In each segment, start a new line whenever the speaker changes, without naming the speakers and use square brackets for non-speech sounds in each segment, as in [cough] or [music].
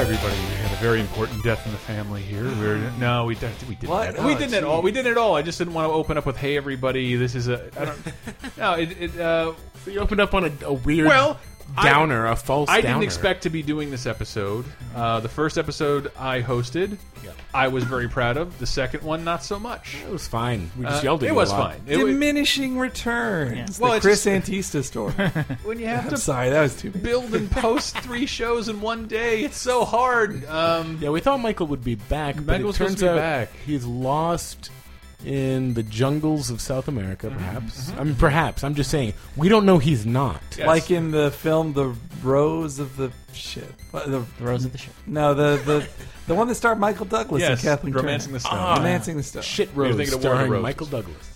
everybody. We had a very important death in the family here. We're [gasps] no, we did- we didn't.
What?
we
Oh,
didn't at all. We didn't at all. I just didn't want to open up with "Hey, everybody, this is a." I [laughs] don't, no, it. it uh,
So you opened up on a, a weird
Well, I-
downer, a false
I
downer.
didn't expect to be doing this episode. Uh, the first episode I hosted, I was very proud of. The second one, not so much.
It was fine. We
Uh,
just yelled at
it
you
was
a lot.
fine. It was,
Diminishing returns. The
Well, it's
Chris Antista
[laughs]
story.
when you have
I'm
to
sorry, that was too big.
build and post three shows in one day, it's so [laughs] hard. Um,
Yeah, we thought Michael would be back, but
Michael's
it
supposed
turns
to be
out
back.
he's lost in the jungles of South America.
Mm-hmm.
Perhaps. I mean, perhaps. I'm just saying we don't know he's not.
yes.
Like in the film, the Rose of the shit. What, the,
The Rose of the Ship.
no, the the the one that starred Michael Douglas
yes,
and Kathleen Turner.
romancing the stone.
Ah.
Romancing the Stone.
Shit
You're
Rose,
thinking of Warner
starring
Roses.
Michael Douglas.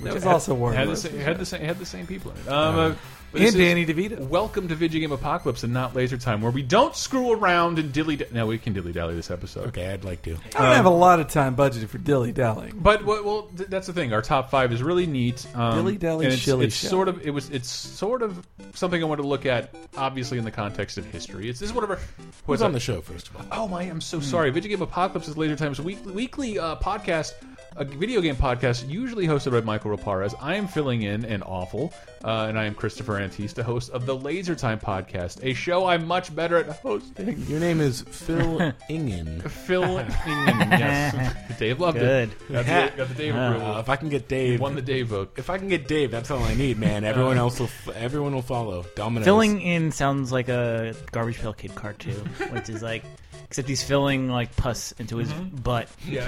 That was also Warren.
had the,
Rose.
same, had the same had the same people in it. Um, uh, but this
and
is
Danny DeVito.
Welcome to Video Game Apocalypse and not Laser Time, where we don't screw around and dilly. No, we can dilly dally this episode.
Okay, I'd like to.
I don't
Um,
have a lot of time budgeted for dilly dallying.
But what, well, th that's the thing. Our top five is really neat. Um,
Dilly dally
and it's,
shilly
it's
shally.
sort of it was it's sort of something I wanted to look at, obviously in the context of history. It's this is whatever
Who's on the show first of all?
Oh my! I'm so sorry. Video Game Apocalypse is Laser Time's week, weekly uh, podcast, a video game podcast usually hosted by Michael Raparez. I am filling in and awful, uh, and I am Christopher Antista, host of the Laser Time podcast, a show I'm much better at hosting.
Your name
[laughs]
is Phil Ingen.
Phil, Ingham, [laughs] yes, Dave loved
Good. Oh.
it. Got the, got the Dave approval.
Uh, if I can get Dave,
Won the Dave
[laughs]
vote.
if I can get Dave, that's all I need,
[laughs]
man. Everyone else will, f- everyone will follow. Dominoes.
Filling in sounds like a garbage pail kid cartoon, which is like, except he's filling like pus into his butt.
Yeah,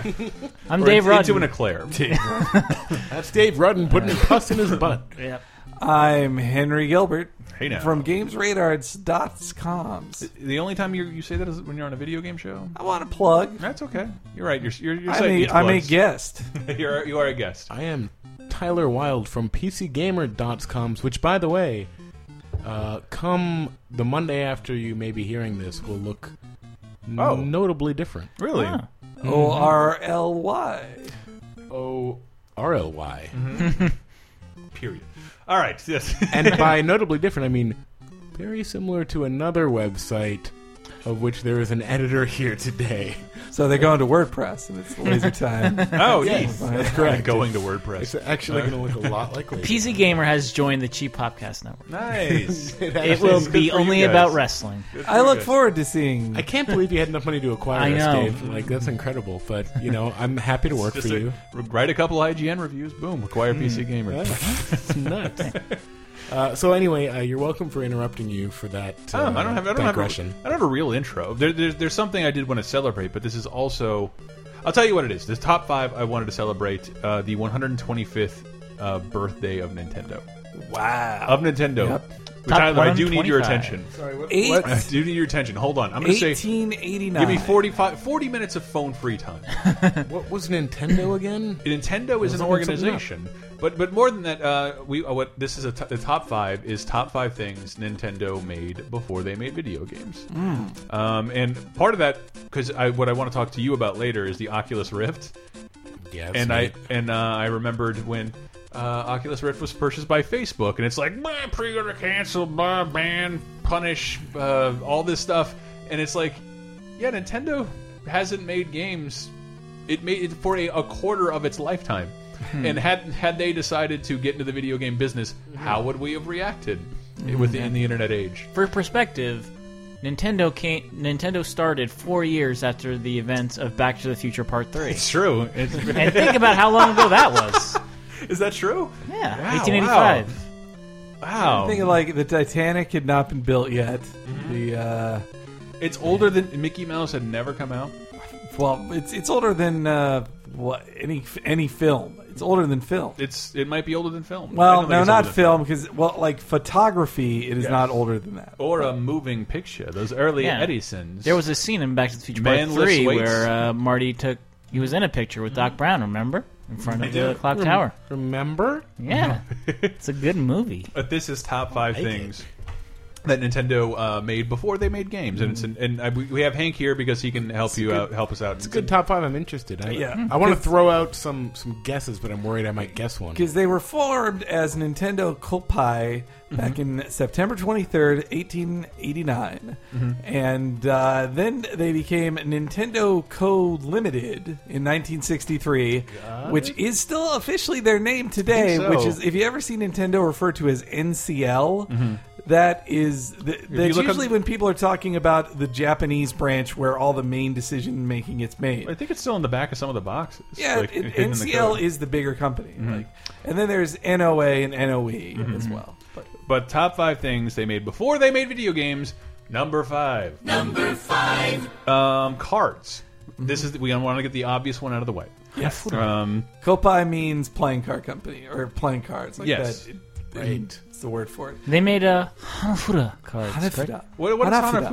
Mm-hmm.
I'm
Or
Dave
into- into an
Rodden.
eclair.
That's Dave Rudden putting pus in his butt.
Yep.
I'm Henry Gilbert
Hey now.
from GamesRadars.coms.
the only time you you say that is when you're on a video game show.
I want to plug.
That's okay. You're right. You're you're, you're
I'm
saying
a,
these
I'm a
plugs.
guest.
[laughs] You're, you are a guest.
I am Tyler Wild from PCGamer.coms, which, by the way, uh, come the Monday after you may be hearing this, will look n-
Oh.
notably different.
Really? Mm-hmm.
O R L Y.
Oh.
RLY.
Period. All right. [laughs] Yes.
and [laughs] by notably different, I mean very similar to another website of which there is an editor here today.
So they're going to WordPress and it's laser time.
oh,
Yes,
neat.
that's correct. [laughs]
I'm going to
It's
WordPress.
actually going to look a lot [laughs] like later.
PC Gamer has joined the Cheap Popcast Network.
[laughs] nice.
It will
good
be
for you
only
guys.
about wrestling.
I look
guys.
forward to seeing.
I can't believe you had enough money to acquire
[laughs] I
us,
know.
Dave. Like that's incredible, but you know I'm happy to work for Hmm.
Just a-
you.
write a couple IGN reviews. Boom. Acquire PC Gamer.
it's nuts. [laughs] Uh, so anyway, uh, you're welcome for interrupting you for that.
Oh,
Uh,
I don't have. I don't have. A, I
digression.
don't have a real intro. There, there's, there's something I did want to celebrate, but this is also. I'll tell you what it is. This top five I wanted to celebrate uh, the 125th uh, birthday of Nintendo.
Wow.
Of Nintendo.
Yep.
But Tyler, I do need
125.
your attention.
Eight,
I do need your attention. Hold on. I'm going to say.
1889.
Give me 45, 40 minutes of phone free time.
What was Nintendo again?
Nintendo is an
looking something
organization, but but more than that, uh, we uh, what this is a t the top five is top five things Nintendo made before they made video games. Um, and part of that, because I what I want to talk to you about later is the Oculus Rift,
Yes,
and
mate.
I and uh, I remembered when. Uh, Oculus Rift was purchased by Facebook, and it's like "Bah, pre-order canceled, bah, ban, punish, uh, all this stuff, and it's like, yeah, Nintendo hasn't made games it made it for a, a quarter of its lifetime. And had had they decided to get into the video game business, how would we have reacted within the internet age?
For perspective, Nintendo came, Nintendo started four years after the events of Back to the Future Part
[laughs]
Three.
true.
and think about how long ago that was.
Is that true?
Yeah,
Wow,
1885.
Wow.
I'm thinking like the Titanic had not been built yet.
Mm-hmm.
The uh,
it's older than Mickey Mouse had never come out.
well, it's it's older than uh, what any any film. It's older than film.
It's it might be older than film. I
Well,
don't
no,
think it's
not
older than
film because well, like photography, it is
Yes.
not older than that.
Or a moving picture. Those early
Yeah.
Edisons.
There was a scene in Back to the Future
Manless
Part Three
waits.
where uh, Marty took he was in a picture with Doc Brown. Remember, in front of the clock tower.
remember.
Yeah, [laughs] it's a good movie. Oh,
But this is top five things that Nintendo uh, made before they made games, and it's
Mm-hmm.
an, and I, we- we have Hank here because he can help you out, help us out.
It's a good top five. I'm interested. I,
Yeah.
I want to throw out some some guesses, but I'm worried I might guess one.
Because they were formed as Nintendo Copai back
Mm-hmm.
in September 23rd, 1889.
Mm-hmm.
And uh, then they became Nintendo Co. Limited in 1963, which is still officially their name today,
so.
which is, if you ever see Nintendo referred to as NCL, that is, th- that's
Mm-hmm. look up-
usually when people are talking about the Japanese branch where all the main decision making is made.
I think it's still in the back of some of the boxes.
Yeah,
like,
it-
hidden in the
NCL
code. Mm-hmm.
is the bigger company. Like, and then there's NOA and NOE as well. But
But top five things they made before they made video games. Number five. Number five. Um, cards.
Mm-hmm.
This is we want to get the obvious one out of the way.
yes,
Um,
Kopai means playing card company or playing cards. Like
Yes.
that. Right. It's the word for it.
They made a Hanafuda cards. correct?
Hanafuda.
what what is
Hanafuda.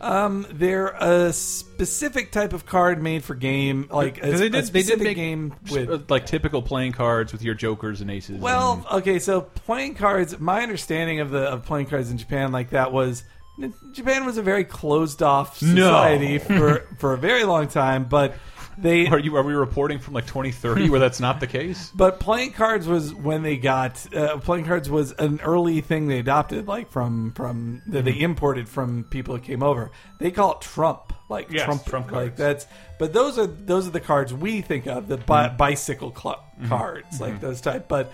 Hanafuda?
Um, they're a specific type of card made for game, like a,
'Cause
a specific game with
uh, mm. like typical playing cards with your jokers and aces.
Well, okay, so playing cards. My understanding of the of playing cards in Japan like that was N- Japan was a very closed off
No.
society
[laughs]
for for a very long time, but they
and- are you are we reporting from like 2030 where that's not the
[laughs]
case?
but playing cards was when they got uh, playing cards was an early thing they adopted, like from from that
Mm-hmm.
they imported from people that came over. They call it Trump, like
Yes,
Trump,
Trump
Like
cards.
that's but those are those are the cards we think of the bi-
Mm-hmm.
bicycle cl- cards, like those type. But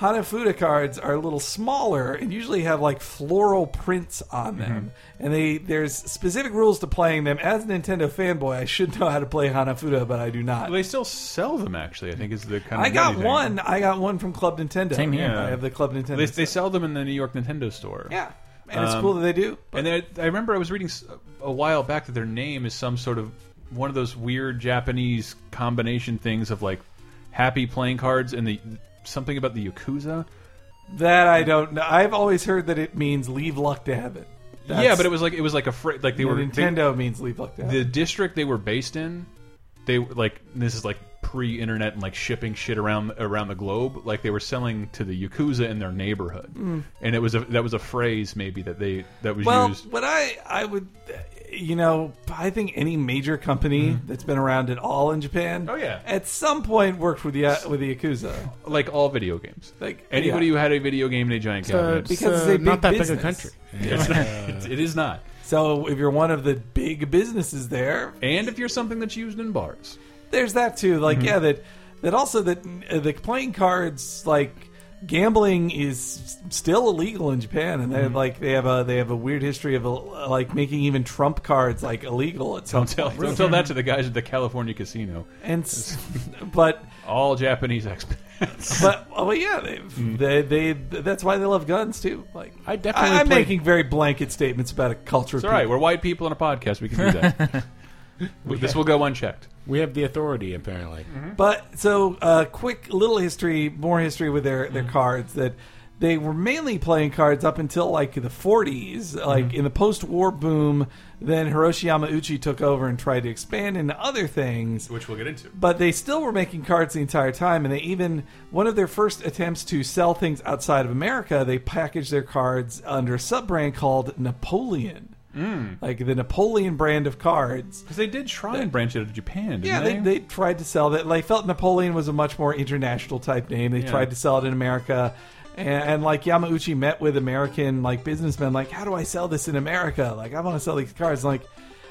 Hanafuda cards are a little smaller and usually have like floral prints on them.
Mm-hmm.
And they there's specific rules to playing them. As a Nintendo fanboy, I should know how to play Hanafuda, but I do not.
They still sell them actually. I think is the kind of
I got
nutty thing.
one. I got one from Club Nintendo.
Same here.
Yeah.
I have the Club Nintendo.
They,
set.
they sell them in the New York Nintendo store.
yeah, and it's
Um,
cool that they do. But
And then I remember I was reading s- a while back that their name is some sort of one of those weird Japanese combination things of like happy playing cards and the something about the yakuza.
that I don't know. I've always heard that it means leave luck to heaven. That's-
yeah, but it was like it was like a fra like they
the
were they,
Nintendo means leave luck to heaven.
the district they were based in. They were like this is like pre-internet and like shipping shit around around the globe. Like they were selling to the yakuza in their neighborhood, and it was a that was a phrase maybe that they that was
Mm. well,
used.
what I I would, uh, you know, I think any major company
Mm-hmm.
that's been around at all in Japan,
Oh, yeah.
at some point worked with the uh, with the Yakuza.
like all video games.
Like,
anybody
yeah.
who had a video game in a giant cabinet.
It's,
because
uh,
it's a big
not that big
business.
a country.
It's [laughs] not, it's- it is not.
So if you're one of the big businesses there,
And if you're something that's used in [laughs] bars,
there's that too. Like
Mm-hmm.
yeah, that that also that uh, the playing cards like gambling is s- still illegal in Japan, and they
Mm-hmm.
are like they have a they have a weird history of uh, like making even Trump cards like illegal at some
don't tell,
point.
don't tell that to the guys at the California casino.
And s- [laughs] but
All Japanese expats.
but well yeah they,
Mm.
they they that's why they love guns too. Like
I definitely
I'm
played-
making very blanket statements about a culture.
It's all right. We're white people on a podcast. We can do [laughs] that. this will go unchecked.
We have the authority apparently.
But so, uh, quick little history, more history with their their cards that they were mainly playing cards up until like the 40s, like in the post-war boom. Then Hiroshi Yamauchi took over and tried to expand into other things.
Which we'll get into.
But they still were making cards the entire time, and they even one of their first attempts to sell things outside of America, they packaged their cards under a sub brand called Napoleon, like the Napoleon brand of cards.
Because they did try and branch it out of Japan, didn't
Yeah, they, they tried to sell that. They felt Napoleon was a much more international type name. They
Yeah.
tried to sell it in America. And, and like Yamauchi met with American like businessmen, like, how do I sell this in America? Like, I want to sell these cards. like,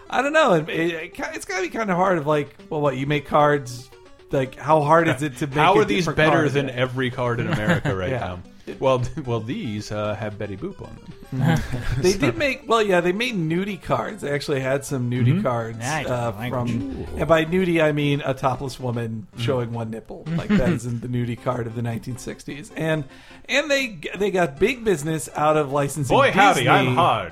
I don't know. It, it, it, ki- it's got to be kind of hard. Of like, well, what you make cards? Like, how hard is it to make?
How
a
are these
different
better
card?
than every card in America [laughs] right
Yeah.
now? Well, well, these uh, have Betty Boop on them.
They did make well, yeah. They made nudie cards. They actually had some nudie cards
Nice
uh,
language.
from. And by nudie, I mean a topless woman showing one nipple. Like that is in the nudie card of the 1960s. And and they they got big business out of licensing.
Boy, howdy,
Disney.
I'm [laughs] hard.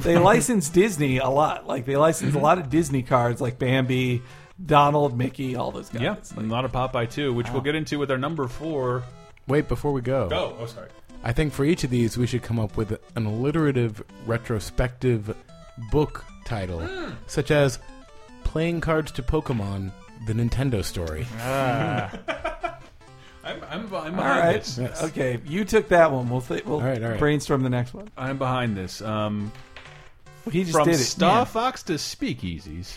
They licensed Disney a lot. Like they licensed a lot of Disney cards, like Bambi, Donald, Mickey, all those guys.
Yeah, a lot of Popeye too, which we'll get into with our number four.
Wait, before we go,
Oh, oh, sorry.
I think for each of these we should come up with an alliterative retrospective book title,
Hmm.
such as
Ah.
"Playing Cards to Pokemon: The Nintendo Story."
I'm, I'm, I'm behind
All right.
this.
Yes.
Okay, you took that one. We'll th- we'll
All right, all right.
brainstorm the next one.
I'm behind this. Um,
Well, he just
from
did it.
Star Fox to [laughs] Speakeasies.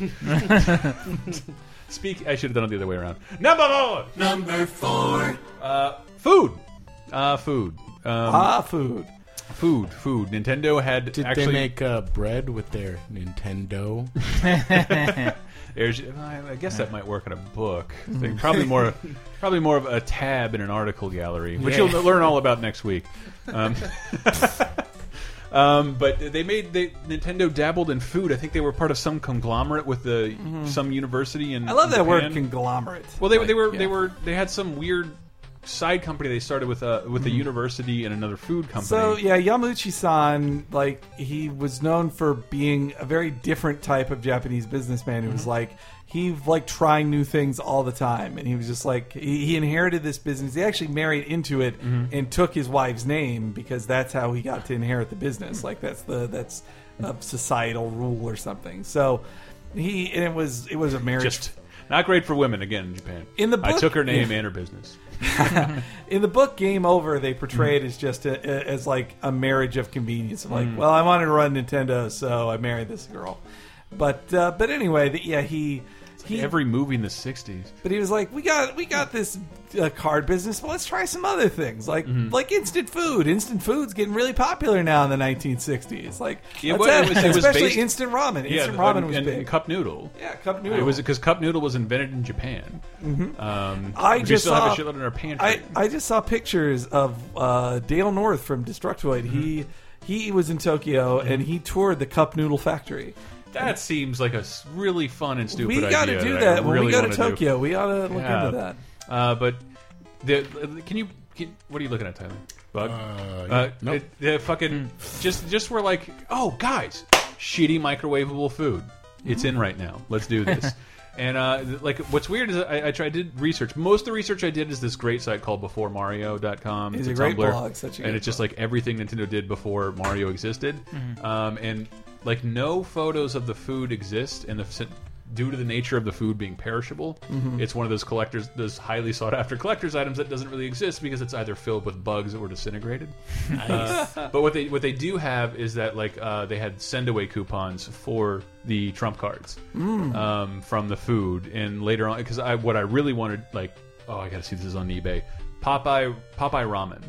Speak. I should have done it the other way around. Number four. Number four. Uh, food. Uh, food. Um,
Ah, food.
food. Food. Nintendo had
Did
actually.
they make uh, bread with their Nintendo?
there's- I I guess that might work in a book.
Mm-hmm.
Thing. Probably more.
[laughs]
probably more of a tab in an article gallery, which
Yeah.
you'll learn all about next week.
[laughs]
Um, Um, but they made they, Nintendo dabbled in food. I think they were part of some conglomerate with the some university in.
Mm-hmm. I love that word
Japan.
conglomerate.
Well, they,
Like,
they were
yeah.
they were they had some weird side company they started with a with a university and another food company.
Mm-hmm. So yeah, Yamuchi-san, like he was known for being a very different type of Japanese businessman who
Mm-hmm.
was like he like trying new things all the time, and he was just like he, he inherited this business. He actually married into it
Mm-hmm.
and took his wife's name because that's how he got to inherit the business. Like that's the that's a societal rule or something. So he and it was it was a marriage.
just not great for women again in Japan.
In the
I
book-
took her name and her business.
in the book Game Over,
Mm-hmm.
they portray it as just a, a- as like a marriage of convenience. Of like,
Mm.
well, I wanted to run Nintendo, so I married this girl. But uh, but anyway, the, yeah, he he.
Every movie in the '60s.
but he was like, we got we got this uh, card business, but let's try some other things like
Mm-hmm.
like instant food. Instant food's getting really popular now in the 1960s. Like,
Yeah,
let's
well, it
have-
was- it was
especially
based-
instant ramen. Instant ramen
and,
was
and,
big.
and cup noodle.
yeah, cup noodle. Mm-hmm.
It was because cup noodle was invented in Japan. Um,
I
we
just
still have
saw-
a shitload in our pantry.
I, I just saw pictures of uh, Dale North from Destructoid. He
Mm-hmm.
he was in Tokyo and he toured the Cup Noodle Factory.
that seems like a s- really fun and stupid
we
got
gotta
to
do that when
really
we go to
wanna do.
Tokyo. We ought to look
Yeah.
into that.
Uh, but the, can you? Can, what are you looking at, Tyler? Bug.
Uh,
Uh,
nope.
it- the fucking just just we're like, oh guys, shitty microwavable food. It's in right now. Let's do this. and uh, th- like, what's weird is I, I tried did research. Most of the research I did is this great site called BeforeMario.com.
It's a
Tumblr,
great blog, such a
and
good
it's just like everything Nintendo did before Mario existed. Um, and like, no photos of the food exist, and the s- due to the nature of the food being perishable,
Mm-hmm.
it's one of those collectors, those highly sought after collectors items that doesn't really exist because it's either filled with bugs or disintegrated. Uh, but what they what they do have is that like uh, they had send away coupons for the trump cards um, from the food, and later on because I what I really wanted like oh I got to see this is on eBay Popeye Popeye ramen.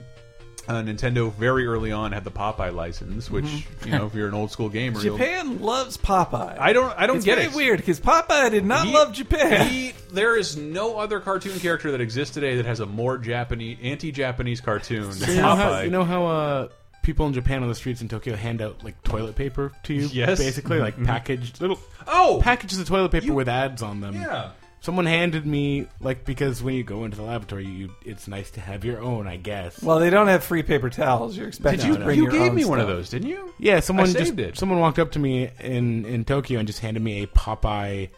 Uh, Nintendo very early on had the Popeye license, which you know if you're an old school gamer, you'll-
Mm-hmm. Japan loves Popeye.
I don't I don't
it's
get
very
it.
weird because Popeye did not
He-
love Japan.
He, there is no other cartoon character that exists today that has a more Japanese anti-Japanese cartoon than
You know how,
Popeye.
you know how, uh, people in Japan on the streets in Tokyo hand out like toilet paper to you?
Yes. Mm-hmm.
basically like packaged little
oh,
packages of toilet paper with ads on them.
yeah.
Someone handed me like because when you go into the laboratory, you it's nice to have your own, I
[laughs]
guess.
well, they don't have free paper towels. You're expected
Did you
to bring
you
your
gave
own
me one of
stuff.
those, didn't you?
yeah, someone
I
just
saved it.
someone walked up to me in in Tokyo and just handed me a Popeye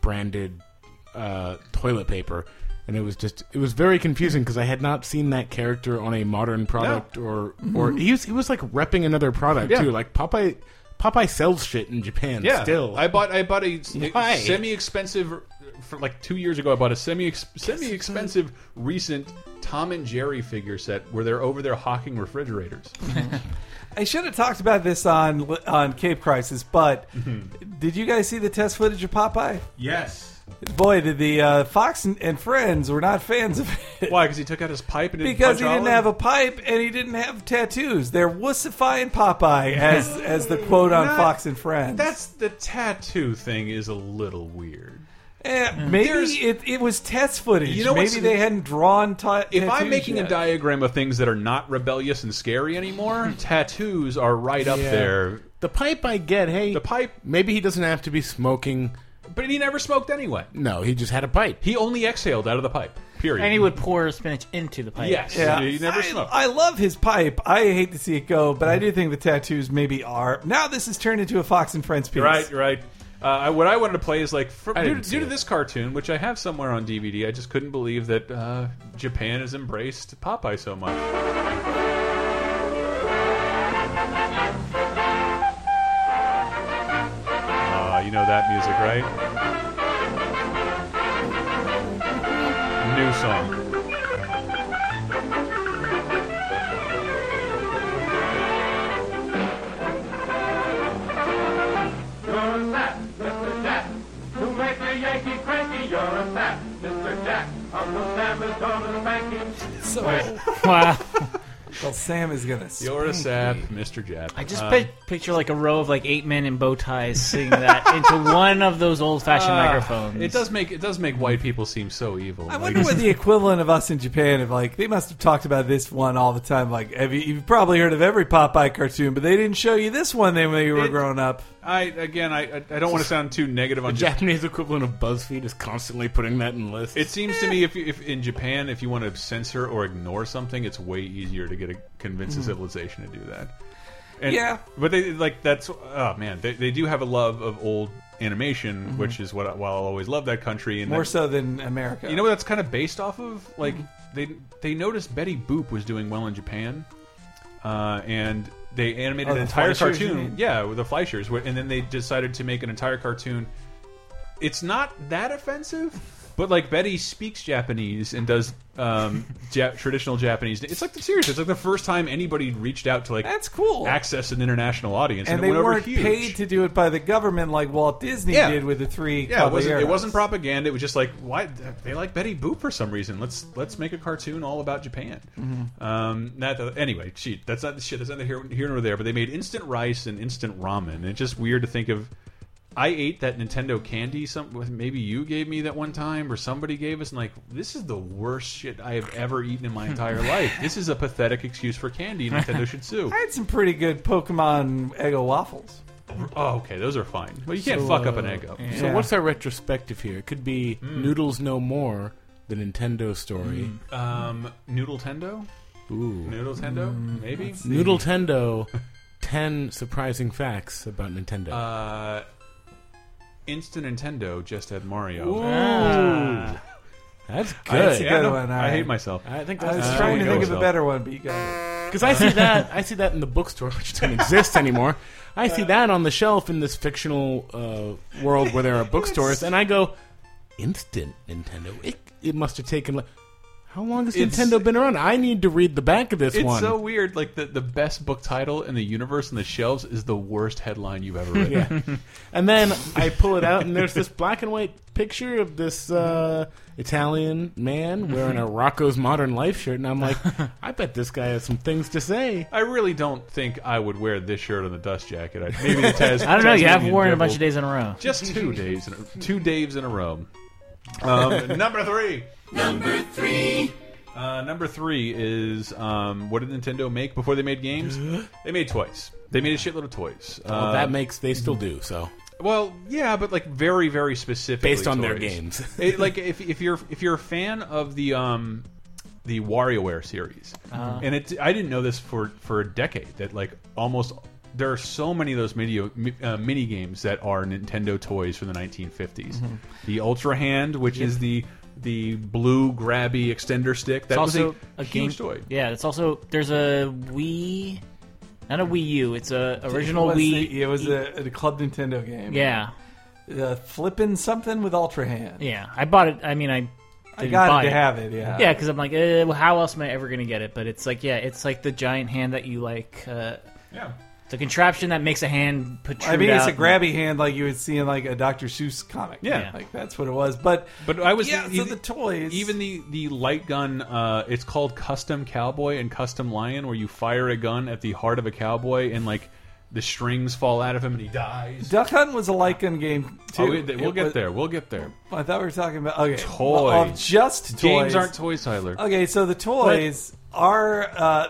branded uh, toilet paper. And it was just it was very confusing because I had not seen that character on a modern product or or he was he was like repping another product
Yeah.
too. Like Popeye Popeye sells shit in Japan
Yeah,
still.
I bought I bought a
Why?
semi expensive for like two years ago. I bought a semi semi expensive recent Tom and Jerry figure set where they're over there hawking refrigerators.
I should have talked about this on on Cape Crisis, but
Mm-hmm.
did you guys see the test footage of Popeye?
Yes,
Boy, did the uh, Fox and, and Friends were not fans of it. [laughs]
why? Because he took out his pipe and didn't punch
Because he didn't
Olive?
have a pipe and he didn't have tattoos. They're wussifying Popeye
[laughs]
as as the quote on
Not-
Fox and Friends.
That's the tattoo thing is a little weird.
Eh, maybe
There's-
it, it was test footage.
You know what's-
maybe they hadn't drawn ta-
If
tattoos
I'm making
yet.
a diagram of things that are not rebellious and scary
[laughs]
anymore, tattoos are right up
Yeah.
there.
the pipe I get, hey,
The pipe,
maybe he doesn't have to be smoking.
but he never smoked anyway.
No, he just had a pipe.
He only exhaled out of the pipe. Period.
[laughs] and he would pour spinach into the pipe.
yes,
Yeah.
he never
I,
smoked.
I love his pipe. I hate to see it go, but I do think the tattoos maybe are. Now this has turned into a Fox and Friends piece.
You're right, you're right. Uh, I- what I wanted to play is like for,
I
due,
didn't see
due to
it.
this cartoon, which I have somewhere on DVD. I just couldn't believe that uh, Japan has embraced Popeye so much. Uh, you know that music, right? New song.
So
Wow.
well, Sam is gonna. s-
You're a sap, Mr. Jap.
[laughs]
Uh,
I just
Um,
pi- picture like a row of like eight men in bow ties singing that [laughs] into one of those old-fashioned microphones.
Ah, It does make it does make white people seem so evil.
I
Like,
wonder what the equivalent of us in Japan of like they must have talked about this one all the time. Like have you, you've probably heard of every Popeye cartoon, but they didn't show you this one then when you were
It-
growing up.
[laughs] I again, I I I don't want to sound too negative on Japan.
Japanese equivalent of BuzzFeed is constantly putting that in lists.
It seems to me if, you- if in Japan, if you want to censor or ignore something, it's way easier to get a convince a civilization to do that. And,
Yeah.
but they like that's oh man, they, they do have a love of old animation, which is what I, while I'll always love that country and
More
that-
so than America.
You know what that's kind of based off of? Like they they noticed Betty Boop was doing well in Japan, uh, and they animated
Oh,
an
the
entire
Fleischers, you
cartoon.
mean?
Yeah, with the Fleischers, wh- and then they decided to make an entire cartoon. It's not that offensive, but like Betty speaks Japanese and does um, [laughs] ja traditional Japanese. It's like the serious. It's like the first time anybody reached out to like
That's cool.
access an international audience, and,
and
it
they
went over
weren't
huge.
paid to do it by the government like Walt Disney
Yeah.
did with the three.
Yeah, it wasn't, it
Caballeros.
wasn't propaganda. It was just like why they like Betty Boop for some reason. Let's let's make a cartoon all about Japan. Um, not that- anyway, gee, that's not shit. That's neither here, here nor there. But they made instant rice and instant ramen. And it's just weird to think of. I ate that Nintendo candy. Some maybe you gave me that one time, or somebody gave us. And like, this is the worst shit I have ever eaten in my entire life. This is a pathetic excuse for candy. Nintendo should
[laughs]
sue.
I had some pretty good Pokemon Eggo waffles.
Oh, okay, those are fine. Well, you can't fuck up an Eggo.
So what's our retrospective here? It could be Noodles No More, the Nintendo story.
Um, Noodle Tendo.
Ooh.
Noodle Tendo, maybe.
Noodle Tendo, 10 surprising facts about Nintendo.
Uh, Instant Nintendo just had Mario.
Ah.
That's
That's
good.
good
no,
one, all
I hate
right.
myself.
I think
I
Ah,
that's
was
Uh,
trying
we
to
go
think
with
of a
that.
better one, but you got it.
because I see that I see that in the bookstore, [laughs] which doesn't exist anymore. I see that on the shelf in this fictional uh, world where there are bookstores, and I go, instant Nintendo. It, it must have taken. Like, how long has
It's-
Nintendo been around? I need to read the back of this
It's
one.
so weird. Like the, the best book title in the universe and the shelves is the worst headline you've ever read.
yeah. [laughs] And then I pull it out, and there's this black and white picture of this uh, Italian man wearing a Rocco's Modern Life shirt, and I'm [laughs] like, I bet this guy has some things to say.
I really don't think I would wear this shirt on the dust jacket. I, maybe the Taz.
I don't know. You have
Tasmanian
worn a
devil.
bunch of days in a row.
Just two days. In a, two days in a row. Um, number three. Number three. Uh, number three is um, what did Nintendo make before they made games? they made toys. They made a shitload of toys.
Well,
Uh,
Oh, that makes they still do so
Well, yeah, but like very, very specific.
based on their games.
[laughs] it, like if, if you're if you're a fan of the um the WarioWare series,
Uh-huh.
and it I didn't know this for for a decade that like almost there are so many of those mini uh, mini games that are Nintendo toys from the 1950s.
Mm-hmm.
The Ultra Hand, which is the the blue grabby extender stick, that
It's
was
also
a,
a,
huge
game
toy.
Yeah, it's also there's a Wii, not a Wii U. It's a original
it was
Wii.
The, it was a, a Club Nintendo game.
yeah,
uh, flipping something with Ultra Hand.
yeah. I bought it. I mean, I
I
didn't
got
buy
it
it.
to have it. Yeah.
Yeah, because I'm like, eh, well, how else am I ever gonna get it? But it's like, yeah, it's like the giant hand that you like. Uh,
Yeah.
the contraption that makes a hand protrude.
I mean, it's
out.
a grabby hand like you would see in like a Dr. Seuss comic.
Yeah.
like that's what it was. But
But I was
yeah, so the toys,
Even the the light gun, uh, it's called custom cowboy and custom lion, where you fire a gun at the heart of a cowboy and like the strings fall out of him and he dies.
Duck Hunt was a light gun game too.
Oh, we, will
It
get
was-
there. We'll get there.
I thought we were talking about okay,
Toys.
well, of just toys. Uh,
Games aren't toys, Tyler.
Okay, so the toys are. Uh,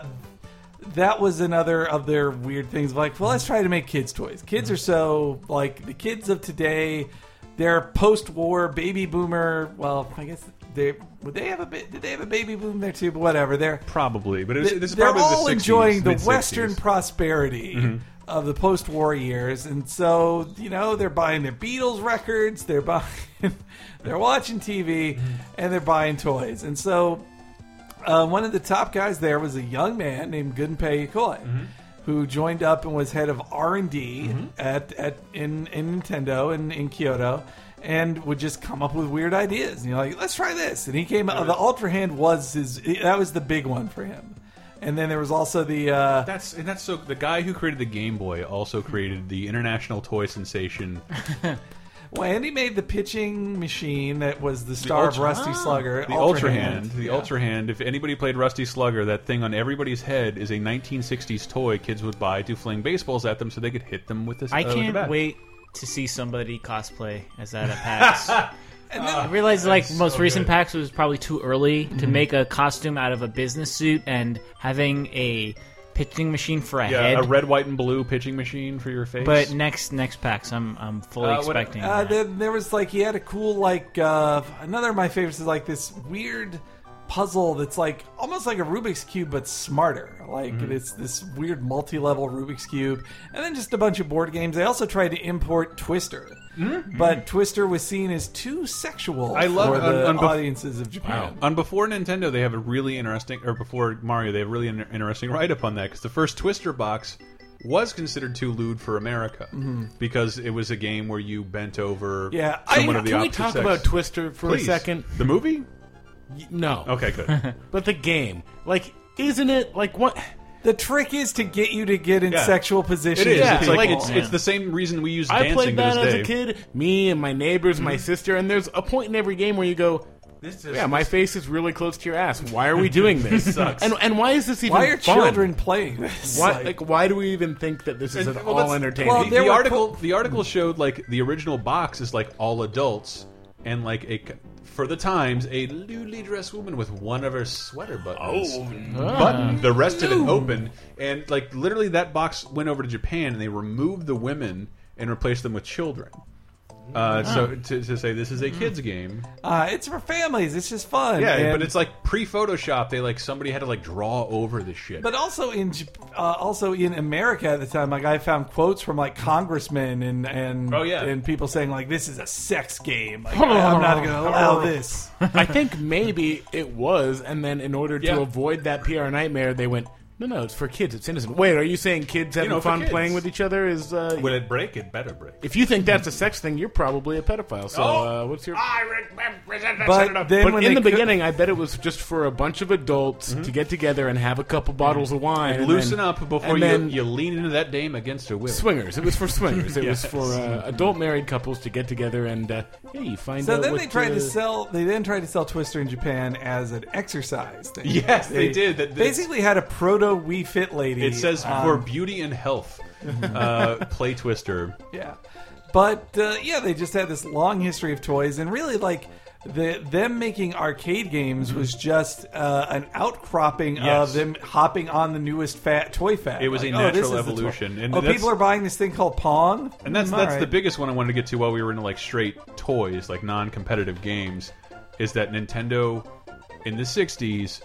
that was another of their weird things. Like, well, let's try to make kids' toys. Kids are so like the kids of today. They're post-war baby boomer. Well, I guess they would they have a bit. Did they have a baby boom there too? But whatever. They're
Probably, but it was, this is
they're
probably
all
the Mm-hmm. 60s,
enjoying the
mid- 60s.
Western prosperity of the post-war years, and so you know they're buying their Beatles records, they're [laughs] buying, they're watching TV,
Mm-hmm.
and they're buying toys, and so uh, one of the top guys there was a young man named Gunpei Yokoi,
Mm-hmm.
who joined up and was head of R and D at at in, in Nintendo in, in Kyoto, and would just come up with weird ideas. And you're like, let's try this. And he came. Uh, the Ultra Hand was his. That was the big one for him. And then there was also the. Uh,
That's and that's so. The guy who created the Game Boy also created the international toy sensation
Well, Andy made the pitching machine that was the star
Ultra- Ah.
of Rusty Slugger.
The Ultra Hand. The Ultra Hand. If anybody played Rusty Slugger, that thing on everybody's head is a 1960s toy kids would buy to fling baseballs at them so they could hit them with this.
I
uh, with the
can't
bat.
wait to see somebody cosplay as that at
[laughs]
PAX. I realize like
that's
most
Uh, so
recent
good.
PAX was probably too early to make a costume out of a business suit and having a pitching machine for a
Yeah,
head.
a red, white, and blue pitching machine for your face.
but next next PAX, I'm I'm fully
Uh, what-
expecting.
Uh,
that.
then there was like he had a cool like uh, another of my favorites is like this weird puzzle that's like almost like a Rubik's cube but smarter. Like
Mm-hmm.
it's this weird multi-level Rubik's cube, and then just a bunch of board games. They also tried to import Twister. But Twister was seen as too sexual
Mm-hmm. I love-
for the
on- on bef-
audiences of Japan.
on before Nintendo, they have a really interesting, or before Mario, they have a really in interesting write up on that because the first Twister box was considered too lewd for America
Mm-hmm.
because it was a game where you bent over
Yeah, I-
someone of the
Can we
opposite
talk
sex.
about Twister for
Please.
a second?
The movie?
Y- No.
Okay,
[laughs]
good.
But the game, like, isn't it like what?
The trick is to get you to get in
Yeah.
sexual
It
positions.
is.
with
Yeah,
it's like
Yeah.
people.
it's, it's the same reason we use
I
dancing
played that
to
as
this day.
a kid. Me and my neighbors, my sister, and there's a point in every game where you go.
This is,
Yeah, my face Mm-hmm. is really close to your ass. Why [laughs] are we doing this?
Sucks.
And and why is this even?
Why are
fun?
children playing this?
Why like why do we even think that this is
And-
at
well,
all
that's-
entertaining?
well,
the,
there
the
were
article the article showed like the original box is like all adults and like a for the times a newly dressed woman with one of her sweater buttons
Ah.
button the rest of it open and like literally that box went over to Japan and they removed the women and replaced them with children.
Ah.
Uh, So to, to say this is a kids game,
uh, it's for families. It's just fun.
yeah,
And-
but it's like pre Photoshop. They like somebody had to like draw over the shit.
But also in Jap- uh, also in America at the time, like I found quotes from like congressmen and and
Oh, yeah.
and people saying like this is a sex game.
[laughs]
Like, I'm not going to allow this.
[laughs] I think maybe it was, and then in order to
Yeah.
avoid that PR nightmare, they went, no, no, it's for kids. It's innocent. Wait, are you saying kids having
know, for
fun
kids.
playing with each other is? Uh,
Would it break? It better break.
if you think that's a sex thing, you're probably a pedophile. So
Oh.
uh, what's your?
But then
But
when
in the
they cou-
beginning, I bet it was just for a bunch of adults to get together and have a couple bottles of wine, and
Loosen
then-
up before
and
you,
then
you lean into that dame against her will.
Swingers. It was for swingers. It
Yes.
was for uh, adult married couples to get together and uh, yeah, you find
So
out.
then
what
they tried to
the-
sell. They then tried to sell Twister in Japan as an exercise thing.
[laughs] Yes, they did. That- that's-
basically had a proto We Fit lady.
It says
um,
for beauty and health, uh, play Twister.
Yeah, but uh, yeah, they just had this long history of toys, and really like the them making arcade games was just uh, an outcropping
Mm-hmm. Yes.
of them hopping on the newest fat toy fad.
It was
Like,
a
oh, this
natural
is the toy.
evolution, and
oh,
that's-
people are buying this thing called Pong,
And that's
Mm,
that's
all
the
right.
biggest one I wanted to get to while we were into like straight toys, like non-competitive games, is that Nintendo in the '60s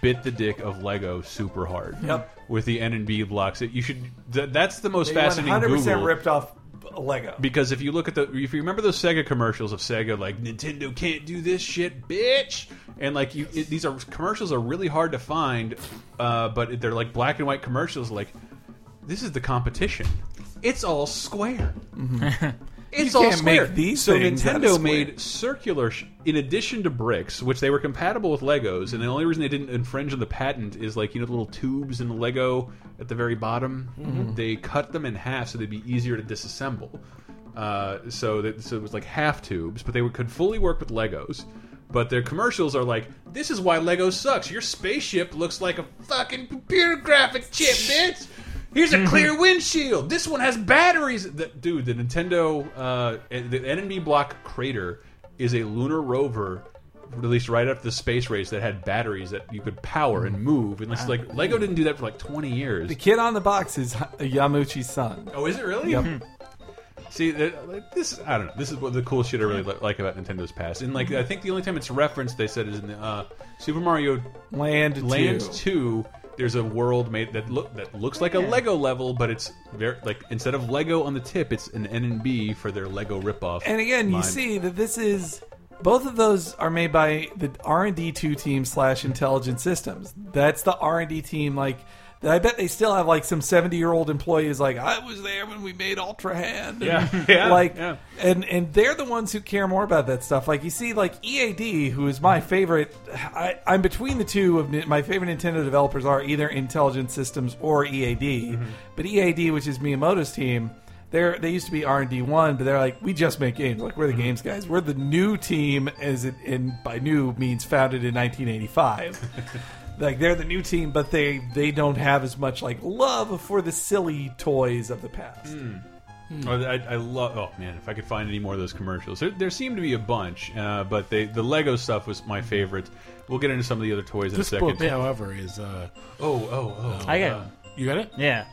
bit the dick of Lego super hard.
Yep.
With the N and B blocks, it, you should. Th that's the most
They
fascinating.
100%
Google.
ripped off Lego.
Because if you look at the, if you remember those Sega commercials of Sega, like Nintendo can't do this shit, bitch, and like you, it, these are commercials are really hard to find, uh, but they're like black and white commercials. Like this is the competition. It's all square. It's
You
all
can't
square.
make these
so
things out of
Nintendo
square.
made circular, sh in addition to bricks, which they were compatible with Legos, and the only reason they didn't infringe on the patent is like you know the little tubes in the Lego at the very bottom. They cut them in half so they'd be easier to disassemble. Uh, so that so it was like half tubes, but they would, could fully work with Legos. But their commercials are like, "This is why Lego sucks. Your spaceship looks like a fucking computer graphic chip, bitch." Here's
Mm-hmm.
a clear windshield. This one has batteries. The, dude, the Nintendo, uh, the enemy block crater is a lunar rover released right after the space race that had batteries that you could power and move. And it's like Lego didn't do that for like 20 years.
Mm-hmm. Ah. The kid on the box is Yamuchi's son.
Oh, is it really?
Yep.
See, th- like, this I don't know. This is what the cool shit I really li- like about Nintendo's past. And like, I think the only time it's referenced, they said, is in the uh, Super Mario
Land
Land
two.
Two. There's a world made that look that looks like a Lego level, but it's very like instead of Lego on the tip, it's an N and B for their Lego ripoff.
and again you
line.
see that this is both of those are made by the r&d 2 team slash intelligent systems that's the r&d team like i bet they still have like some 70 year old employee who's like i was there when we made ultra hand [laughs]
Yeah, yeah,
like
yeah.
and and they're the ones who care more about that stuff like you see like ead who is my favorite I, i'm between the two of Ni- my favorite nintendo E
Mm-hmm.
developers are either intelligent systems or ead but ead which is miyamoto's team They're they used to be R and D one, but they're like we just make games. Like we're the
Mm-hmm.
games guys. We're the new team, as it and by new means founded
[laughs]
in 1985. like they're the new team, but they they don't have as much like love for the silly toys of the past.
Oh, I, I love. Oh man, if I could find any more of those commercials, there, there seemed to be a bunch. Uh, but they, the Lego stuff was my favorite. We'll get into some of the other toys in
This
a second.
book, however, is uh,
Oh, oh, oh!
I got
uh,
you got it?
yeah.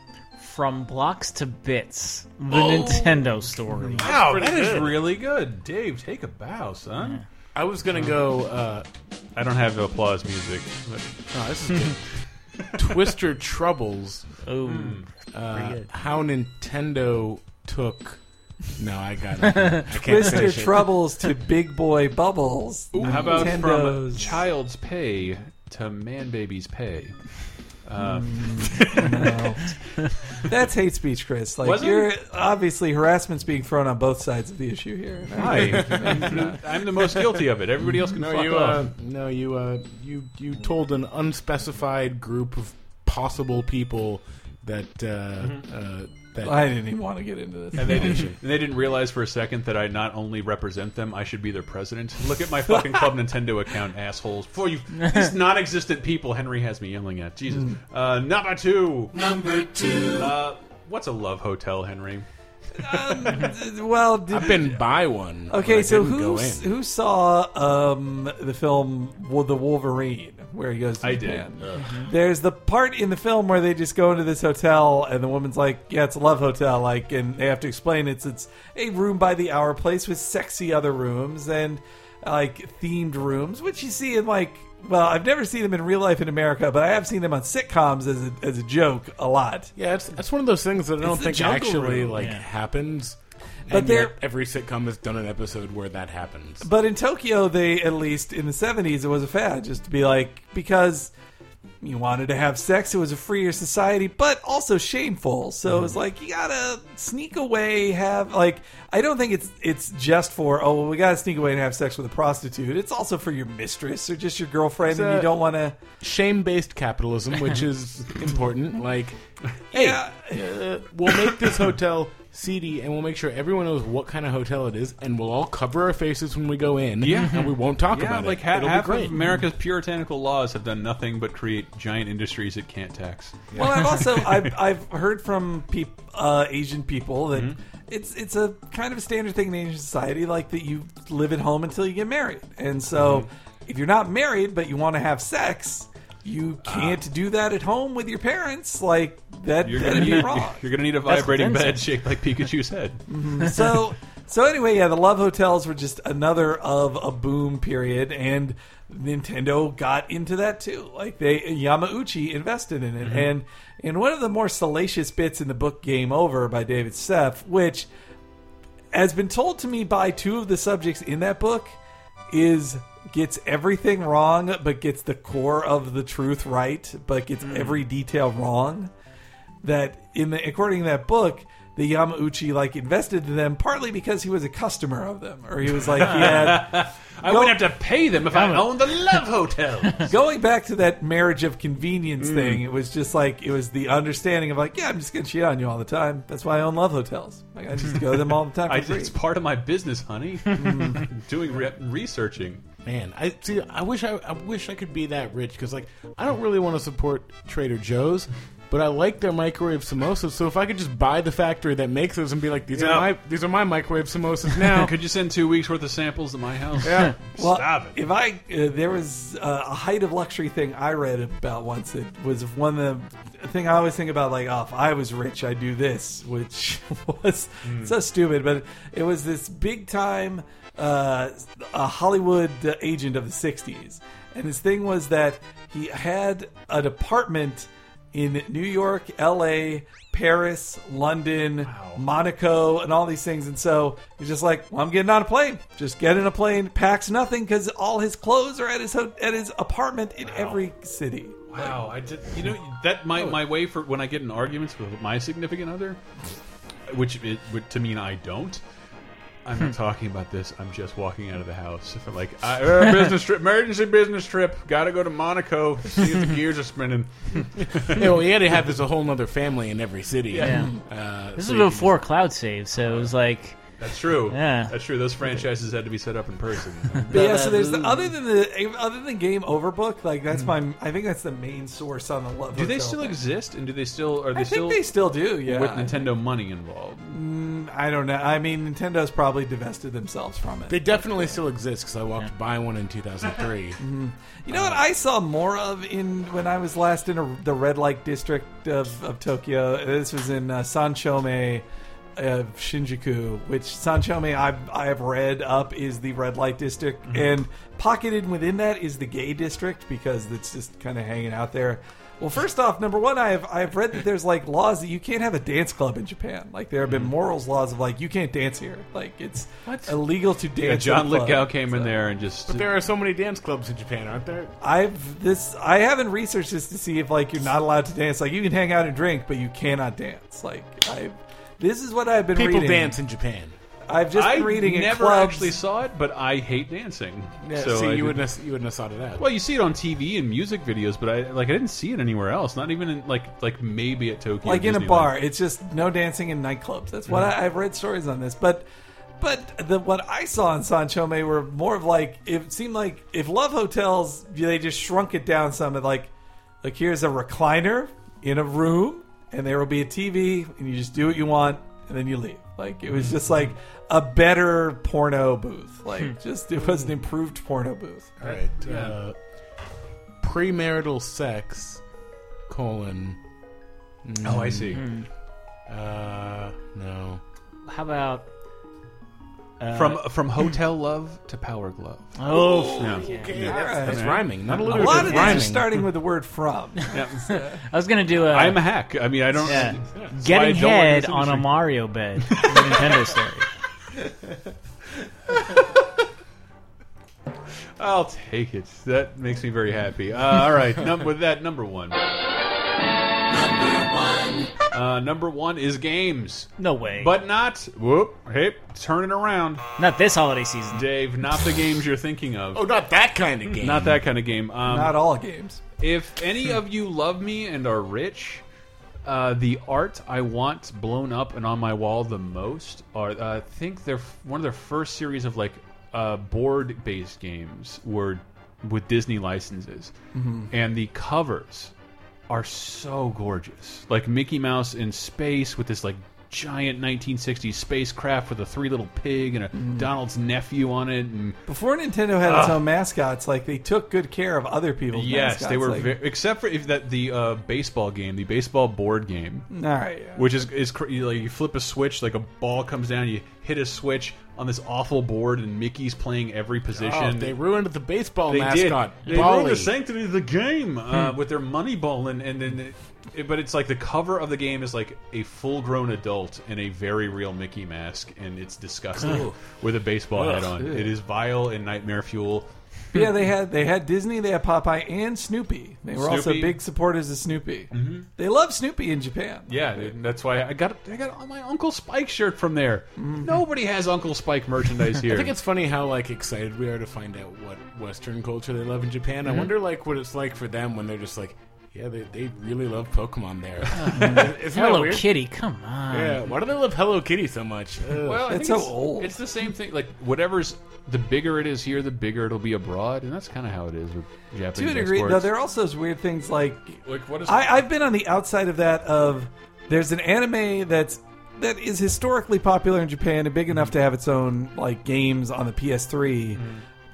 From blocks to bits, the
Oh.
Nintendo story.
Wow,
pretty
that is
good.
really good, Dave. Take a bow, son.
I was gonna go. Uh,
I don't have applause music. but-
oh, this is good. [laughs] Twister Troubles.
Oh,
Hmm.
Uh,
good.
how Nintendo took. No,
[laughs]
I got it. I can't
Mister
finish it.
Troubles to Big Boy Bubbles.
How about from
Nintendo's.
child's pay to man baby's pay? Uh,
That's hate speech, Chris. Like
Was it?
you're obviously harassment's being thrown on both sides of the
[laughs]
issue here.
Hi, I'm- [laughs] I'm the most guilty of it. Everybody else can
No,
fuck
you.
off.
Uh, no, you. Uh, you. You told an unspecified group of possible people that uh, uh, that
I didn't even want to get into this.
And they, didn't, and they didn't realize for a second that I not only represent them, I should be their president. Look at my fucking Club Nintendo account, assholes. For you, [laughs] these non-existent people Henry has me yelling at. Jesus. Uh, number two. Number two. Uh, what's a love hotel, Henry?
well, did-
I've been by one. but I
okay. So
didn't
who
go in.
who saw um, the film Wo- The Wolverine, where he goes? To
I
Japan?
did. Ugh.
[laughs] There's the part in the film where they just go into this hotel, and the woman's like, "Yeah, it's a love hotel." Like, and they have to explain it's it's a room by the hour place with sexy other rooms and like themed rooms, which you see in like. Well, I've never seen them in real life in America, but I have seen them on sitcoms as a, as a joke a lot.
Yeah, it's, that's one of those things that I don't
the
think
Jungle
actually
Room.
like
Yeah.
happens.
But
and
they're-
yet every sitcom has done an episode where that happens.
But in Tokyo, they at least in the seventies, it was a fad just to be like because you wanted to have sex. It was a freer society, but also shameful. So it was
Mm-hmm.
like you gotta sneak away, have like I don't think it's it's just for oh well, we gotta sneak away and have sex with a prostitute. It's also for your mistress or just your girlfriend, and
a-
you don't want to.
Shame-based capitalism, [laughs] which is important. Like, hey,
Yeah.
uh, we'll make [laughs] this hotel seedy, and we'll make sure everyone knows what kind of hotel it is, and we'll all cover our faces when we go in.
Yeah.
and we won't talk
Yeah,
about
like
it.
ha-
It'll
half
be great.
of America's puritanical laws have done nothing but create giant industries it can't tax.
Well, I've also
[laughs]
I've, I've heard from peop, uh, Asian people that
Mm-hmm.
it's it's a kind of standard thing in Asian society, like that you live at home until you get married, and so
Mm-hmm.
if you're not married but you want to have sex, you
Ah.
can't do that at home with your parents. Like that,
You're
that'd
gonna
be
need
wrong.
you're gonna need a vibrating
offensive.
bed shaped like Pikachu's head.
so so anyway, yeah, the love hotels were just another of a boom period, and Nintendo got into that too. Like they Yamauchi invested in it, and in one of the more salacious bits in the book Game Over by David Seff, which has been told to me by two of the subjects in that book, is gets everything wrong, but gets the core of the truth right, but gets every detail wrong that in the according to that book the Yamauchi like invested in them partly because he was a customer of them or he was like he had
I wouldn't have to pay them if I owned the Love [laughs] Hotel.
going back to that marriage of convenience thing it was just like it was the understanding of like yeah I'm just gonna cheat on you all the time that's why I own love hotels like I just go to them all the
[laughs]
time for
I,
free
it's part of my business, [laughs] honey. Doing re- researching.
Man, I see. I wish I, I wish I could be that rich because, like, I don't really want to support Trader Joe's, but I like their microwave samosas. So if I could just buy the factory that makes those and be like, these
Yeah.
are my these are my microwave samosas [laughs]
[laughs]
now.
Could you send two weeks worth of samples to my house? [laughs]
yeah.
Well,
Stop it.
If I uh, there was uh, a height of luxury thing I read about once. It was one of the thing I always think about. Like, oh, if I was rich, I'd do this, which [laughs] was
Hmm.
so stupid. But it was this big time uh, a Hollywood uh, agent of the '60s, and his thing was that he had an apartment in New York, L.A., Paris, London, Monaco, and all these things. And so he's just like, well, I'm getting on a plane. Just get in a plane. Packs nothing because all his clothes are at his ho- at his apartment in every city.
Wow, I did. You know Oh. that my my way for when I get in arguments with my significant other, which it would to mean I don't. I'm not talking about this. I'm just walking out of the house. If I'm like, I, uh, [laughs] business trip, emergency business trip. Got to go to Monaco. See if the gears are spinning.
yeah, well, you had to have this a whole other family in every city.
Yeah.
Uh,
This
so
was
you could
before cloud save, so it was like
That's [laughs] true.
Yeah.
that's true. Those franchises had to be set up in person. [laughs]
But yeah, so there's the, other than the other than Game Overbook, like that's my I think that's the main source on the love.
do they
Hotel
still
thing.
exist? And do they still are they
I
still
think they still do. Yeah,
with Nintendo money involved?
I don't know. I mean, Nintendo's probably divested themselves from it.
They definitely still exist because I walked by one in
[laughs]
2003.
you
Uh.
know what I saw more of in when I was last in a, the red light district of, of Tokyo. This was in uh, Sanchome. Uh, Shinjuku, which Sanchome I've, I have read up is the red light district,
Mm-hmm.
and pocketed within that is the gay district because it's just kind of hanging out there. Well, first off, number one, I have I have read that there's like laws that you can't have a dance club in Japan. Like there have
Mm-hmm.
been morals laws of like you can't dance here. Like it's illegal to dance.
Yeah, John
in a club.
Lithgow came in there and just.
but there are so many dance clubs in Japan, aren't there?
I've this I haven't researched this to see if like you're not allowed to dance. Like you can hang out and drink, but you cannot dance. Like I this is what I've been
People
reading.
dance in Japan.
I've just
I
been reading in
never
clubs.
actually saw it, but I hate dancing.
Yeah,
so
see,
I
you
did-
wouldn't have, you wouldn't have sought it out.
Well, you see it on TV and music videos, but I like I didn't see it anywhere else. Not even in, like like maybe at Tokyo,
like in a
Disneyland.
bar. It's just no dancing in nightclubs. That's what I, I've read stories on this, but but the, what I saw in Sanchome were more of like it seemed like if love hotels they just shrunk it down some and like like here's a recliner in a room and there will be a TV and you just do what you want and then you leave. Like it was just like a better porno booth. Like just it was an improved porno booth.
All right. Uh, premarital sex, colon.
Oh, I see.
Uh, no.
how about uh,
From from hotel love to power glove.
oh
Yeah.
All right.
That's rhyming. Not
A
alliterative.
lot of these
rhyming.
are starting with the word from.
I was gonna do a
I'm a hack. I mean, I don't. [laughs]
yeah,
that's why I
getting
don't work in
head
this
on a
industry.
Mario [laughs] bed from the Nintendo story.
I'll take it. That makes me very happy. Uh, all right, num- with that number one. Number one. Uh, number one is games,
No way,
but not. Whoop! Hey, turn it around,
not this holiday season. Hmm.
Dave. Not the games you're thinking of.
Oh, not that kind of game.
Not that kind of game. Um,
Not all games.
If any of you love me and are rich, uh, the art I want blown up and on my wall the most are uh, I think they're f- one of their first series of like uh, board-based games were with Disney licenses, and the covers are so gorgeous. Like Mickey Mouse in space with this like giant 1960s spacecraft with a three little pig and a Donald's nephew on it and
Before Nintendo had its own mascots, like they took good care of other people's
Ah. Yes,
mascots.
they were
like-
very, except for if that the uh, baseball game, the baseball board game,
All right, yeah.
which is is cra- you, like you flip a switch, like a ball comes down, you hit a switch on this awful board, and Mickey's playing every
Oh,
position.
they ruined the baseball
They
mascot.
did. They ruined
Bali.
the sanctity of the game uh, with their money ball, and and then. It, it- but it's like the cover of the game is like a full-grown adult in a very real Mickey mask, and it's disgusting with a baseball head on. It is vile and nightmare fuel.
But yeah, they had they had Disney, they had Popeye and Snoopy. They were also
Snoopy. Mm-hmm.
big supporters of Snoopy. They love Snoopy in Japan.
Yeah, dude, that's why I got I got all my Uncle Spike shirt from there.
Mm-hmm.
Nobody has Uncle Spike
[laughs]
merchandise here.
I think it's funny how like excited we are to find out what Western culture they love in Japan. I wonder like what it's like for them when they're just like, yeah, they, they really love Pokemon [laughs] there. Isn't that
Hello
weird?
Kitty, come on.
Yeah, why do they love Hello Kitty so much? Ugh.
well, I
It's
think
so old.
It's the same thing. Like whatever's the bigger it is here, the bigger it'll be abroad, and that's kind of how it is with Japanese
To a degree,
exports.
though, there are also those weird things like
like what is
I, I've been on the outside of that. Of there's an anime that's that is historically popular in Japan and big
Mm-hmm.
enough to have its own like games on the PS3,
Mm-hmm.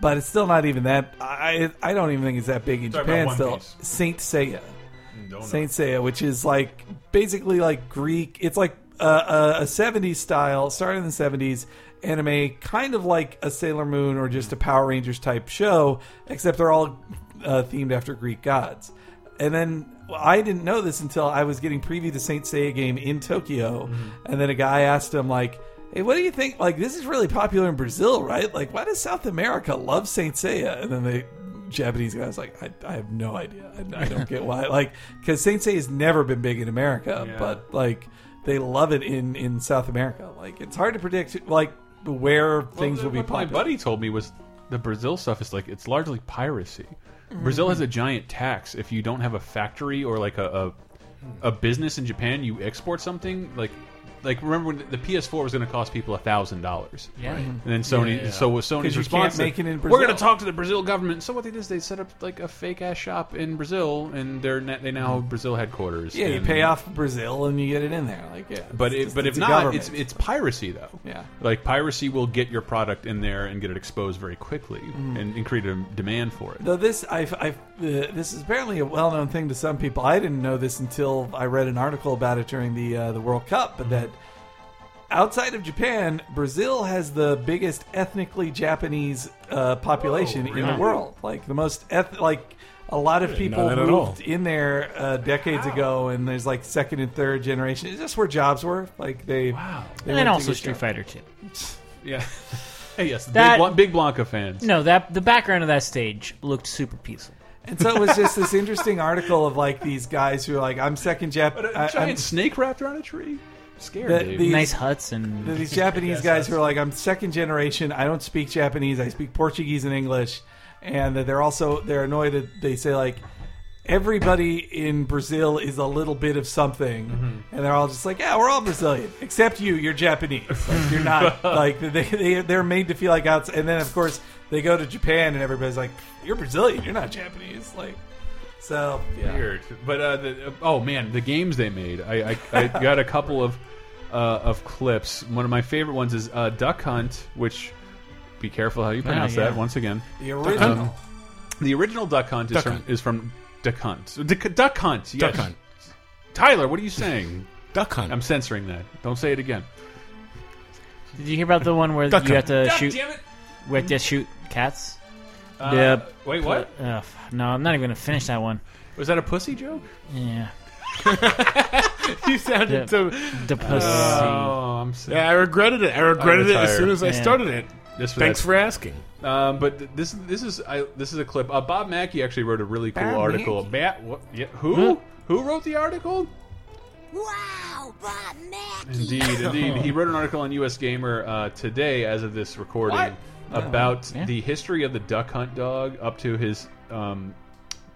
but it's still not even that. I I don't even think it's that big in
Talking
Japan.
about One
Still,
Piece.
Saint Seiya,
Don't know.
Saint Seiya, which is like basically like Greek. It's like a, a, a '70s style, started in the '70s anime, kind of like a Sailor Moon or just a Power Rangers type show, except they're all uh, themed after Greek gods. And then well, I didn't know this until I was getting preview to Saint Seiya game in Tokyo, and then a guy asked him like. Hey, what do you think? Like, this is really popular in Brazil, right? Like, why does South America love Saint Seiya? And then they Japanese guys like I, I have no idea. I, I don't get why. Like because Saint Seiya has never been big in America, but like they love it in in South America. Like it's hard to predict. Like where things
Well,
will be
what my
popular.
buddy told me was the Brazil stuff is like it's largely piracy. Brazil has a giant tax if you don't have a factory or like a a, a business in Japan. You export something like like remember when the PS4 was going to cost people a thousand dollars.
Yeah.
And then Sony,
Yeah, yeah.
so was Sony's
you
response.
can't make it in
We're going to
Brazil."
talk to the Brazil government. So what they did is they set up like a fake ass shop in Brazil, and they're na- they now have Brazil headquarters.
Mm-hmm. Yeah, you
And-
pay off Brazil and you get it in there. Like yeah,
But
it's
it,
just-
but
it's
if
a
not,
government.
it's it's piracy though.
Yeah.
like piracy will get your product in there and get it exposed very quickly
Mm.
and, and create a demand for it.
Though this, I've, I've, uh, this is apparently a well-known thing to some people. I didn't know this until I read an article about it during the uh, the World Cup. But that outside of Japan, Brazil has the biggest ethnically Japanese uh, population in the world. Like the most eth- like a lot of people
know that at
moved
all.
in there uh, decades ago, and there's like second and third generation. Is this where jobs were? Like they wow, they went
And then
to
also
get
Street
jobs.
Fighter 2.
[laughs]
yeah. hey, yes, the
That-
big, Blan- big Blanca fans.
No, that the background of that stage looked super peaceful.
And so it was just this interesting article of like these guys who are like, I'm second Jap.
But a
I- I'm-
giant snake wrapped around a tree. Scared.
The-
dude.
the- These-
nice huts
[laughs]
and
[laughs]
These Japanese guys who are like, I'm second generation. I don't speak Japanese. I speak Portuguese and English, and that they're also they're annoyed that they say like everybody in Brazil is a little bit of something,
Mm-hmm.
and they're all just like, yeah, we're all Brazilian except you. You're Japanese. Like,
[laughs]
you're not like they, they they're made to feel like outside. And then of course they go to Japan, and everybody's like, you're Brazilian. You're not Japanese. Like so yeah.
weird. But uh, the, oh man, the games they made. I, I,
[laughs]
I got a couple of uh, of clips. One of my favorite ones is uh, Duck Hunt, which be careful how you
Ah,
pronounce that
yeah.
once again.
The original.
The original Duck Hunt is
Duck
from
Hunt.
is from Duck Hunt. Duck, Duck Hunt. Yes.
Duck Hunt.
Tyler, what are you saying?
Duck Hunt.
I'm censoring that. Don't say it again.
Did you hear about the one where
Duck
you have
hunt.
to
God
shoot?
damn it!
We have to shoot cats.
Uh,
Yep.
Wait, what?
Uh, no, I'm not even gonna finish that one.
Was that a pussy joke?
Yeah.
[laughs] you sounded
Yeah.
so.
The pussy.
Oh, I'm sorry.
Yeah, I regretted it. I regretted it as
retired.
soon as I
Yeah.
started it.
This was
Thanks for asking.
Um, but th- this this is I, this is a clip. Uh, Bob Mackey actually wrote a really cool
Bob
article.
Mackey?
Matt, what, yeah, who who wrote the article?
Wow, Bob Mackey.
[laughs] Indeed, indeed, he wrote an article on U.S. Gamer uh, today, as of this recording,
What?
about
Yeah.
the history of the Duck Hunt dog up to his um,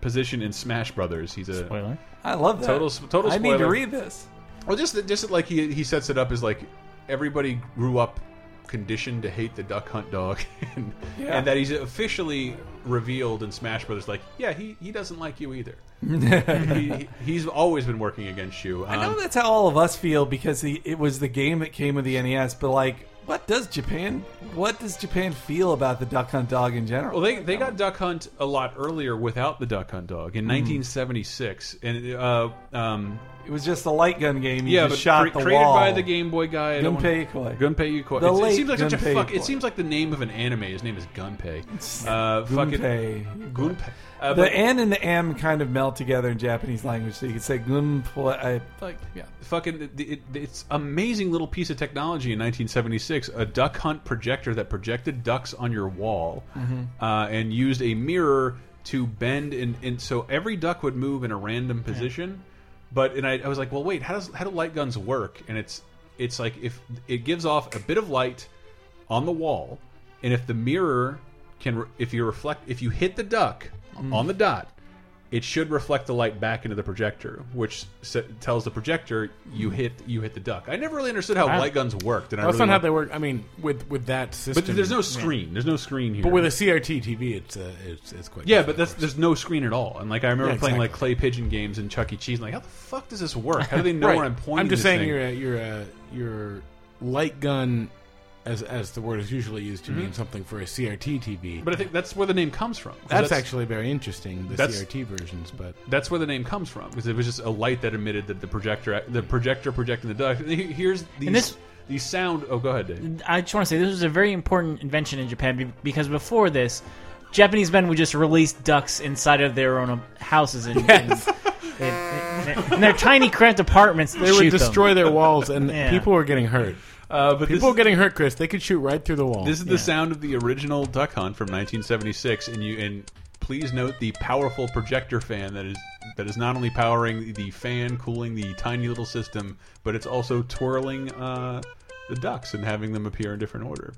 position in Smash Brothers. He's a
Spoiler.
I love that.
Total s- total
I need to
spoiler.
read this.
Well, just just like he he sets it up as like everybody grew up conditioned to hate the duck hunt dog, [laughs] and,
Yeah.
and that he's officially revealed in Smash Brothers. Like, yeah, he he doesn't like you
[laughs]
either. he, he- he's always been working against you.
I
Um,
know that's how all of us feel because the, it was the game that came with the NES. But like, what does Japan? What does Japan feel about the Duck Hunt dog in general?
Well, they, they got Duck Hunt a lot earlier without the Duck Hunt dog
Hmm.
in 1976, and uh, um,
it was just a light gun game. You
yeah, but
just shot
cre-
the
created
wall.
by the Game Boy guy. I don't want-
Gunpei Yokoi.
Gunpei Yokoi.
The
It's- It
late
seems like such a
Gunpei
fuck. It
Yokoi.
seems like the name of an anime. His name is
[laughs]
Gunpei. Uh, fucking-
Gunpei.
Gunpei. Uh,
The
but-
N and the M kind of melt together in Japanese language, so you could say Gunpei. uh, I, like, yeah.
fucking it, it, it's amazing little piece of technology in 1976 a duck hunt projector that projected ducks on your wall uh, and used a mirror to bend and, and so every duck would move in a random position but and I, I was like well wait how does how do light guns work and it's it's like if it gives off a bit of light on the wall and if the mirror can re- if you reflect if you hit the duck
Mm.
on the dot it should reflect the light back into the projector, which s tells the projector you hit you hit the duck. I never really understood how
Wow.
light guns worked, and I
Mm. That's
really
not how
want-
they work. I mean, with with that system.
But there's no screen. There's no screen here.
But with a CRT TV, it's uh, it's, it's quite.
yeah, but that's, there's no screen at all. And like I remember
Yeah,
playing like
exactly.
clay pigeon games and Chuck E. Cheese. And, like how the fuck does this work? How do
[laughs]
they know where I'm pointing?
I'm just
this
saying
thing?
your uh, your uh, your light gun, as as the word is usually used to mean something for a CRT TV.
Mm-hmm. But I think that's where the name comes from. 'Cause
that's, actually very interesting. The
that's-
CRT versions,
[laughs]
but
that's where the name comes from because it was just a light that emitted that the projector the projector projecting the duck. And he- Here's these,
this-
these sound. Oh, go ahead, Dave.
I just want to say this was a very important invention in Japan be- because before this, Japanese men would just release ducks inside of their own um, houses and, and, and- and- in their tiny cramped apartments.
they would
shoot them.
destroy their
[laughs]
walls, and
Yeah.
people were getting hurt.
Uh, but
People
this,
were getting hurt, Chris. They could shoot right through the wall.
This is the sound of the original Duck Hunt from 1976, and you and please note the powerful projector fan that is that is not only powering the fan, cooling the tiny little system, but it's also twirling uh, the ducks and having them appear in different order.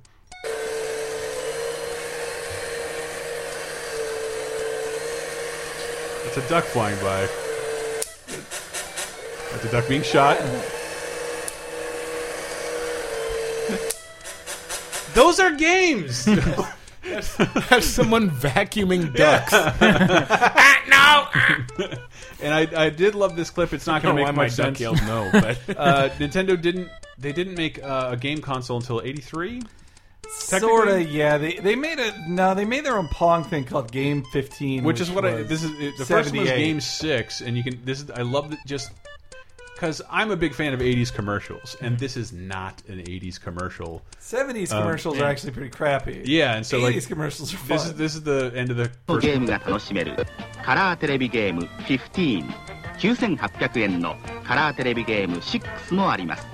That's a duck flying by. That's a duck being shot. Those are games.
[laughs] Have someone
[laughs]
vacuuming ducks.
Ah, and I, I did love this clip. It's not
I don't
going
know
to make
why my
much
duck
sense.
yelled
[laughs]
no, but
Uh, Nintendo didn't. They didn't make uh, a game console until '83.
Sort of, yeah. They they made a no. They made their own Pong thing called Game Fifteen,
which is what I
was
this is it- the first one was
78.
game six, and you can this is I love that just because I'm a big fan of '80s commercials,
Mm-hmm.
and this is not an '80s commercial.
70s commercials are actually pretty crappy.
Uh, Yeah, and so
80s
like
commercials are fun.
this is this is the end of the
ゲー
first.
ムが楽しめるカラーテレビゲーム15 9800円のカラーテレビゲーム6もあります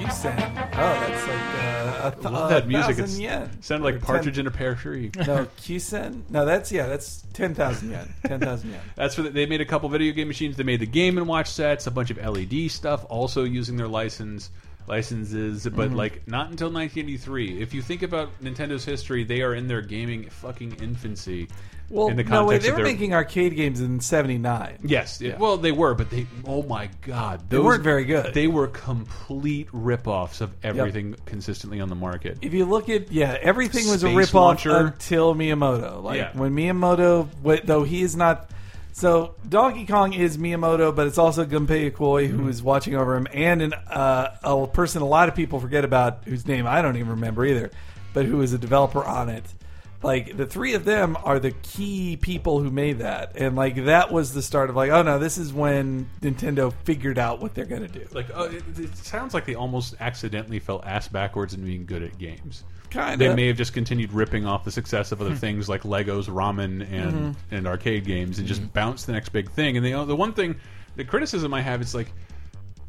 you sang. Oh, that's like uh, a th-
I love
a
that music.
thousand
It
yen.
sounded
Or
like
ten-
Partridge in a Pear Tree.
[laughs]
[laughs]
No, Kyusen. No, that's yeah, that's ten thousand yen. Ten thousand yen.
That's for the, they made a couple video game machines. They made the Game and Watch sets, a bunch of LED stuff, also using their license licenses. But
Mm-hmm.
like not until 1983. If you think about Nintendo's history, they are in their gaming fucking infancy.
Well,
in the
no way.
context
They
of
were
their,
making arcade games in '79.
Yes. it- Well, they were, but they. Oh my God, those,
weren't very good.
They were complete ripoffs of everything consistently on the market.
If you look at yeah, everything was
Space
a ripoff
launcher.
until Miyamoto. Like
Yeah.
when Miyamoto, wh- though he is not. So Donkey Kong is Miyamoto, but it's also Gunpei Yokoi
Mm-hmm.
who is watching over him, and an, uh, a person a lot of people forget about, whose name I don't even remember either, but who is a developer on it. Like the three of them are the key people who made that, and like that was the start of like, oh no, this is when Nintendo figured out what they're gonna do.
Like oh, it, it sounds like they almost accidentally fell ass backwards in being good at games.
Kinda.
They may have just continued ripping off the success of
Hmm.
other things like Legos, ramen, and
Mm-hmm.
and arcade games, and just bounced the next big thing. And the the one thing, the criticism I have is like,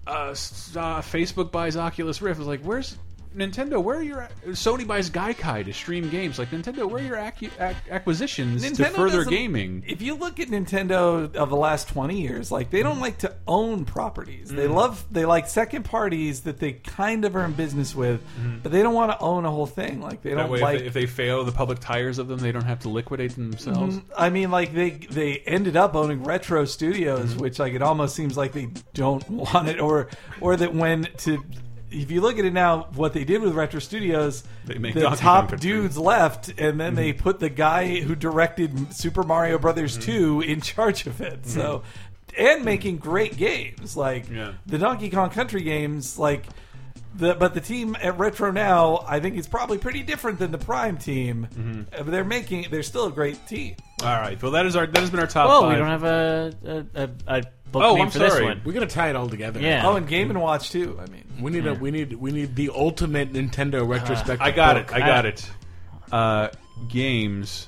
uh, s- uh, Facebook buys Oculus Rift. It's like, where's Nintendo? Where are your Sony buys Gaikai to stream games? Like Nintendo, where are your acu- ac- acquisitions to
Nintendo
further
doesn't-
gaming?
If you look at Nintendo of the last twenty years, like they
Mm.
don't like to own properties. They love they like second parties that they kind of are in business with, but they don't want to own a whole thing. Like they
Mm. That
don't
way,
like.
if, they, if they fail, the public tires of them. They don't have to liquidate them themselves.
Mm, I mean, like they they ended up owning Retro Studios,
Mm.
which like it almost seems like they don't [laughs] want it, or or that when to. If you look at it now, what they did with Retro Studios,
They make
the
Donkey Kong
top
for free.
dudes left, and then they put the guy who directed Super Mario Brothers 2 in charge of it. So, and making great games like
Yeah.
the Donkey Kong Country games, like the but the team at Retro now, I think is probably pretty different than the Prime team. Uh, But they're making they're still a great team.
All right. Well, that is our that has been our top.
Oh,
five.
we don't have a a, a, a book
Oh,
name
I'm
for this
sorry.
one.
we gotta tie it all together.
Yeah.
Oh, and Game and Watch too. I mean,
we need a we need we need the ultimate Nintendo retrospective.
Ah, I got
book.
it. I got it. Uh, games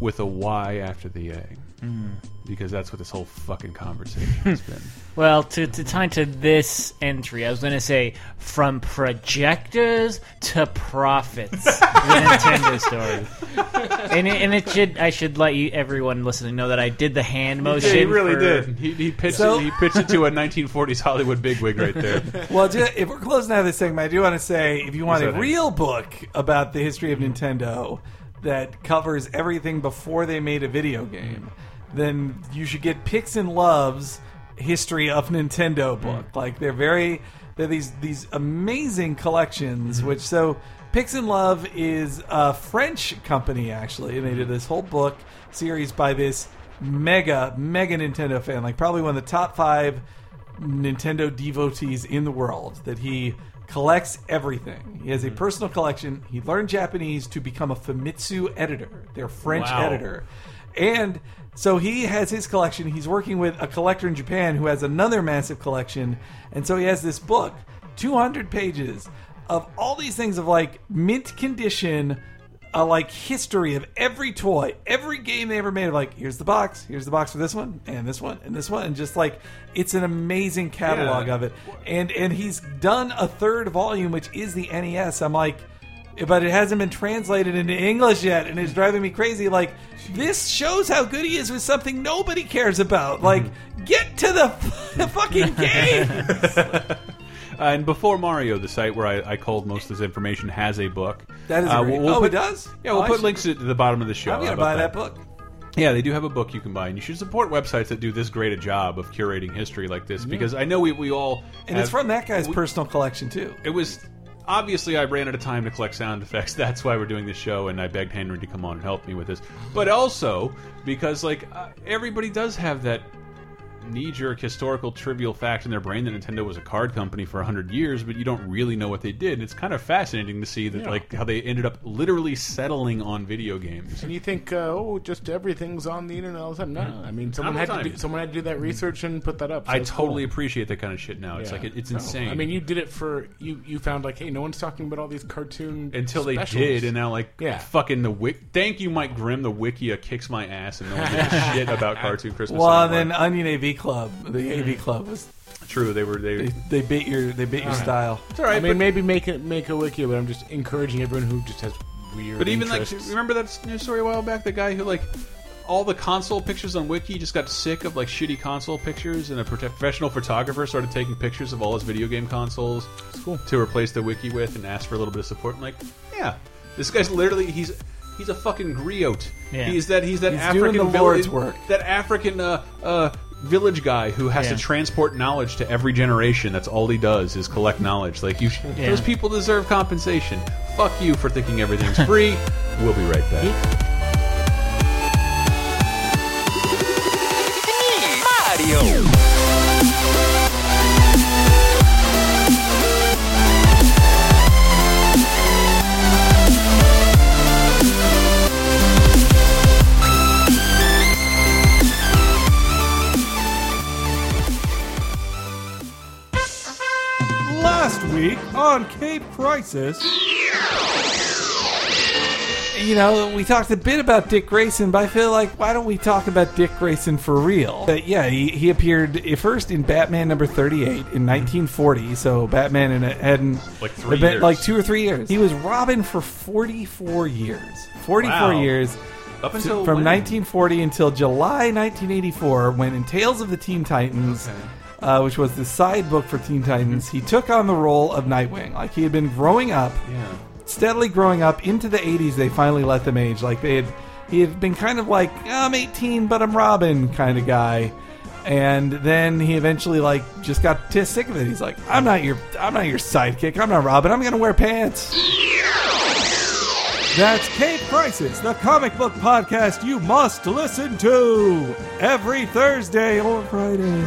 with a Y after the A. Hmm. Because that's what this whole fucking conversation has [laughs] been.
Well, to, to tie to this entry, I was going to say from projectors to profits, the Nintendo story, and it, and it should I should let you everyone listening know that I did the hand motion. for-
Oh, He, he pitched
So-
it, he pitched it to a 1940s Hollywood bigwig right there.
[laughs] well, ju- if we're closing out this segment, I do want to say if you want
What's
a
that?
real book about the history of Nintendo that covers everything before they made a video game, then you should get Picks and Loves History of Nintendo book. Like they're very they're these these amazing collections. Which so Picks and Love is a French company actually, and they did this whole book series by this mega mega Nintendo fan, like probably one of the top five Nintendo devotees in the world that he collects everything. He has a personal collection. He learned Japanese to become a Famitsu editor, their French
Wow.
editor. And so he has his collection. He's working with a collector in Japan who has another massive collection. And so he has this book, 200 pages of all these things of like mint condition a like history of every toy, every game they ever made. Of like, here's the box, here's the box for this one, and this one, and this one, and just like it's an amazing catalog
Yeah.
of it. And and he's done a third volume, which is the NES. I'm like, but it hasn't been translated into English yet, and it's driving me crazy. Like, this shows how good he is with something
Mm-hmm. [laughs]
nobody cares about. Like, get to the, f- the fucking game.
Uh, [laughs] and before Mario, the site where I, I called most of this information has a book.
That is
Uh,
a great.
we'll- we'll
oh,
put-
it does.
Yeah, we'll
Oh, I
put
should-
links to the bottom of the show.
I'm
How
gonna
about
buy
that?
that book.
Yeah, they do have a book you can buy, and you should support websites that do this great a job of curating history like this because I know we, we all
And
have-
it's from that guy's
we-
personal collection too.
It was obviously I ran out of time to collect sound effects. [laughs] That's why we're doing this show, and I begged Henry to come on and help me with this. But also because like uh, everybody does have that knee-jerk historical trivial fact in their brain that Nintendo was a card company for 100 years but you don't really know what they did and it's kind of fascinating to see that like how they ended up literally settling on video games
And you think, uh, oh, just everything's on the internet all the time. No, I mean, someone
all
had
the
to
time.
do, someone had to do that research and put that up. so
I
it's
totally
cool.
appreciate that kind of shit now. It's
Yeah.
like it, it's
No.
insane.
I mean, you did it for you. You found like, hey, no one's talking about all these cartoon
until they
specials.
did, and now like
Yeah.
fucking the wik. Thank you, Mike Grimm. The Wikia kicks my ass, and no one gives
[laughs]
a shit about cartoon Christmas.
Well, and
uh,
anymore.
then Onion AV Club, the AV Club was
true, they were they.
they, they bit your they bit your style.
It's all right,
I mean,
but,
maybe make it make a wiki, but I'm just encouraging everyone who just has weird.
but even like
interests.
remember that news story a while back. The guy who like. All the console pictures on Wiki just got sick of like shitty console pictures, and a prote- professional photographer started taking pictures of all his video game consoles to replace the Wiki with, and asked for a little bit of support. And like, yeah, this guy's literally he's he's a fucking griot.
Yeah.
He's that he's that
He's
African
doing the
vill-
Lord's work.
That African uh, uh, village guy who has to
Yeah.
transport knowledge to every generation. That's all he does is collect knowledge. Like you, sh
Yeah.
those people deserve compensation. Fuck you for thinking everything's free. we'll be right back.
Last week on Cape Crisis. You know, we talked a bit about Dick Grayson, but I feel like why don't we talk about Dick Grayson for real? But yeah, he, he appeared i- first in Batman number 38 in 1940, so Batman in a, hadn't
Mm-hmm. Like three
had been-
years.
like two or three years. He was Robin for 44 years. 44
Wow.
years.
Up
to-
until
from
when?
1940 until July 1984, when in Tales of the Teen Titans, uh, which was the side book for Teen Titans, he took on the role of Nightwing. Like he had been growing up,
Yeah.
steadily growing up into the 80s. They finally let them age. Like they had, he had been kind of like I'm 18, but I'm Robin kind of guy. And then he eventually like just got t- sick of it. He's like, I'm not your, I'm not your sidekick. I'm not Robin. I'm gonna wear pants. That's Cape Crisis, the comic book podcast you must listen to every Thursday or Friday.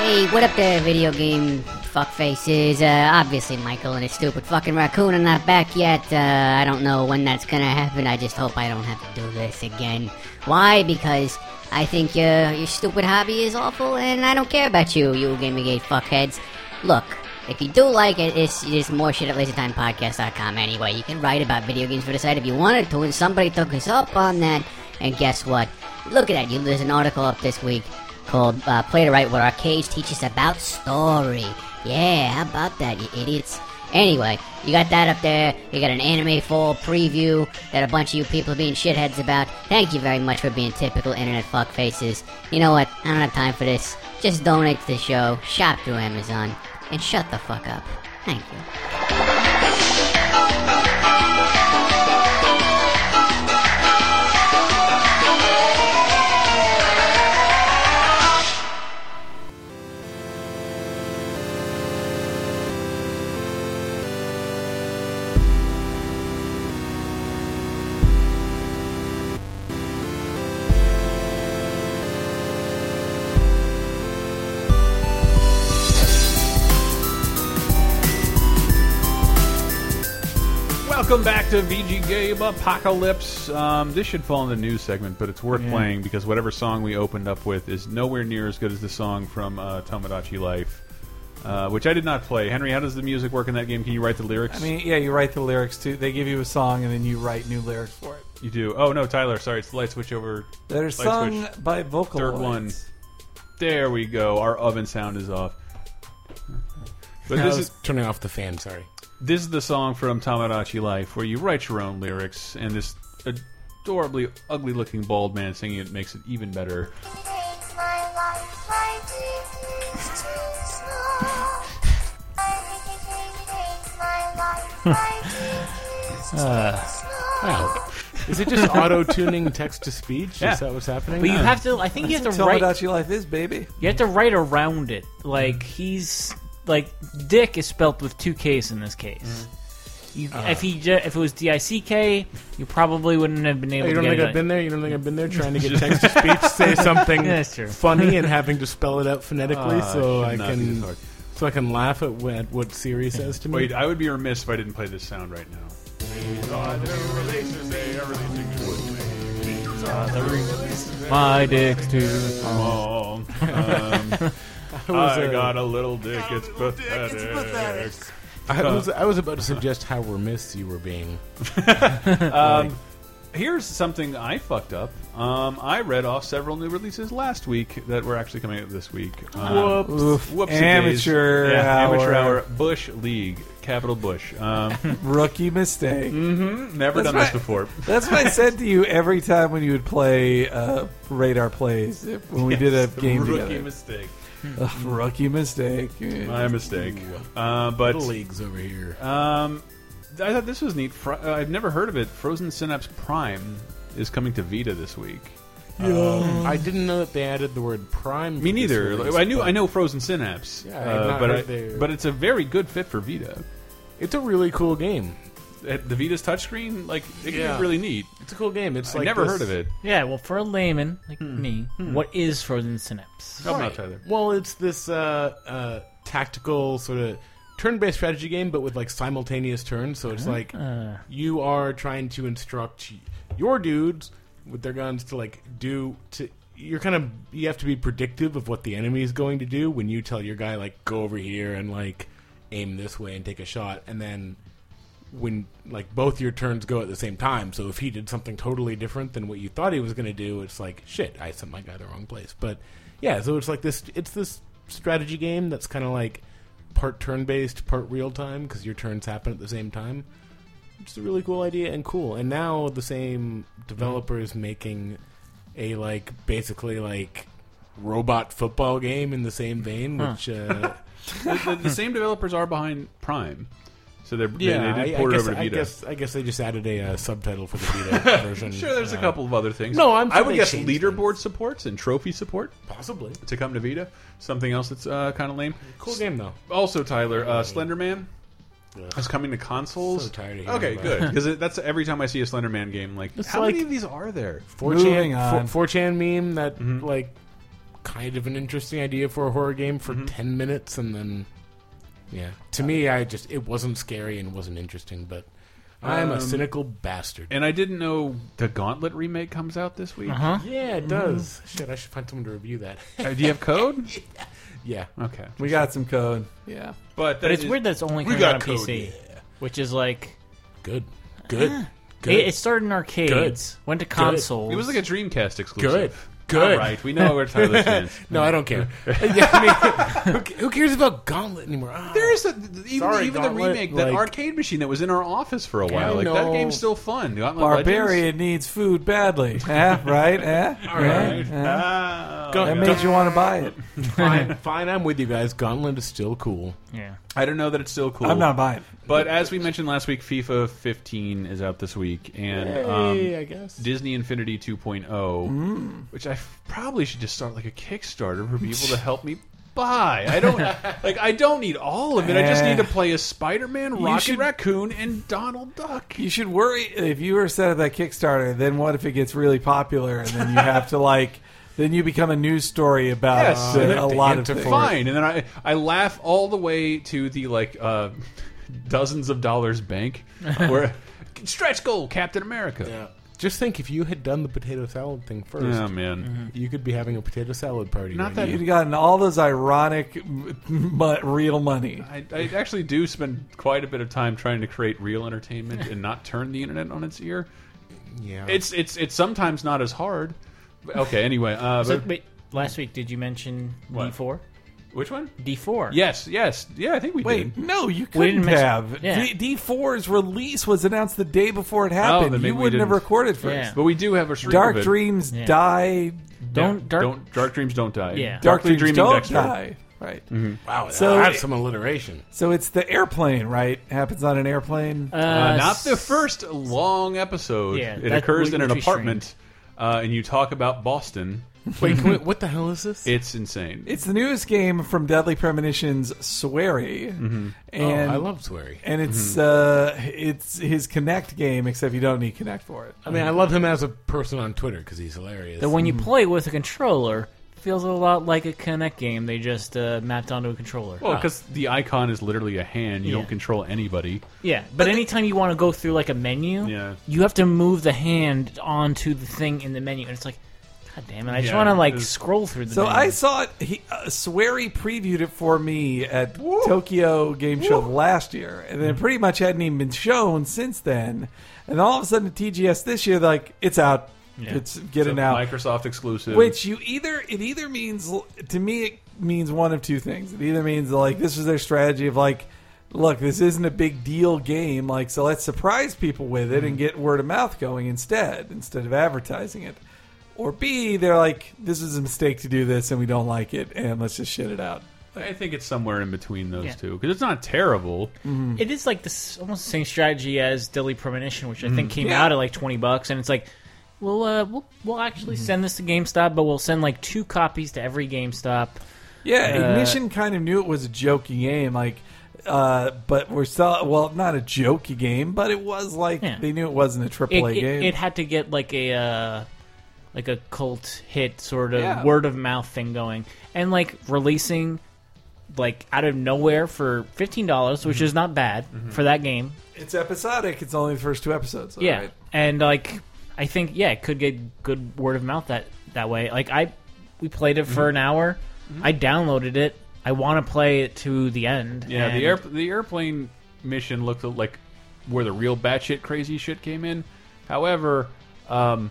Hey, what up there, video game fuckfaces? Uh, obviously, Michael and his stupid fucking raccoon are not back yet. Uh, I don't know when that's gonna happen. I just hope I don't have to do this again. Why? Because I think your your stupid hobby is awful, and I don't care about you, you Gamergate fuckheads. Look. If you do like it, it's, it's more shit at lasertimepodcast.com anyway. You can write about video games for the site if you wanted to, and somebody took us up on that. And guess what? Look at that. You, there's an article up this week called uh, Play to Write What Arcades Teaches About Story. Yeah, how about that, you idiots? Anyway, you got that up there. You got an anime fall preview that a bunch of you people are being shitheads about. Thank you very much for being typical internet fuckfaces. You know what? I don't have time for this. Just donate to the show, shop through Amazon, and shut the fuck up. Thank you.
Welcome back to VG Game Apocalypse. Um, this should fall in the news segment, but it's worth playing because whatever song we opened up with is nowhere near as good as the song from uh, Tomodachi Life, uh, which I did not play. Henry, how does the music work in that game? Can you write the lyrics?
I mean, yeah, you write the lyrics too. They give you a song and then you write new lyrics for it
you do. Oh no, Tyler. Sorry, it's the light switch over.
that are
Light
sung
switch.
by vocaloids.
Third one. There we go. Our oven sound is off. But
I
this is
was turning off the fan. Sorry.
this is the song from Tamagotchi Life where you write your own lyrics and this uh, adorably ugly looking bald man singing it makes it even better.
Makes my life my dreams too small. Makes my life my dreams too small.
Wow. Is it [laughs] just auto tuning text to speech? Is that what's happening?
But you have to. I think you have to
Tell me
write.
about your life is, baby.
You have to write around it. Like he's like Dick is spelt with two K's in this case.
Mm.
You,
Uh-huh.
if he ju- if it was D I C K, you probably wouldn't have been
Oh,
able
You
to
don't
get
think
it.
I've been there? You don't think I've been there trying to
[laughs]
get text to speech, [laughs] say something
Yeah, that's true.
funny, and having to spell it out phonetically
Ah,
so
should
I
not be this
can
hard.
so I can laugh at what, at what Siri says to me.
Wait, I would be remiss if I didn't play this sound right now.
My dick's too.
[laughs]
Um,
uh,
I got a little dick. It's pathetic.
I was I
[laughs]
was about to suggest how remiss you were being.
Here's something I fucked up. Um, I read off several new releases last week that were actually coming out this week. Um,
Whoops. Oof.
whoopsie
Amateur
days. yeah, amateur
hour.
hour. Bush League, capital Bush. Um,
Rookie mistake.
Mm-hmm. never
[laughs] That's
done
right.
this before.
That's what I said to you every time when you would play uh, Radar Plays uh, when we [laughs] did a game
Rookie
together.
mistake.
Ugh, rookie mistake. Yeah.
My mistake. Uh, but
Little leagues over here.
Um, I thought this was neat. Fro- uh, I've never heard of it. Frozen Synapse Prime is coming to Vita this week.
Um, I didn't know that they added the word prime.
Me
for this
neither.
release,
I knew
but
I know Frozen Synapse,
Yeah, I had
uh,
not
but
heard
I-
they-
but it's a very good fit for Vita.
It's a really cool game.
Uh, The Vita's touchscreen, like it can
Yeah.
be really neat.
It's a cool game. It's
I
like
never
this-
heard of it.
Yeah, well, for a layman like
Hmm.
me, what is Frozen Synapse?
I'm not Tyler.
Well, it's this uh, uh, tactical sort of turn-based strategy game, but with like simultaneous turns. So it's like you are trying to instruct your dudes with their guns to like do to. You're kind of you have to be predictive of what the enemy is going to do when you tell your guy like go over here and like aim this way and take a shot, and then when like both your turns go at the same time. So if he did something totally different than what you thought he was going to do, it's like shit. I sent my guy to the wrong place. But yeah, so it's like this. It's this strategy game that's kind of like part turn based, part real time because your turns happen at the same time. It's a really cool idea and cool. And now the same developer is making a like basically like robot football game in the same vein, which uh,
the, the- the same developers are behind Prime, so they're,
yeah,
they, they did
I, I,
port it
guess,
over to
I
Vita.
guess I guess they just added a uh, subtitle for the Vita [laughs] version.
Sure, there's a
Uh,
couple of other things.
No, I'm sure
I would
they
guess
changed
leaderboard supports and trophy support
Possibly.
to come to Vita. Something else that's uh, kind of lame.
Cool game though.
Also, Tyler, uh, Slenderman is coming to consoles.
So tired of hearing
okay,
about
good because that's every time I see a Slenderman game. Like, how
like-
many of these are there?
4chan,
Moving on.
4, 4chan meme that
Mm-hmm.
like kind of an interesting idea for a horror game
Mm-hmm.
for 10 minutes and then yeah. To
Uh,
me I just it wasn't scary and wasn't interesting, but I'm
Um,
a cynical bastard.
And I didn't know the Gauntlet remake comes out this week.
yeah,
Mm-hmm.
it does. Shit, I should find someone to review that. [laughs]
Uh, do you have code?
yeah.
Okay,
We got some code. Yeah.
but,
But it's
that is-
weird that it's only coming
got
out on
code,
PC, which is like
Good. Good. Good.
it, it started in arcades, went to consoles.
It was like a Dreamcast exclusive.
Good. Good.
All right, we know where
[laughs]
Tyler stands.
[laughs] no, I don't
[laughs]
care. [laughs] Yeah, I mean, who, ca- who cares about Gauntlet anymore? Ah.
There is a, even,
Sorry,
even
Gauntlet,
the remake, that
like-
arcade machine that was in our office for a
I
while. Like that
know.
game's still fun. Gauntlet Legends?
Barbarian needs food badly. eh? Right? Eh? All
Right. Ah,
Go-
yeah.
That made you want to buy it.
fine,
[laughs]
fine, I'm with you guys. Gauntlet is still cool.
yeah.
I don't know that it's still cool.
I'm not buying it.
But as we mentioned last week, FIFA 15 is out this week, and um,
I guess.
Disney Infinity 2.0, which I f- probably should just start like a Kickstarter for people to help me buy. I don't like. I don't need all of it. I just need to play as Spider-Man, Rocket
should-
Raccoon, and Donald Duck.
You should worry if you were set up that Kickstarter, then what if it gets really popular and then you
[laughs]
have to, like, then you become a news story about
Yes,
uh,
and
a
then-
lot of
and to
things.
Fine, and then I I laugh all the way to the like uh, dozens of dollars bank where stretch goal Captain America.
Yeah. Just think if you had done the potato salad thing first,
Oh man.
you could be having a potato salad party.
Not
right
that-
now.
You'd gotten all those ironic, m- m- real money.
I, I actually do spend quite a bit of time trying to create real entertainment and not turn the internet on its ear.
Yeah.
It's it's it's sometimes not as hard. But- Okay, anyway, uh,
So
but
wait, last week did you mention
What?
E4?
Which one?
D4.
Yes, yes, yeah. I think we
Wait,
did.
no, you
We
couldn't
didn't mention-
have.
yeah.
D- D4's release was announced the day before it happened.
Oh, then maybe
you
we
wouldn't have
didn't.
recorded first.
Yeah.
But we do have a streak
Dark
of it.
Dreams
Yeah.
Die.
Don't dark.
Don't dark dreams don't die.
Yeah.
Dark
Darkly
Dreams
dreaming
Don't
Dexter.
Die. Right.
Mm-hmm.
Wow,
So-
that's
[laughs]
some alliteration.
So it's the airplane, right? Happens on an airplane.
uh,
Uh, not the
s-
first long episode.
Yeah,
it
that
occurs
we-
in an
which we
apartment, uh, and you talk about Boston.
Wait, can we- what the hell is this?
It's insane.
it's the newest game from Deadly Premonition's Swery,
oh,
and
I love Mm-hmm. Swery.
and it's uh, it's his Connect game, except you don't need Connect for it.
I mean, I love him as a person on Twitter because he's hilarious.
That when
Hmm.
you play with a controller, feels a lot like a Kinect game they just uh, mapped onto a controller.
Ah.
well, because the icon is literally a hand. You
Yeah.
don't control anybody.
yeah, but, anytime you want to go through like a menu,
Yeah.
you have to move the hand onto the thing in the menu, and it's like, God damn it! I just
Yeah,
want to like
it's-
scroll through the.
So
menu.
I saw it. He, uh, Swery previewed it for me at Tokyo Game Show last year, and
Mm-hmm.
then it pretty much hadn't even been shown since then. And all of a sudden, at TGS this year, they're like it's out,
It's
it's
a
getting out.
Microsoft exclusive.
Which you either it either means to me it means one of two things. It either means like this is their strategy of like, look, this isn't a big deal game, like so let's surprise people with it
Mm-hmm.
and get word of mouth going instead, instead of advertising it. Or B, they're like, this is a mistake to do this and we don't like it and let's just shit it out.
I think it's somewhere in between those
Yeah.
two because it's not terrible.
It is like this almost the same strategy as Deadly Premonition, which I
Hmm.
think came
Yeah.
out at like twenty bucks, and it's like, well, uh, we'll, we'll
Hmm.
actually send this to GameStop, but we'll send like two copies to every GameStop.
Yeah,
Uh,
Ignition kind of knew it was a jokey game, like, uh, but we're still well, not a jokey game, but it was like
Yeah.
they knew it wasn't a
It,
AAA
it,
game.
it had to get like a uh, like a cult hit sort of
Yeah.
word of mouth thing going, and like releasing like out of nowhere for fifteen dollars, which
Mm-hmm.
is not bad for that game.
it's episodic. It's only the first two episodes. though,
Yeah,
right?
and like I think yeah, it could get good word of mouth that that way. Like I, we played it
Mm-hmm.
for an hour. I downloaded it. I want to play it to the end.
Yeah,
and-
the air the airplane mission looked like where the real batshit crazy shit came in. However, um,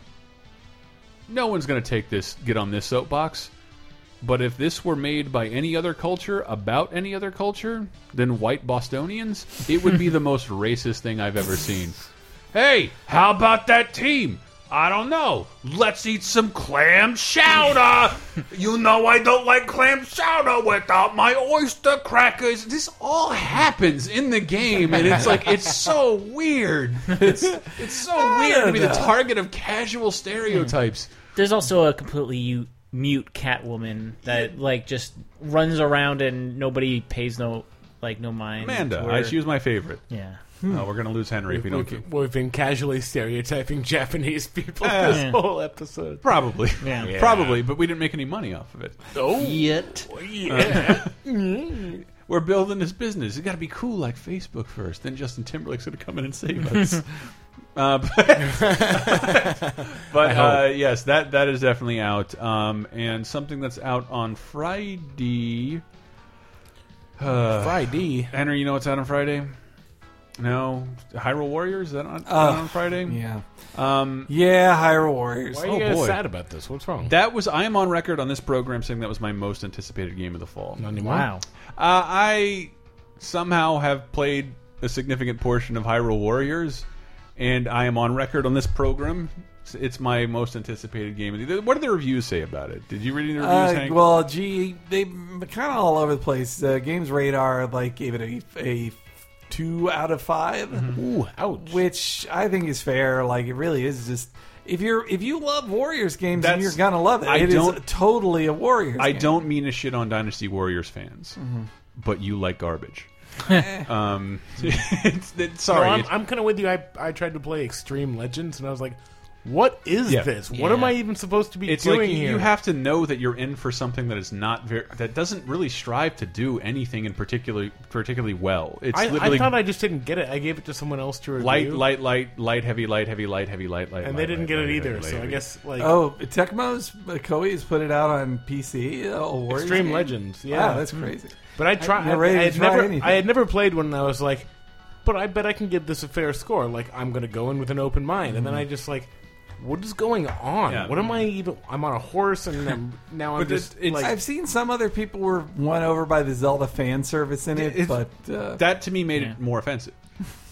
no one's gonna take this get on this soapbox. But if this were made by any other culture about any other culture than white Bostonians, it would be the most racist thing I've ever seen. Hey, how about that team? I don't know. Let's eat some clam chowder. you know I don't like clam chowder without my oyster crackers. This all happens in the game, and it's like it's so weird. It's it's so weird to be the target of casual stereotypes.
There's also a completely u- mute Catwoman that like just runs around and nobody pays no like no mind.
Amanda,
or-
I, she was my favorite.
yeah.
Oh, we're gonna lose Henry if we don't.
We've,
keep-
we've been casually stereotyping [laughs] Japanese people
Yeah.
this whole
[laughs]
episode.
Probably,
Yeah. Yeah.
probably, but we didn't make any money off of it.
Yet.
[laughs]
We're building this business. It got to be cool like Facebook first. Then Justin Timberlake's going to come in and [laughs] save us. uh, [laughs] but but uh, yes, that that is definitely out. Um, and something that's out on Friday. Uh,
Friday.
Henry, you know what's out on Friday? No, Hyrule Warriors. Is that on, is that on Friday?
Yeah.
Um,
Yeah, Hyrule Warriors.
Why are
Oh,
you guys
boy.
sad about this? What's wrong?
that was. I am on record on this program saying that was my most anticipated game of the fall.
Not anymore.
Wow.
Uh, I somehow have played a significant portion of Hyrule Warriors, and I am on record on this program. It's- It's my most anticipated game. of the- What did the reviews say about it? Did you read any of the reviews,
Uh,
Hank?
well, gee, they kind of all over the place. Uh, Games Radar like gave it a, a two out of 5
Ooh, ouch.
which I think is fair. Like it really is just if you're if you love Warriors games, then
That's-
you're gonna love it.
I
It is
don't-
totally a Warriors.
I
game.
don't mean to shit on Dynasty Warriors fans,
Mm-hmm.
but you like
[laughs]
garbage. um, [laughs] it's, it's-
Eh. No,
sorry,
I'm,
it's-
I'm kind of with you. I, I tried to play Extreme Legends, and I was like, what is
Yeah.
this? What am I even supposed to be
it's
doing
like you,
here?
you have to know that you're in for something that is not very that doesn't really strive to do anything in particular particularly well. It's
I,
literally
I thought I just didn't get it. I gave it to someone else to review.
light, light, light, light, heavy, light, heavy, light, heavy, light, light.
and
light,
they didn't
light,
get
light,
it
heavy,
either,
light,
so I
heavy.
gu's like
Oh, Tecmo's uh, Koei's put it out on PC. uh, a Warriors
Extreme
game?
Legends. Yeah, Mm-hmm.
Wow, that's crazy.
But I try. I,
you're ready
I
to
had
try
never.
anything.
I had never played one, and I was like, "But I bet I can give this a fair score." Like I'm going to go in with an open mind, and then I just like what is going on?
Mm-hmm. Yeah. Mm-hmm.
What am I even? I'm on a horse, and I'm, now I'm
But
just
it's-
like
I've seen some other people were won over by the Zelda fan service in it,
It's-
but uh,
that to me made it more offensive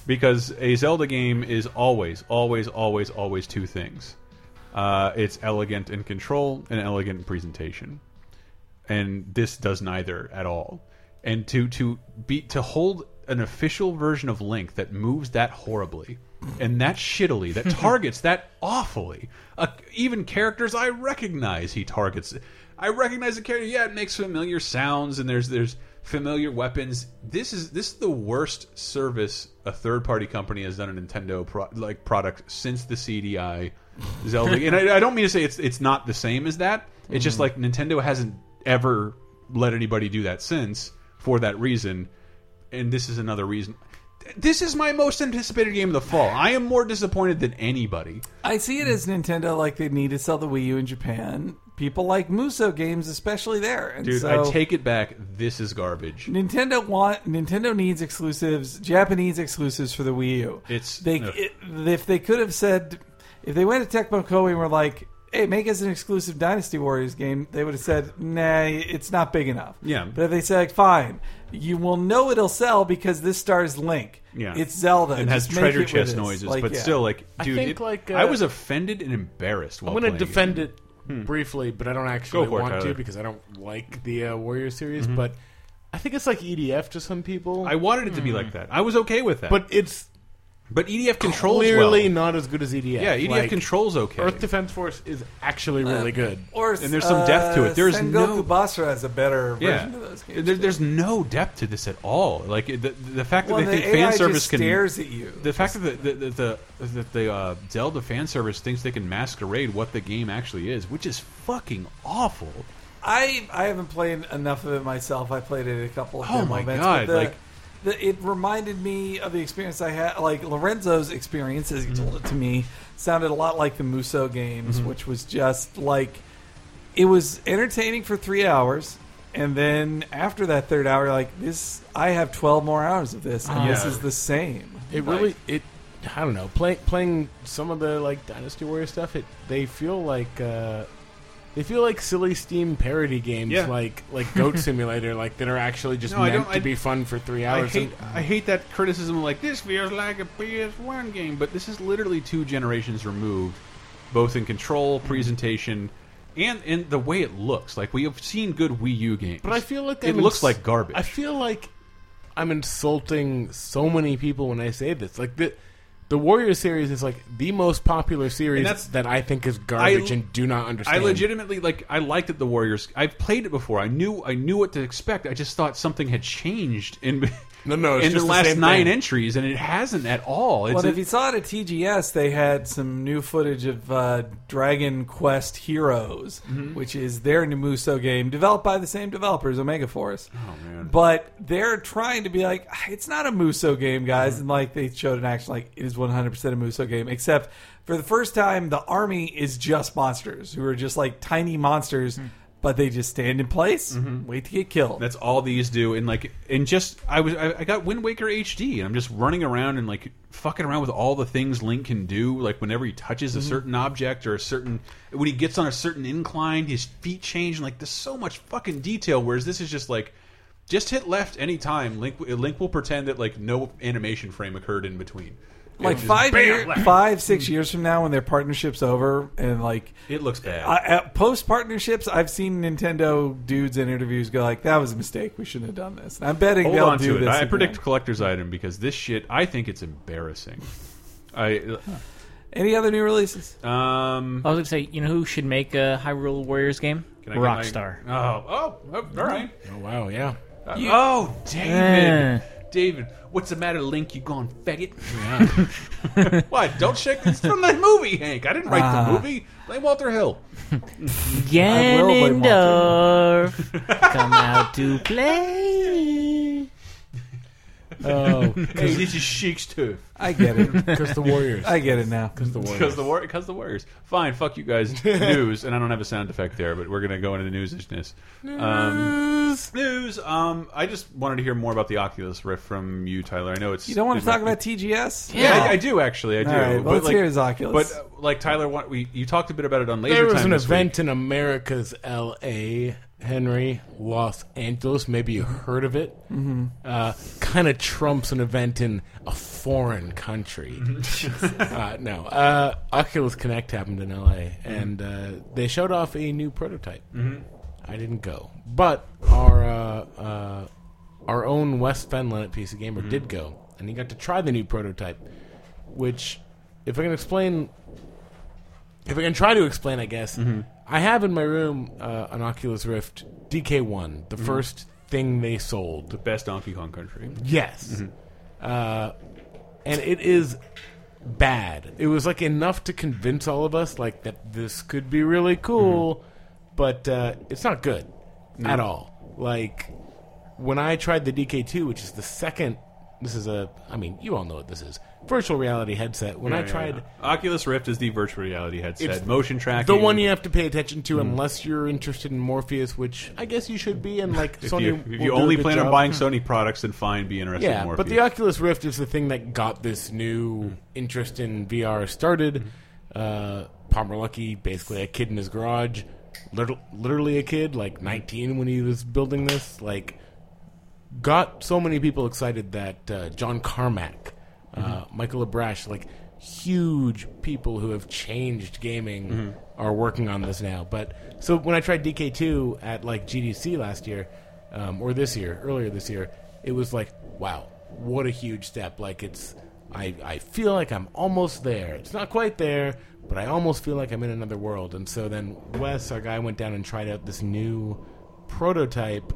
because a Zelda game is always, always, always, always two things. Uh, it's elegant in control and elegant in presentation, and this does neither at all. And to to be to hold an official version of Link that moves that horribly and that shittily that targets that awfully uh, even characters i recognize he targets i recognize the character yeah it makes familiar sounds and there's there's familiar weapons this is this is the worst service a third party company has done a nintendo pro like product since the cdi zelda and I, I don't mean to say it's it's not the same as that it's just like nintendo hasn't ever let anybody do that since for that reason and this is another reason. This is my most anticipated game of the fall. I am more disappointed than anybody.
I see it as Nintendo like they need to sell the Wii U in Japan. People like Muso games, especially there. And
Dude,
so
I take it back. This is garbage.
Nintendo want Nintendo needs exclusives, Japanese exclusives for the Wii U.
It's-
they
ugh.
it, if they could have said if they went to Tecmo Koei and were like, "Hey, make us an exclusive Dynasty Warriors game," they would have said, "Nah, it's not big enough."
Yeah.
But if they said, "Fine, you will know it'll sell because this stars Link.
Yeah.
It's Zelda.
It has
Just make
treasure
it
chest
with us."
noises,
Like,
but
yeah.
still, like, dude,
think,
it-
like,
I
uh,
was offended and embarrassed. While
I'm going
playing
to defend it briefly, but I don't
Hmm.
actually
Go for it,
want
Tyler. Mm-hmm.
to because I don't like the uh, Warrior series. But I think it's like EDF to some people.
I wanted it to be
Hmm.
like that. I was okay with that.
but it's
but EDF controls
clearly
well.
not as good as EDF.
Yeah, EDF
Like,
controls Uh, okay.
Earth Defense Force is actually really good.
Or, uh,
And there's some depth to it. There's
Sengoku
no-
Basra has a better
yeah,
version of those games.
there, there's no depth to this at all. Like the, the fact
well,
that they
the
think
AI
fan service
just
can
stares at you.
the fact that the the, the, the, the uh, Zelda fan service thinks they can masquerade what the game actually is, which is fucking awful.
I I haven't played enough of it myself. I played it at a couple of
Oh
demo
my
events,
God,
but the,
like-
the, it reminded me of the experience I had. Like Lorenzo's experience, as he
Mm-hmm.
told it to me, sounded a lot like the Muso games, which was just like it was entertaining for three hours. And then after that third hour, like this, I have twelve more hours of this, and this
Yeah.
is the same.
It
Like,
really it. I don't know. Play, playing some of the like Dynasty Warrior stuff, it they feel like uh, they feel like silly Steam parody games,
Yeah.
like like Goat [laughs] Simulator, like that are actually just
No, I
meant
don't-
to
I-
be fun for three
I
hours.
hate
And-
I hate that criticism. Like this feels like a PS1 game, but this is literally two generations removed, both in control, presentation, and in the way it looks. Like we have seen good Wii U games,
But I feel like
it
I'm
looks
ins-
like garbage.
I feel like I'm insulting so many people when I say this. Like the the Warrior series is like the most popular series
And that's-
that I think is garbage
I-
and do not
I
understand.
legitimately like. I liked it. The Warriors. I've played it before. I knew. I knew what to expect. I just thought something had changed in
No, no,
[laughs]
it's
in the
just the
last
same
nine
thing.
entries, and it hasn't at all. It's
Well,
a-
if you saw it at TGS, they had some new footage of uh, Dragon Quest Heroes,
Mm-hmm.
which is their new Muso game, developed by the same developers, Omega Force. Oh man! But they're trying to be like, it's not a Muso game,
Mm-hmm.
guys, and like they showed an action like it is 100 percent a Muso game, except for the first time, the army is just monsters who are just like tiny monsters,
Hmm.
but they just stand in place,
Mm-hmm.
wait to get killed.
That's all these do, and like, and just I was I, I got Wind Waker HD, and I'm just running around and like fucking around with all the things Link can do. Like whenever he touches a
Mm-hmm.
certain object or a certain when he gets on a certain incline, his feet change. And like there's so much fucking detail. Whereas this is just like, just hit left anytime. Link Link will pretend that like no animation frame occurred in between.
like
It'll just
five,
bam,
year,
left.
five, six years from now, when their partnership's over, and like
It looks bad.
I, at post partnerships, I've seen Nintendo dudes in interviews go like, "That was a mistake. We shouldn't have done this." And I'm betting
Hold
they'll
on
do
to it.
this.
I
again.
predict collector's item because this shit. I think it's embarrassing. I
Any other new releases?
Uh,
um.
I was gonna say, you know who should make a Hyrule Warriors game?
Can I get my-
Rockstar.
Oh, oh, oh, all right.
Oh wow, yeah.
Uh, oh,
Eh.
David. David, what's the matter, Link? You gone faggot? [laughs] what? Don't shake. It's from that movie, Hank. I didn't write the
Uh.
movie. Blame Walter Hill.
will
[laughs]
blame
Ganondorf, come out to play.
Oh,
Because this is Sheik's too.
I get it.
because
[laughs]
the Warriors.
I get it now.
the
Because
Warriors.
the war, because the Warriors. Fine, fuck you [laughs] guys. news, and I don't have a sound effect there, but we're gonna go into the newsishness. Um, news. Um, I just wanted to hear more about the Oculus Rift from you, Tyler. I know it's
You don't want to talk about TGS?
Yeah, I, I do actually. I do.
All right, well,
but
let's
like,
hear his Oculus.
But uh, like Tyler, what, we you talked a bit about it on Laser
There was
Time
an
this week.
event in America's L.A., Henry, Los Angeles. Maybe you heard of it. Mm-hmm. Uh, kind of trumps an event in a foreign country.
Mm-hmm. [laughs]
uh, no, uh, Oculus Connect happened in L.A. and uh, they showed off a new prototype.
Mm-hmm.
I didn't go, but our uh, uh, our own West Fenland at PC Gamer
Mm-hmm.
did go, and he got to try the new prototype. Which, if I can explain if I can try to explain, I guess
Mm-hmm.
I have in my room uh, an Oculus Rift DK1,
Mm-hmm.
the first thing they sold.
Best Donkey Kong Country.
Yes, uh, and it is bad. It was like enough to convince all of us like that this could be really cool,
Mm-hmm.
but uh, it's not good at all. Like when I tried the DK2, which is the second. This is a. I mean, you all know what this is. Virtual reality headset. When I
Yeah, yeah,
tried.
yeah. Oculus Rift is the virtual reality headset,
It's
motion tracking.
the one you have to pay attention to
Mm-hmm.
unless you're interested in Morpheus, which I guess you should be. And like
[laughs] If
Sony,
you, if
will
you
do a
only
good
plan on
job. Hmm.
buying Sony products, then fine, be interested
yeah.
in more.
But the Oculus Rift is the thing that got this new
Hmm.
interest in VR started. Uh, Palmer Lucky, basically a kid in his garage, little, literally a kid, like
Hmm.
19 when he was building this, like got so many people excited that uh, John Carmack, uh, Michael Abrash, like huge people who have changed gaming are working on this now. But so when I tried DK2 at like GDC last year, um, or this year, earlier this year, it was like, wow, what a huge step! Like it's, I I feel like I'm almost there. It's not quite there. But I almost feel like I'm in another world. And so then Wes, our guy, went down and tried out this new prototype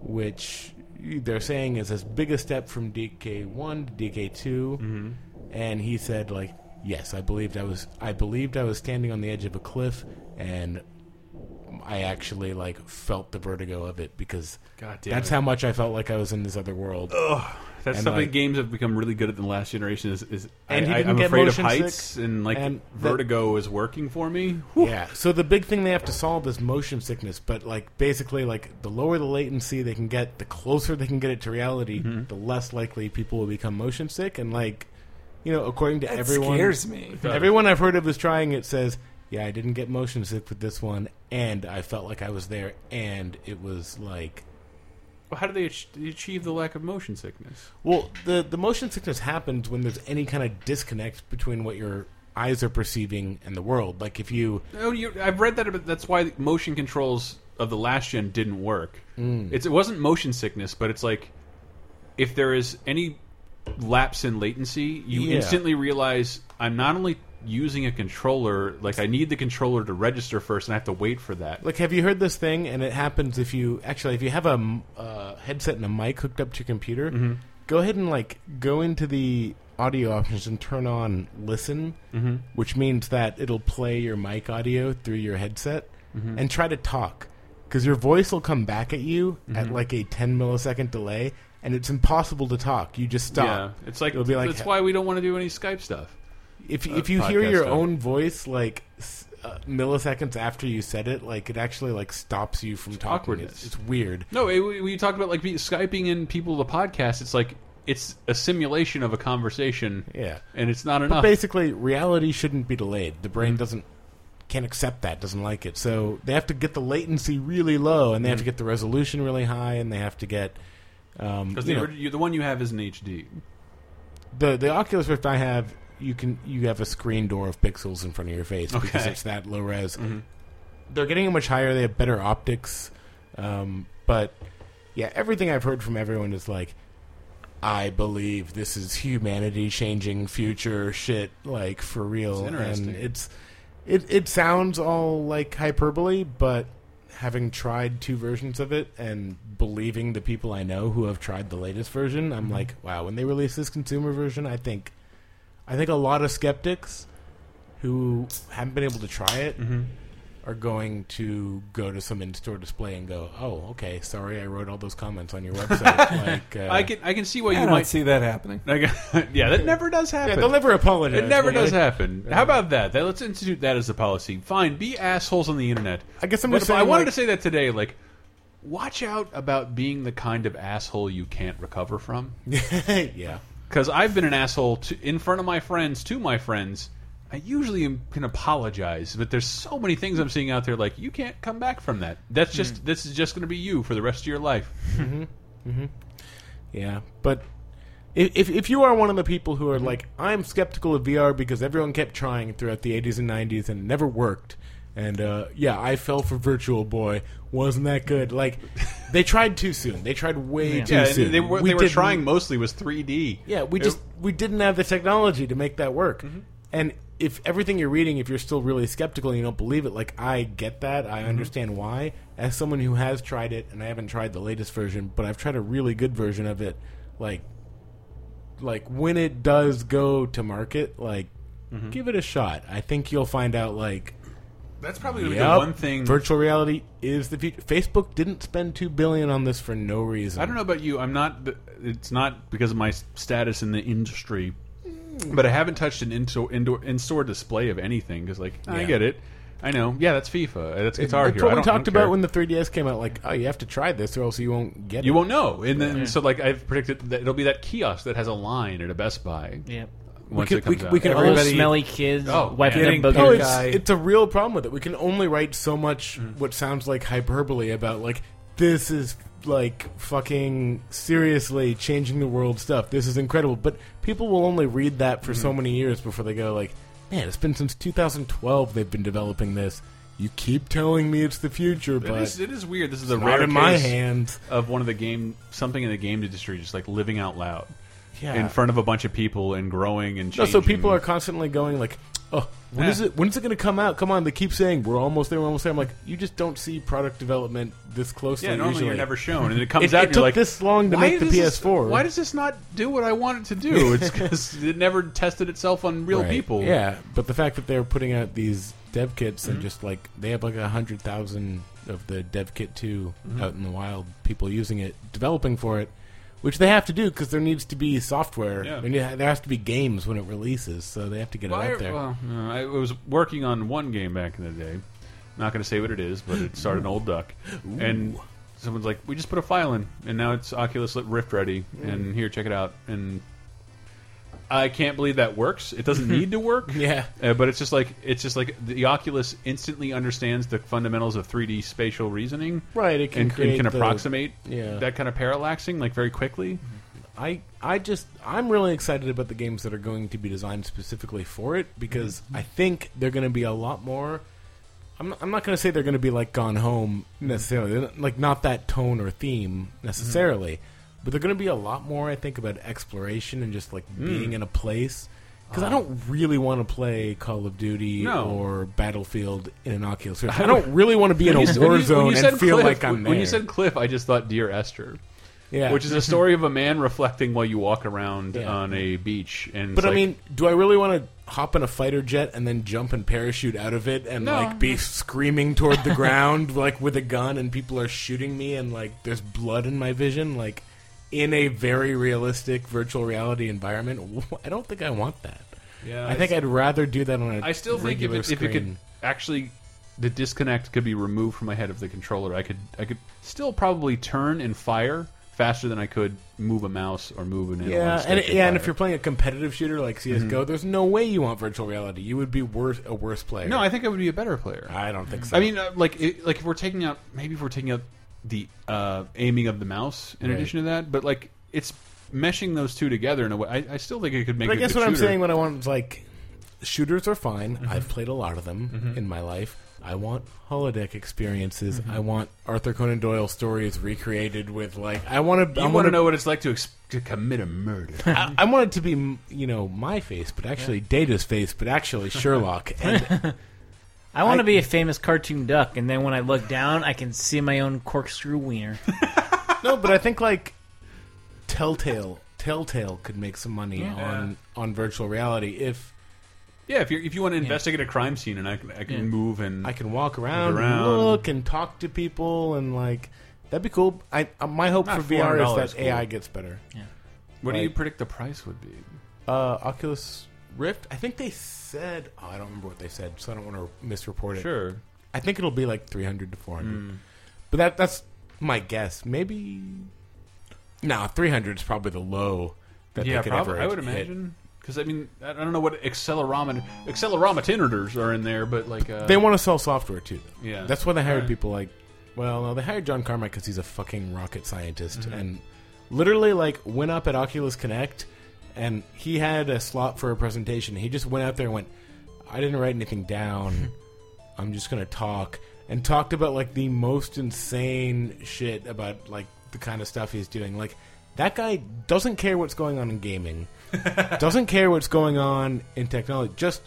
which they're saying is as big a step from DK1 to DK2.
Mm-hmm.
And he said, like, yes, I believed I was, I believed I was standing on the edge of a cliff, and I actually like felt the vertigo of it because
God damn
that's
it.
how much I felt like I was in this other world.
That's
and,
something
like-
games have become really good at in the last generation. Is, is
And
I,
he
I,
didn't
am
get
afraid of
motion
heights,
sick,
and like
and that-
vertigo is working for me.
Yeah. So the big thing they have to solve is motion sickness, but like basically like the lower the latency they can get, the closer they can get it to reality,
Mm-hmm.
the less likely people will become motion sick and like you know, according to
That
everyone
scares me.
Everyone I've heard of who's trying it says, "Yeah, I didn't get motion sick with this one, and I felt like I was there, and it was like."
Well, how do they ach- achieve the lack of motion sickness?
Well, the the motion sickness happens when there's any kind of disconnect between what your eyes are perceiving and the world. Like if you
Oh, you, I've read that, but that's why motion controls of the last gen didn't work.
Mm.
It's, it wasn't motion sickness, but it's like if there is any lapse in latency, you
Yeah.
instantly realize I'm not only using a controller, like I need the controller to register first, and I have to wait for that.
Like, have you heard this thing? And it happens if you actually, if you have a m- uh, headset and a mic hooked up to your computer,
Mm-hmm.
go ahead and like go into the audio options and turn on listen,
Mm-hmm.
which means that it'll play your mic audio through your headset
Mm-hmm.
and try to talk because your voice will come back at you at
Mm-hmm.
like a 10 millisecond delay and it's impossible to talk. You just
Yeah,
stop.
it's like,
it'll be like
that's why we don't want to do any Skype stuff.
if if you hear
podcast
your
time.
own voice like s- uh, milliseconds after you said it, like it actually like stops you from talking.
awkwardness.
It's, it's weird.
No, it, when you talk about like be- skyping in people to the podcast, it's like it's a simulation of a conversation.
Yeah.
and it's not
But
enough.
basically, reality shouldn't be delayed. The
Hmm.
brain doesn't can't accept that, doesn't like it. So they have to get the latency really low, and they have
Hmm.
to get the resolution really high, and they have to get um,
Because
you
the,
know,
orig- you- the one you have is an HD.
the the Oculus Rift I have, you can you have a screen door of pixels in front of your face because
Okay. Mm-hmm.
it's that low res. They're getting it much higher. They have better optics, um, but yeah, everything I've heard from everyone is like, I believe this is humanity changing future shit, like for real.
interesting.
And it's it it sounds all like hyperbole, but having tried two versions of it and believing the people I know who have tried the latest version, I'm like, wow, when they release this consumer version, I think
Mm-hmm.
I think a lot of skeptics who haven't been able to try it are going to go to some in-store display and go, "Oh, okay, sorry, I wrote all those comments on
[laughs]
your website." like, uh,
I can I can see why you
I don't
might.
see that happening.
I can- [laughs] yeah, that never does
Yeah,
happen.
they'll never apologize.
it never
Yeah.
does happen. How about that? That let's institute that as a policy. Fine, be assholes on the internet.
I guess I'm
But
just
if I
saying,
wanted
like-
to say that today. Like, watch out about being the kind of asshole you can't recover from.
[laughs] yeah.
Because I've been an asshole to, in front of my friends, to my friends. I usually am, can apologize, but there's so many things I'm seeing out there. Like you can't come back from that. That's just
Hmm.
this is just going to be you for the rest of your life.
Yeah, but if, if if you are one of the people who are
Mm-hmm.
like, I'm skeptical of VR because everyone kept trying throughout the 80s and 90s and it never worked, and uh, yeah, I fell for Virtual Boy. Wasn't that good? Like, they tried too soon. They tried way too
Yeah,
soon.
and they were
We
they were
didn't-
trying mostly was 3D.
Yeah, we just we didn't have the technology to make that work.
Mm-hmm.
And if everything you're reading, if you're still really skeptical and you don't believe it, like I get that,
Mm-hmm.
I understand why. As someone who has tried it, and I haven't tried the latest version, but I've tried a really good version of it. Like, like when it does go to market, like
Mm-hmm.
give it a shot. I think you'll find out. Like,
that's probably going to be
yep,
the one thing.
virtual reality is the future. Facebook didn't spend two billion on this for no reason.
I don't know about you. I'm not. It's not because of my status in the industry, but I haven't touched an indoor indoor in store display of anything. Because like, I
Yeah.
get it. I know. Yeah, that's FIFA. Uh, That's Guitar Hero. I
That's what we
don't- I don't
talked about
care.
when the 3DS came out. Like, oh, you have to try this, or else you won't get it.
you won't know. And then so like I've predicted that it'll be that kiosk that has a line at a Best Buy.
Yeah.
Once
could-
it comes
we could-
out.
we could
All those
Everybody-
smelly kids
Oh,
wiping
yeah.
their
Getting
boogers.
No,
Good
it's,
guy.
it's a real problem with it. We can only write so much
Mm.
what sounds like hyperbole about like this is like fucking seriously changing the world stuff. This is incredible, but people will only read that for so
Mm-hmm.
many years before they go like, man, it's been since 2012 they've been developing this. You keep telling me it's the future,
It
but
is, it is weird. This is a
not
rare
in my
case
hands.
of one of the game something in the game industry just like living out loud
Yeah.
in front of a bunch of people and growing and
No,
changing.
so people are constantly going like, "Oh, when
Yeah.
is it? When is it going to come out?" Come on, they keep saying we're almost there, we're almost there. I'm like, you just don't see product development this closely.
Yeah, normally
usually.
you're never shown, and it comes
It-
out.
it
and
took
you're like,
this long to
"Why
make the
does this-
PS4."
Why does this not do what I want it to do?
[laughs]
It's because it never tested itself on real
Right.
people. Mm-hmm.
Yeah, but the fact that they're putting out these dev kits and just like they have like a hundred thousand of the dev kit 2
Mm-hmm.
out in the wild, people using it, developing for it. Which they have to do because there needs to be software.
Yeah.
There ne- There has to be games when it releases, so they have to get
Well,
it
I,
out there.
well, no, I was working on one game back in the day. Not going to say what it is, but it started an old duck, and someone's like, "We just put a file in, and now it's Oculus Rift ready,
Mm.
and here, check it out." And I can't believe that works. It
[laughs]
doesn't need to work.
Yeah.
Uh, but it's just like it's just like the Oculus instantly understands the fundamentals of 3D spatial reasoning.
Right, it can
and, and
create
can
the-
approximate
yeah.
that kind of parallaxing like very quickly.
I I just I'm really excited about the games that are going to be designed specifically for it because
Mm-hmm.
I think they're going to be a lot more. I'm not, I'm not going to say they're going to be like Gone Home
Mm-hmm.
necessarily, They're not- like not that tone or theme necessarily, but they're going to be a lot more. I think about exploration and just like
Mm.
being in a place. Because I don't really want to play Call of Duty
Ah. No.
or Battlefield in an Oculus Rift. I don't really want to be in a war zone and feel
Cliff,
like I'm there.
when you said Cliff, I just thought Dear Esther.
yeah.
which is a story of a man reflecting while you walk around
Yeah.
on a beach. And it's
But I
like-
mean, do I really want to hop in a fighter jet and then jump and parachute out of it and
No.
like be screaming toward the ground [laughs] like with a gun and people are shooting me and like there's blood in my vision like in a very realistic virtual reality environment? [laughs] I don't think I want that.
Yeah,
I think I'd rather do that on a
I still think if
regular
it, if it could
screen.
actually, the disconnect could be removed from my head of the controller. I could I could still probably turn and fire faster than I could move a mouse or move an analog
yeah,
stick
and yeah, and
fire. Mm-hmm.
if you're playing a competitive shooter like CS:GO, there's no way you want virtual reality. You would be worse a worse player.
no, I think I would be a better player.
I don't think so.
I mean, uh, like it, like if we're taking out maybe if we're taking out the uh, aiming of the mouse in
Right.
addition to that, but like it's meshing those two together in a way. I, I still think it could make.
But I
a
guess
good
what I'm
shooter. Mm-hmm.
saying when I want is like shooters are fine. I've played a lot of them in my life. I want holodeck experiences.
Mm-hmm.
I want Arthur Conan Doyle stories recreated with like I want to.
You
I
want
want
to know what it's like to, ex to commit a murder.
[laughs] I, I want it to be m- you know my face, but actually Data's face, but
[laughs]
actually Sherlock. And
I want
I-
to be a famous cartoon duck, and then when I look down, I can see my own
[laughs]
corkscrew wiener.
no, but I think like Telltale, Telltale could make some money on on virtual reality if
Yeah, if you if you want to investigate a crime scene and I can I can move and
I can walk around,
around.
And look and talk to people and like that'd be cool. I uh, my hope
Not
for VR
$400
is that
cool.
AI gets better.
what do you
like-
predict the price would be?
Uh, Oculus Rift, I think they said oh, I don't remember what they said, so I don't want to misreport it.
Sure. Hmm.
I think it'll be like 300 to 400. But that that's my guess. Maybe no, 300 is probably the low that
yeah,
they could
probably.
ever
I would
hit.
imagine because I mean I I don't know what accelerometer accelerometers are in there, but like uh,
They want to sell software too. though.
Yeah.
that's why they hired
Right.
people like. Well, no, they hired John Carmack because he's a fucking rocket scientist
Mm-hmm.
and literally like went up at Oculus Connect and he had a slot for a presentation. He just went out there and went, "I didn't write
[laughs]
anything down. I'm just gonna talk." And talked about like the most insane shit about like the kind of stuff he's doing. Like that guy doesn't care what's going on in
[laughs]
gaming, doesn't care what's going on in technology. Just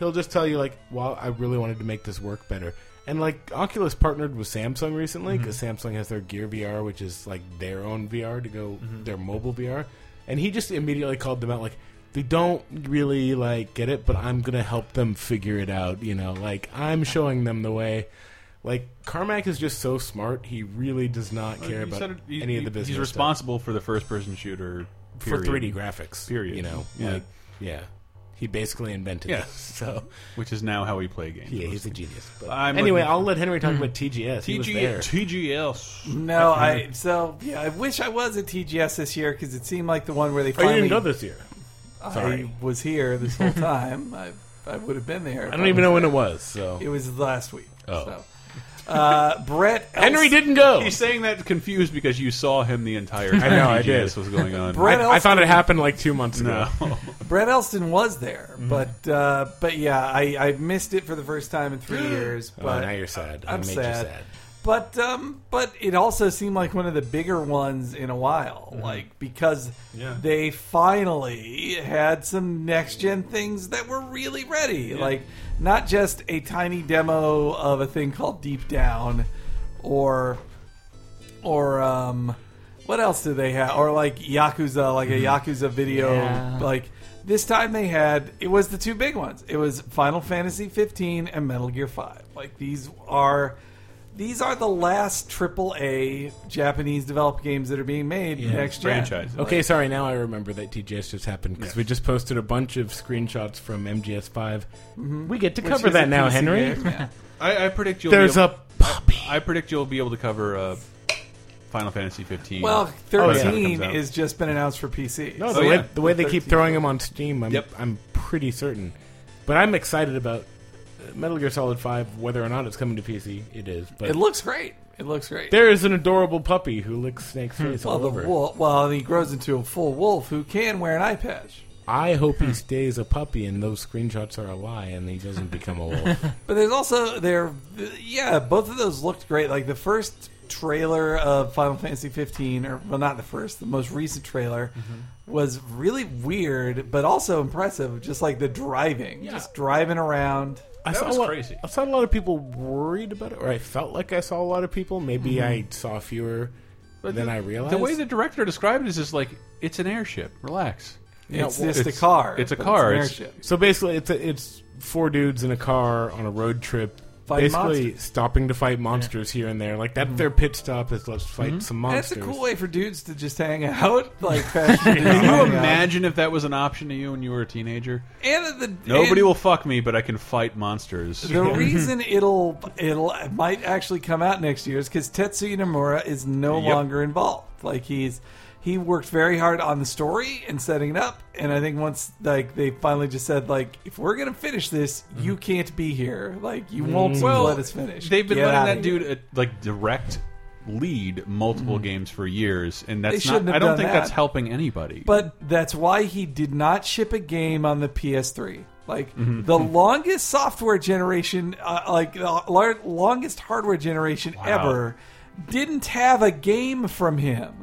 he'll just tell you like, "Well, I really wanted to make this work better." And like Oculus partnered with Samsung recently
Mm-hmm.
because Samsung has their Gear VR, which is like their own VR to go
Mm-hmm.
their mobile VR, and he just immediately called them out like, "They don't really like get it, but I'm gonna help them figure it out." You know, like I'm showing them the way. Like Carmack is just so smart; he really does not care
You
about
said it- you-
any of
you-
the business.
He's
stuff
responsible for the first person shooter period.
for 3D graphics.
Period.
You know,
Yeah.
like yeah, he basically invented
Yeah.
this. [laughs] So
which is now how we play games.
yeah, he's a genius. But
I'm
anyway,
looking-
I'll let Henry talk about TGS. He was
TG,
there.
TGS.
No, I so yeah. I wish I was at TGS this year because it seemed like the one where they
Oh, you
finally
didn't go this year. Sorry.
I was here this
[laughs]
whole time. I I would have been there.
I don't even know when it was. So
It was last week.
Oh.
So. Uh, Brett Els-
Henry didn't go.
He's saying that confused because you saw him the entire time.
know, I
TGS
did.
was going on.
Brett
I, I
Elston,
thought it happened like two months ago.
no.
Brett Elston was there,
Mm-hmm.
but uh, but yeah, I, I missed it for the first time in
[gasps]
three years.
Oh,
But
now you're sad. I
I'm
made you
sad.
sad.
But um, but it also seemed like one of the bigger ones in a while,
Mm-hmm.
like because
Yeah.
they finally had some next gen things that were really ready, like not just a tiny demo of a thing called Deep Down, or or um, what else did they have? Or like Yakuza, like a Yakuza video,
Yeah.
like. This time they had it was the two big ones. It was Final Fantasy 15 and Metal Gear 5. Like these are these are the last AAA Japanese developed games that are being made next gen.
Franchise.
[laughs] Okay, sorry. Now I remember that TGS just happened because we just posted a bunch of screenshots from MGS5. We get to
Which
cover
is a
that now,
PC
Henry.
game, yeah.
I, I predict you'll.
There's
be
a
able,
puppy.
I predict you'll be able to cover uh, Final Fantasy 15. Oh,
Well,
yeah.
13
Comes out.
has just been announced for PC.
No,
So-
the,
Oh,
way,
yeah.
the way they keep
13.
throwing them on Steam, I'm,
Yep.
I'm pretty certain. But I'm excited about uh, Metal Gear Solid 5, whether or not it's coming to PC. It is. But
it looks great. It looks great.
there is an adorable puppy who licks Snake's face
well,
all
the
over.
wolf, well, he grows into a full wolf who can wear an eye patch.
I hope he stays a puppy and those screenshots are a lie and he doesn't become [laughs] a wolf.
But there's also there, yeah, both of those looked great. Like the first trailer of Final Fantasy 15, or well, not the first, the most recent trailer
Mm-hmm.
was really weird, but also impressive. Just like the driving, just driving around.
I
That
saw
was
a lot,
crazy.
I saw a lot of people worried about it, or I felt like I saw a lot of people. Maybe I saw fewer than I realized.
the way the director described it is just like it's an airship. Relax.
it's just a car.
It's a
but
car.
an
It's,
airship.
So basically, it's a, it's four dudes in a car on a road trip,
Fight
basically
monsters.
stopping to fight monsters here and there. Like
Mm-hmm.
that's their pit stop is let's fight some
And That's
monsters.
a cool way for dudes to just hang out.
[laughs]
[laughs] Like, fashion
can you
design.
imagine if that was an option to you when you were a teenager?
And the
Nobody
and
will fuck me, but I can fight monsters.
The
[laughs]
reason it'll it'll it might actually come out next year is because Tetsuya Nomura is no
Yep.
longer involved. Like he's he worked very hard on the story and setting it up, and I think once like they finally just said like if we're gonna finish this, you can't be here. Like you won't let us finish.
Mm-hmm. Mm. They've been
Get
letting
outta
that
here.
dude uh, like direct lead multiple games for years, and that's
shouldn't
not.
have
I don't
done
think
that.
that's helping anybody.
But that's why he did not ship a game on the PS3. Like
Mm-hmm.
the longest software generation, uh, like the lar- longest hardware generation ever, didn't have a game from him.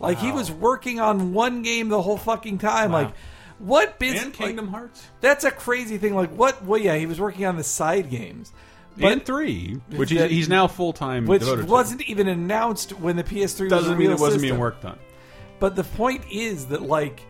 Like he was working on one game the whole fucking time. Like what business?
and Kingdom Hearts
that's a crazy thing. Like what? Well, yeah, he was working on the side games, but
and three, which he's,
That-
he's now full time.
which
devoted
wasn't even announced when the PS3
to. doesn't
was a
mean
real
it wasn't
system.
being worked on.
But the point is that like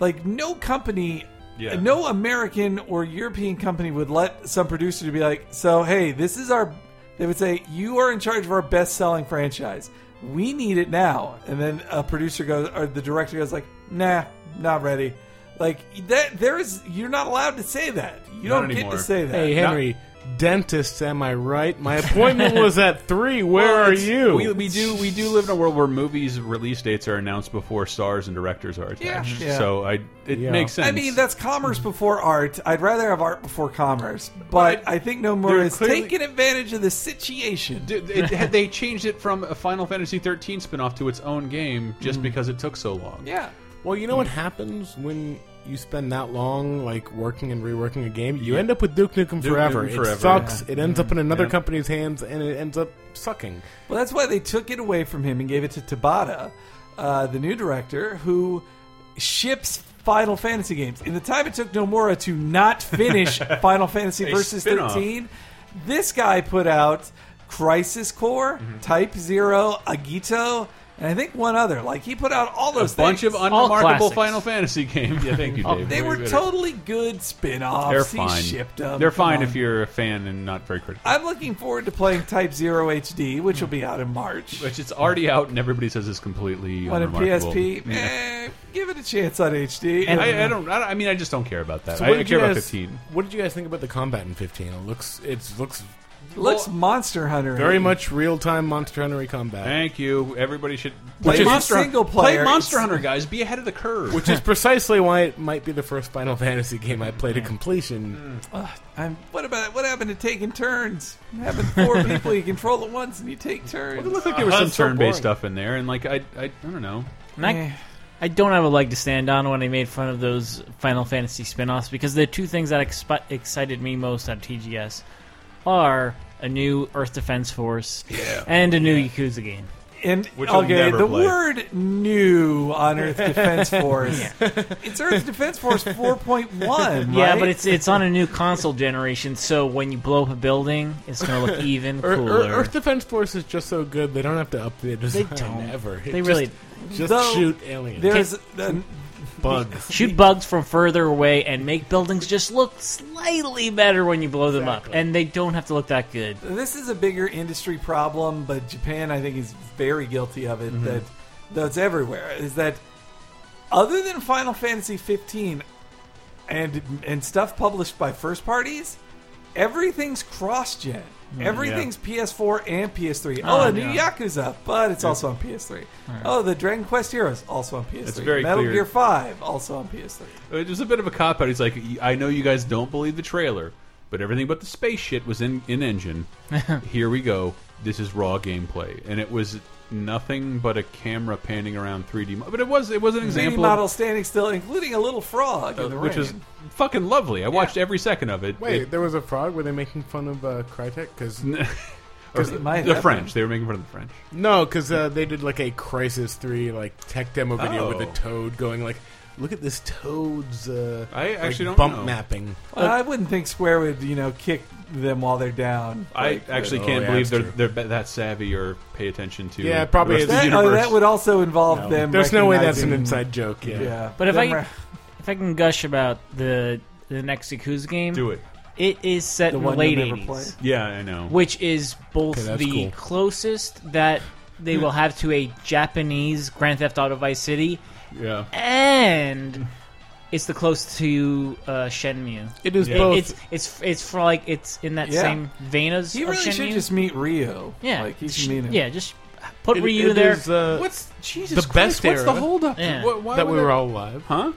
like no company
Yeah.
And no American or European company would let some producer to be like, so hey, this is our. They would say you are in charge of our best-selling franchise. We need it now. And then a producer goes, or the director goes, like, nah, not ready. Like that, there is. You're not allowed to say that. You
Not
don't
anymore.
get to say that.
Hey, Henry, dentist, am I right? My appointment was at three. Where
Well,
are
it's-
you?
We, we do we do live in a world where movies release dates are announced before stars and directors are attached.
Yeah.
So I it
Yeah.
makes sense.
I mean, that's commerce before art. I'd rather have art before commerce. But I think No More
they're
is
clearly-
taking advantage of the situation.
D- it- [laughs] had they changed it from a Final Fantasy 13 spin-off to its own game just because it took so long.
Yeah.
Well, you know what happens when you spend that long like working and reworking a game? You end up with Duke Nukem Forever.
Nukem Forever,
It sucks. It ends up in another company's hands, and it ends up sucking.
Well, that's why they took it away from him and gave it to Tabata, uh, the new director, who ships Final Fantasy games. In the time it took Nomura to
[laughs]
not finish Final Fantasy
A
Versus
spin-off.
13, this guy put out Crisis Core,
Mm-hmm.
Type Zero, Agito, and I think one other. Like, he put out all
A
those
bunch
things.
of unremarkable
classics.
Final Fantasy games. Yeah, [laughs] thank you, Dave.
They
Way
were
better.
totally good spin-offs.
They're
He
fine.
shipped 'em.
They're
Come
fine
on.
if you're a fan and not very critical.
I'm looking forward to playing Type Zero HD, which will be out in March.
Which it's already out and everybody says it's completely
on a
unremarkable.
PSP,
Yeah.
eh, give it a chance on HD.
And-
I, I don't. I, don't- I mean, I just don't care about that.
So
I,
what
I
did
care
you
about
guys-
15.
What did you guys think about the combat in 15? It looks it looks
it looks Monster Hunter
very much real time Monster Hunter combat,
Thank you. Everybody should
Which
play
is
Monster
single
Play
player.
Monster
It's-
Hunter, guys. Be ahead of the curve.
which is precisely why it might be the first Final Fantasy game I played to completion.
I'm, what about what happened to taking turns?
[laughs]
Having four people you control at once and you take
it
turns.
looked like there was
Uh,
some
that's so
turn-based
boring.
stuff in there, and like I, I, I don't know.
And
Eh.
I, I don't have a leg to stand on when I made fun of those Final Fantasy spin-offs because the two things that expi- excited me most on TGS are a new Earth Defense Force and a new Yakuza game.
And
Which I'll
okay,
never
the
play.
word "new"
[laughs]
on Earth Defense Force. It's Earth Defense Force 4.1.
Yeah,
right?
but it's it's on a new console generation, so when you blow up a building, it's going to
[laughs]
look even
Ear-
cooler.
Ear- Earth Defense Force is just so good they don't have to update design
don't.
ever. It
they
just-
really
just
Though,
shoot aliens,
there's a,
bugs.
shoot bugs from further away and make buildings just look slightly better when you blow them up,
Exactly.
and they don't have to look that good.
this is a bigger industry problem, but Japan, I think, is very guilty of it.
Mm-hmm.
That that's everywhere. Is that other than Final Fantasy 15 and and stuff published by first parties, everything's cross-gen.
Mm,
Everything's PS4 and PS3. Oh,
Ah,
Oh,
a new
yeah.
Yakuza, but it's also on PS3. Oh, the Dragon Quest Heroes also on PS3.
very
Metal
clear.
Gear 5 also on PS3.
It was Uh, a bit of a cop out. He's like, I know you guys don't believe the trailer, but everything but the space shit was in in
[laughs]
engine. Here we go. This is raw gameplay, and it was nothing but a camera panning around 3D. mo- But it was it was an
3D
example,
model standing still, including a little frog in
of-
the
Uh, which was
rain.
fucking lovely. I watched every second of it.
Wait,
It-
there was a frog. Were they making fun of uh, Crytek? Because
[laughs] or
it might
the
have
French.
been.
They were making fun of the French.
no, because uh, they did like a Crisis Three like tech demo video
Oh.
with a toad going like, "Look at this toad's." Uh,
I
like,
actually don't
bump
know.
mapping.
Well, I wouldn't think Square would, you know, kick them while they're down.
I
Like,
actually
oh,
can't
yeah,
believe
it's
they're
true.
they're ba- that savvy or pay attention to.
Yeah, probably
the rest of the
is.
that,
universe.
oh, that would also involve them.
There's no way that's an
recognizing-
inside joke. Yeah.
Yeah,
But if
them
I-
re-
If I can gush about the the next Yakuza game,
do it.
it is set
The
in the
one
late
you'll never
80s.
play.
Yeah, I know.
which is both
Okay, that's
the
cool.
closest that they will have to a Japanese Grand Theft Auto Vice City,
yeah.
and it's the close to uh, Shenmue.
It is
Yeah.
both.
It's it's it's for like it's in that
Yeah.
same vein as
he
of
really
Shenmue.
should Oh, just meet Rio.
yeah,
like he
Sh-
should meet him.
yeah, just put
it-
Ryu
it
there.
is, uh,
What's Jesus
The
Christ,
best
What's the
era.
holdup?
Yeah.
Why- why
that
would
we
it-
were all alive?
Huh?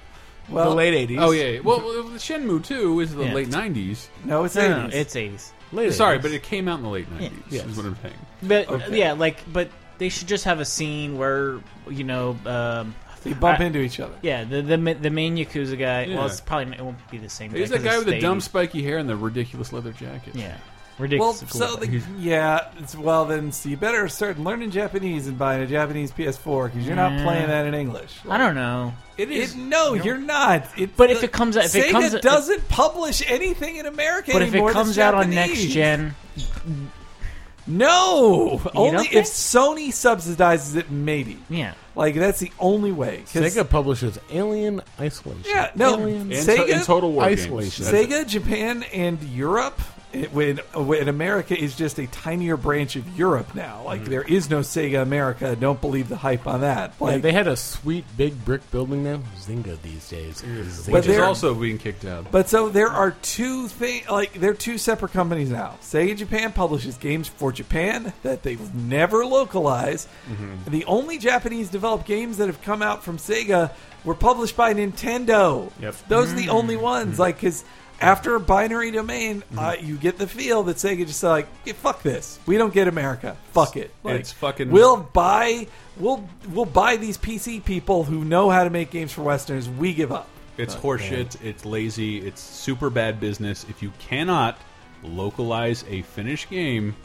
Well,
the late eighties.
Oh yeah. yeah. Well, well, Shenmue 2 is the
Yeah.
late 90s.
no, it's
No, no,
80s.
it's 80s.
Late
Sorry,
80s.
but it came out in the late 90s.
Yeah.
Is what I'm saying.
But
Okay.
yeah, like but they should just have a scene where you know. Um,
they bump
I-
into each other.
yeah, the, the ma- the main Yakuza guy.
Yeah.
Well, it's probably it won't be the same.
He's
guy
that guy with the dumb
dumb
spiky hair and the ridiculous leather jacket.
Yeah,
Well,
ridiculous.
so the, yeah, it's, well then, so you better start learning Japanese and buying a Japanese PS4 because you're not
Yeah.
playing that in English.
I don't know.
It is no, you're not. It's
But if
the-
it comes out- if it
Sega
comes-
doesn't publish anything in America
But if
anymore
it
that's
comes out on
Japanese.
next gen,
No, only
don't
if
think?
Sony subsidizes it, maybe.
Yeah.
Like that's the only way. 'Cause-
Sega publishes Alien Isolation.
Yeah, no.
Alien.
And-
In,
Sega-
to- in Total War games.
Isolation.
That's it.
Sega, Japan, and Europe. It, when when America is just a tinier branch of Europe now, like
Mm-hmm.
there is no Sega America. Don't believe the hype on that.
Yeah,
Like
they had a sweet big brick building now. Zynga these days. Zynga.
But
Which is
they're-
also being kicked out.
But so there are two things, like they're two separate companies now. Sega Japan publishes games for Japan that they've never localized.
Mm-hmm.
The only Japanese developed games that have come out from Sega were published by Nintendo.
Yep. Mm-hmm.
Those are the only ones, like 'cause after Binary Domain, uh, you get the feel that Sega just said, like, "Yeah, fuck this, we don't get America, fuck it. Like,
It's fucking-
We'll buy, we'll we'll buy these PC people who know how to make games for Westerners. We give up.
It's horseshit. It's lazy. It's super bad business. If you cannot localize a finished game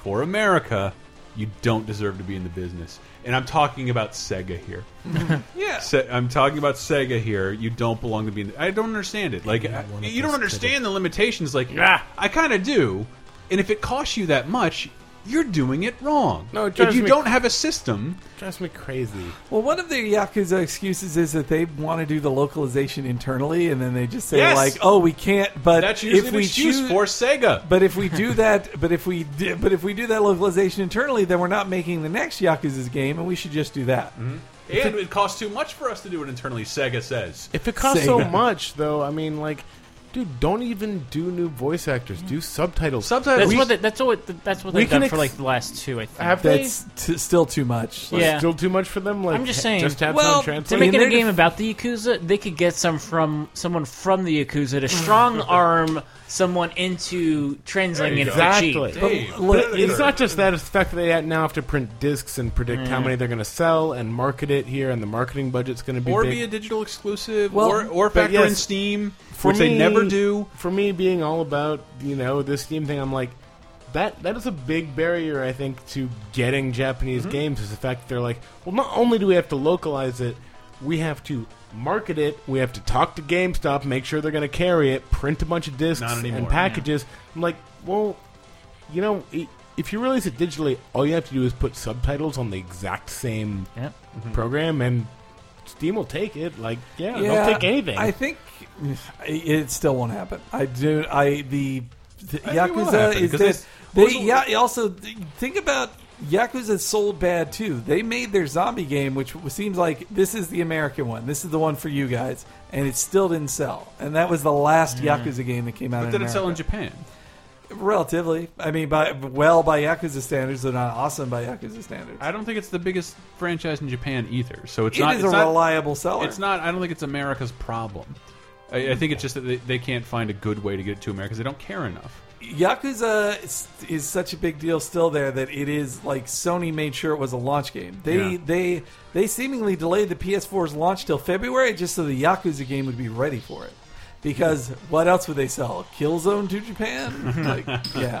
for America, you don't deserve to be in the business. And I'm talking about Sega [laughs] here.
Yeah,
Se I'm talking about Sega here. You don't belong to be in. The I don't understand it. Like I-
one of
you don't
those
understand the limitations. Like I kind of do. And if it costs you that much, you're doing it wrong.
No, it
if
drives
you
me-
don't have a system,
drives me crazy.
Well, one of the Yakuza excuses is that they want to do the localization internally, and then they just say
Yes!
like, "Oh, we can't." But
that's usually
if
an
we
excuse
choose,
for Sega.
[laughs] but if we do that, but if we di- but if we do that localization internally, then we're not making the next Yakuza's game, and we should just do that.
Mm-hmm. and it costs too much for us to do it internally. Sega says.
If it costs so
Sega.
much, though, I mean, like, dude, don't even do new voice actors. Do subtitles.
Subtitles.
That's
We-
what they, that's what that's what
we
they've done
can
for
ex-
like the last two. I think.
Have they?
That's t- still too much. Like,
yeah.
Still too much for them. Like,
I'm just
ha-
saying,
Just have
well,
some
to
translate.
make
I mean,
it a
they're-
game about the Yakuza, they could get some from someone from the Yakuza to strong arm someone into translating it for
Exactly.
cheap.
Hey,
But look,
better.
It's not just that; it's the fact that they now have to print discs and predict
Mm.
how many they're going to sell and market it here, and the marketing budget's going to be
or
big.
be a digital exclusive,
Well,
or, or
but
factor in
yes,
Steam,
for
which they
me-
never do.
For me, being all about you know this Steam thing, I'm like that. That is a big barrier, I think, to getting Japanese
Mm-hmm.
games is the fact that they're like, well, not only do we have to localize it, we have to market it, we have to talk to GameStop, make sure they're going to carry it, print a bunch of discs
Not anymore,
and packages. I'm like, well, you know. i if you release it digitally, all you have to do is put subtitles on the exact same
Yep.
Mm-hmm.
program, and Steam will take it. Like,
[laughs]
yeah,
yeah,
they'll take anything.
I think it still won't happen. I do. I the, the
I think it will
Yakuza
happen,
is
'cause
that
it's-
they.
also-
Yeah. Also, th- think about Yakuza sold bad too. They made their zombie game, which w- seems like this is the American one. This is the one for you guys, and it still didn't sell. And that was the last Yakuza game that came out.
Hmm. But
in
did it sell in
America.
Japan?
Relatively. I mean, by well by Yakuza standards, they're not awesome by Yakuza standards.
I don't think it's the biggest franchise in Japan either. So it's
It
not.
is
it's
a
not,
reliable seller.
It's not. I don't think it's America's problem. I, I think it's just that they, they can't find a good way to get it to America because they don't care enough.
Yakuza is, is such a big deal still there that it is like Sony made sure it was a launch game. They
Yeah.
they they seemingly delayed the PS4's launch till February just so the Yakuza game would be ready for it. Because what else would they sell? Killzone to
[laughs]
Japan? like, yeah.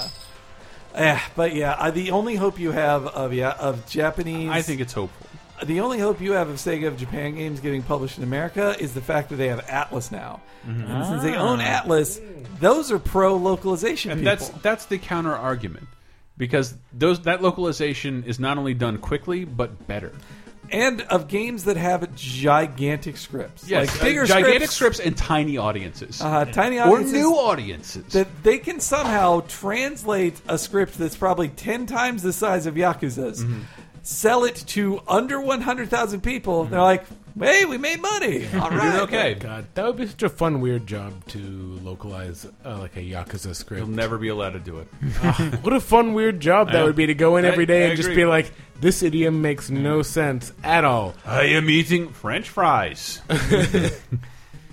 Eh, but yeah, I, the only hope you have of yeah of Japanese
I think it's hopeful.
the only hope you have of Sega of Japan games getting published in America is the fact that they have Atlas now.
Mm-hmm.
And since they own Atlas, those are pro localization
and
people.
that's that's the counter argument because those that localization is not only done quickly but better.
and of games that have gigantic scripts. like
uh,
bigger
gigantic
scripts,
scripts and tiny audiences
uh, tiny
or
audiences
new audiences.
that they can somehow translate a script that's probably 10 times the size of Yakuza's,
Mm-hmm.
sell it to under 100,000 people, and they're like, hey, we made money. All
Mm-hmm. [laughs] You're
right.
okay.
God, that would be such a fun, weird job to localize uh, like a Yakuza script.
You'll never be allowed to do it.
what a fun, weird job that
know.
would be to go in
I-
every day
I
and just
agree.
be like, this idiom makes no sense at all.
I am eating French
[laughs]
fries.
[sighs]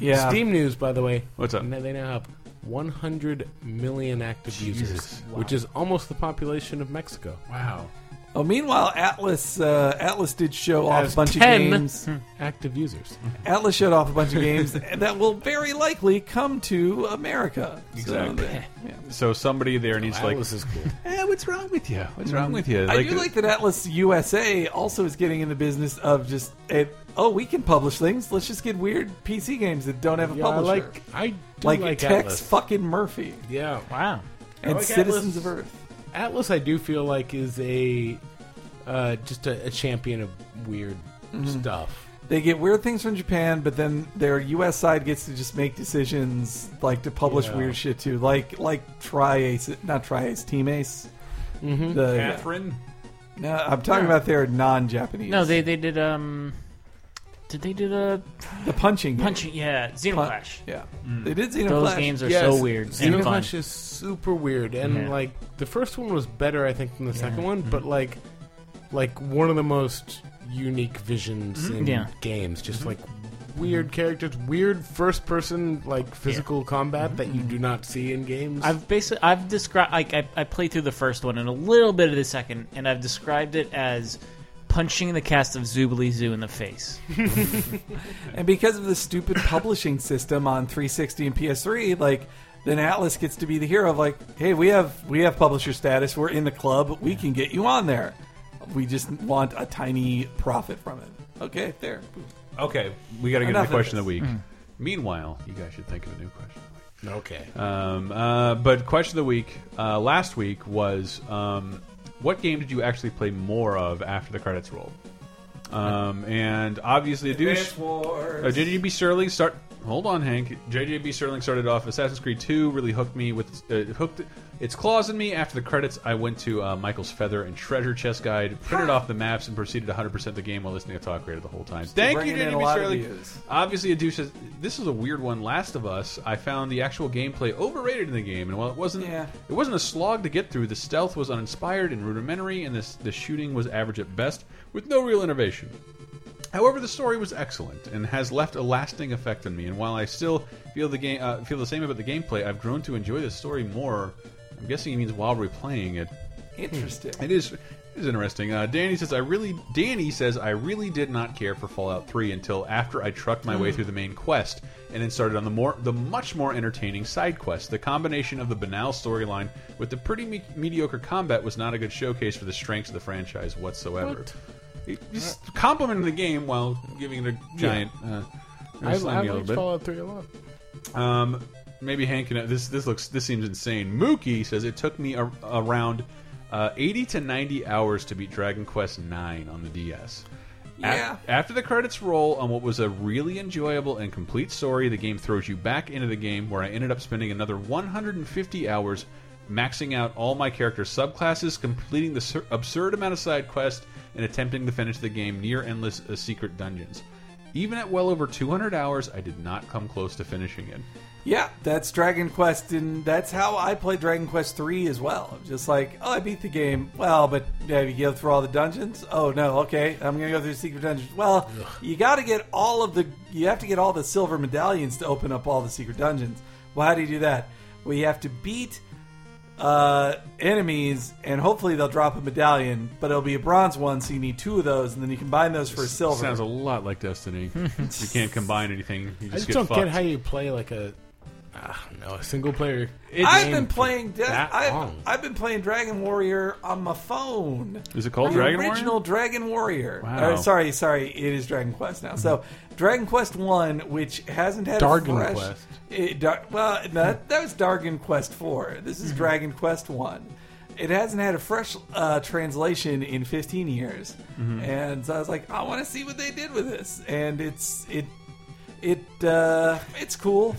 Yeah.
Steam News, by the way.
What's up?
n- They now have 100 million active
Jesus.
users, which is almost the population of Mexico.
Wow.
Oh, meanwhile, Atlas uh, Atlas did show off
Has
a bunch of
10
games.
Hmm.
Active users.
Atlas showed off a bunch of
[laughs]
games that will very likely come to America. So
Exactly.
they- yeah.
So somebody there needs to like,
Atlas
[laughs]
is cool.
eh, what's wrong with you? What's wrong with you? uh,
I do like that Atlas USA also is getting in the business of just it, oh we can publish things. Let's just get weird PC games that don't have a
Yeah, I
publisher,
like. I do
like,
like
Tex
Atlas.
fucking Murphy
Yeah.
Wow.
and
like
Citizens
Atlas.
of Earth.
Atlas, I do feel like is a uh, just a, a champion of weird stuff.
They get weird things from Japan, but then their U.S. side gets to just make decisions like to publish
Yeah.
weird shit too, like like Tri Ace, not Tri Ace, Team Ace. Mm-hmm. The,
Catherine.
no, I'm talking about their non-Japanese.
No, they they did um, did they do the
the punching game.
punching? Yeah,
Pun-
Xenoclash.
Yeah,
Mm.
they did Xenoflash.
Those games are
Yes.
so weird. and fun.
Xenoblade is super weird, and
Yeah. Mm-hmm.
like the first one was better, I think, than the second one. But like, like one of the most unique visions in
Mm-hmm. Yeah. Mm-hmm.
games, just like weird characters, weird first-person like physical combat that you do not see in games.
Mm-hmm. I've basically I've described like I, I played through the first one and a little bit of the second, and I've described it as punching the cast of Zoobly Zoo in the face.
And because of the stupid publishing system on 360 and PS3, like then Atlas gets to be the hero of like, hey, we have we have publisher status, we're in the club, we can get you on there. We just want a tiny profit from it. Okay, there.
Okay, we got to get to the
Enough of
question
this. Mm-hmm.
of the week. Meanwhile, you guys should think of a new question. of the week.
okay,
Um, uh, but question of the week uh, last week was um, what game did you actually play more of after the credits rolled? Um, and obviously, Douche. Uh, JJB Sterling start. Hold on, Hank. JJB Sterling started off Assassin's Creed 2, really hooked me with uh, hooked its claws in me. After the credits, I went to uh, Michael's Feather and Treasure Chest Guide, printed off the maps, and proceeded 100% the game while listening to Talk Creator the whole time. Thank you,
bringing in a
JJB
lot of
Sterling.
views.
Obviously, a douche. Says, this is a weird one. Last of Us. I found the actual gameplay overrated in the game, and while it wasn't,
Yeah.
it wasn't a slog to get through. The stealth was uninspired and rudimentary, and this the shooting was average at best, with no real innovation. However, the story was excellent and has left a lasting effect on me. And while I still feel the game uh, feel the same about the gameplay, I've grown to enjoy the story more. I'm guessing he means while replaying it.
Interesting.
It is it is interesting. Uh, Danny says I really Danny says I really did not care for Fallout 3 until after I trucked my way through the main quest and then started on the more the much more entertaining side quest. The combination of the banal storyline with the pretty me mediocre combat was not a good showcase for the strengths of the franchise whatsoever. He- He's complimenting the game while giving it a giant. Uh,
I,
slam
I
you a
liked
little bit.
Fallout Three a lot.
Um, maybe Hank can. This this looks this seems insane. Mookie says it took me a, around uh, eighty to ninety hours to beat Dragon Quest Nine on the DS. A-
Yeah.
after the credits roll on what was a really enjoyable and complete story, the game throws you back into the game where I ended up spending another 150 hours maxing out all my character subclasses, completing the sur- absurd amount of side quests, and attempting to finish the game near endless uh, secret dungeons. Even at well over 200 hours, I did not come close to finishing it.
Yeah, that's Dragon Quest, and that's how I played Dragon Quest Three as well. Just like, oh, I beat the game. Well, but yeah, you go through all the dungeons. Oh no, okay, I'm gonna go through secret dungeons. Well, you got to get all of the, you have to get all the silver medallions to open up all the secret dungeons. Well, how do you do that? Well, you have to beat uh, enemies, and hopefully they'll drop a medallion, but it'll be a bronze one, so you need two of those, and then you combine those for a silver.
Sounds a lot like Destiny.
[laughs]
you can't combine anything. You just,
I just
get
don't
fucked.
get how you play like a I don't know a single player.
I've
game
been
for
playing. Death-
that
I've,
long.
I've been playing Dragon Warrior on my phone.
Is it called
The
Dragon Warrior?
original Dragon Warrior.
Wow.
Or, sorry, sorry, it is Dragon Quest now. So Dragon Quest One, which hasn't had
Dargon
a fresh,
Quest.
It, Dar- well, no, that, that was Dargon Quest Four. This
Hmm.
is Dragon Quest One. It hasn't had a fresh uh, translation in 15 years,
Mm-hmm.
and so I was like, I want to see what they did with this, and it's it. It uh, it's cool.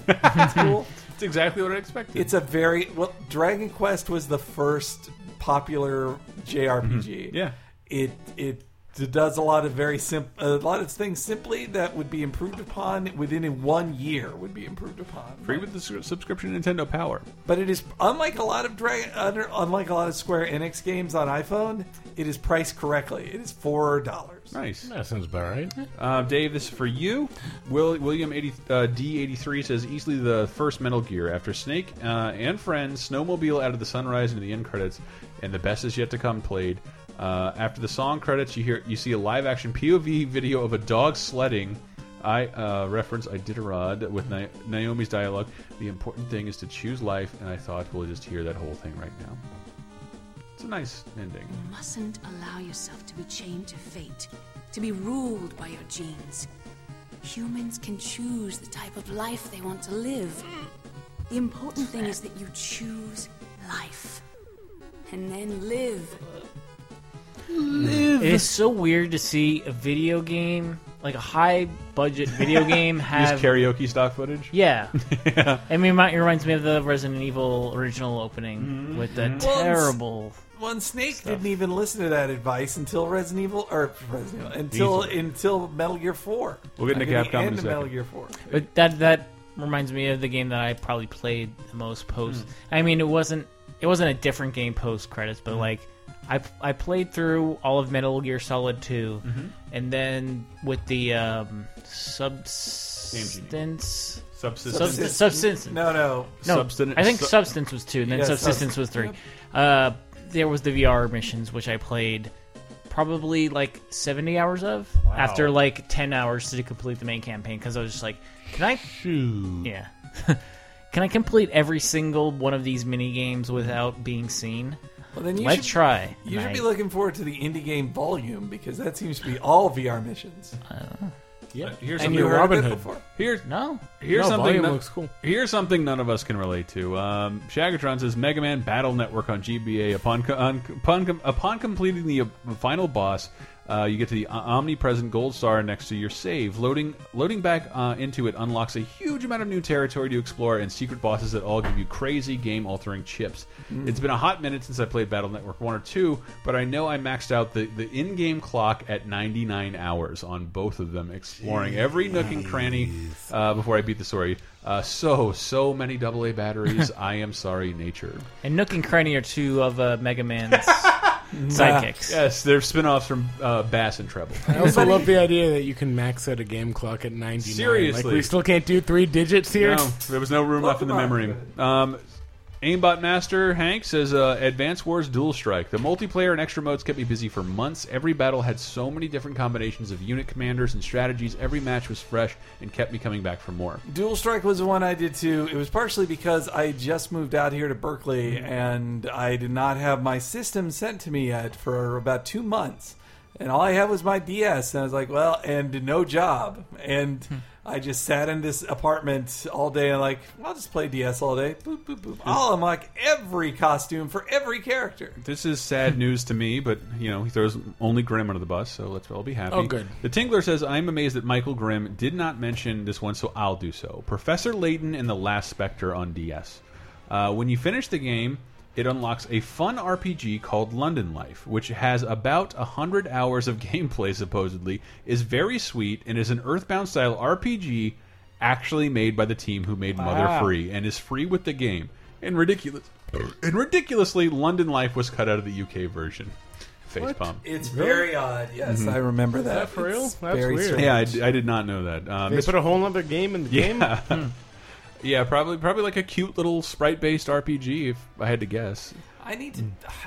[laughs]
It's cool.
That's exactly what I expected.
It's a very well. Dragon Quest was the first popular JRPG.
Mm-hmm. Yeah.
it it d- does a lot of very simp a lot of things simply that would be improved upon within a one year would be improved upon.
free with the su- subscription to Nintendo Power.
But it is unlike a lot of Dragon, under, unlike a lot of Square Enix games on iPhone. It is priced correctly. It is four dollars.
Nice.
That sounds about right.
Uh, Dave, this is for you. Will William 80, uh, D83 says easily the first Metal Gear after Snake uh, and Friends, Snowmobile out of the sunrise into the end credits, and the best is yet to come. Played uh, after the song credits, you hear you see a live action POV video of a dog sledding. I uh, reference Iditarod with Na Naomi's dialogue. The important thing is to choose life, and I thought we'll just hear that whole thing right now. It's a nice ending.
mustn't allow yourself to be chained to fate, to be ruled by your genes. Humans can choose the type of life they want to live. The important thing is that you choose life. and then live.
It is so weird to see a video game, like a high budget video game,
Use
have
karaoke stock footage.
Yeah.
[laughs]
I mean, it reminds me of the Resident Evil original opening with the terrible.
Well, and Snake didn't even listen to that advice until Resident Evil, or Resident Evil, until until Metal Gear Four.
We'll get into
Like, at the
Capcom in a
end of Metal
second.
Gear Four.
But that that reminds me of the game that I probably played the most post. I mean, it wasn't it wasn't a different game post credits, but like I I played through all of Metal Gear Solid 2 and then with the um, substance.
Subsistence.
Subsistence. Subsistence.
No, no.
No,
Substan-
I think
sub-
substance was two, and then
Yeah,
subsistence
substance.
was three. Uh, there was the VR missions, which I played probably like seventy hours of after like ten hours to complete the main campaign because I was just like, can I? Yeah, [laughs] can I complete every single one of these mini games without being seen?
Well, then you
Let's
should,
try.
You
And
should be
I-
looking forward to the indie game volume because that seems to be all VR missions.
Uh, Here's
And
something.
You
you're
heard
Robin
of it
Hood.
before.
Here's
no.
here's
No,
something.
volume
that-
looks cool.
Here's something none of us can relate to. Um, Shagatron says Mega Man Battle Network on GBA. Upon co- on, upon, com- upon completing the uh, final boss, uh, you get to the o- omnipresent gold star next to your save. Loading loading back uh, into it unlocks a huge amount of new territory to explore and secret bosses that all give you crazy game altering chips.
Mm.
It's been a hot minute since I played Battle Network one or two, but I know I maxed out the the in game clock at 99 hours on both of them, exploring every nook and cranny uh, before I beat the story. Uh, so, so many double A [laughs] batteries. I am sorry, nature.
And Nook and Cranny are two of uh,
[laughs]
Mega Man's sidekicks.
Yes, they're spin offs from uh, Bass and Treble.
I also love the idea that you can max out a game clock at 99.
Seriously.
Like, we still can't do three digits here?
No, there was no room left in the memory. Um, Aimbot Master Hank says uh, Advance Wars Dual Strike. The multiplayer and extra modes kept me busy for months. Every battle had so many different combinations of unit commanders and strategies. Every match was fresh and kept me coming back for more.
Dual Strike was the one I did too. It was partially because I just moved out here to Berkeley and I did not have my system sent to me yet for about two months. And all I had was my DS. And I was like, well, and no job. And
Hmm.
I just sat in this apartment all day and, like, well, I'll just play DS all day. Boop, boop, boop. I'll unlock every costume for every character.
This is sad news to me, but you know he throws only Grimm under the bus, so let's all be happy.
Oh, good.
The Tingler says, "I'm amazed that Michael Grimm did not mention this one, so I'll do so." Professor Layton and the Last Spectre on DS. Uh, when you finish the game, it unlocks a fun RPG called London Life, which has about a hundred hours of [laughs] gameplay. Supposedly, is very sweet and is an Earthbound style RPG actually made by the team who made Mother Free and is free with the game. And ridiculous. [clears throat] And ridiculously, London Life was cut out of the UK version. Face palm.
It's very odd. Yes, I remember that.
that for real?
It's
That's
very
weird.
strange.
Mm-hmm. Yeah, I, I did not know that. Um,
They
it's-
put a whole other game in the game?
yeah. yeah, probably probably like a cute little sprite based RPG, if I had to guess.
I need to.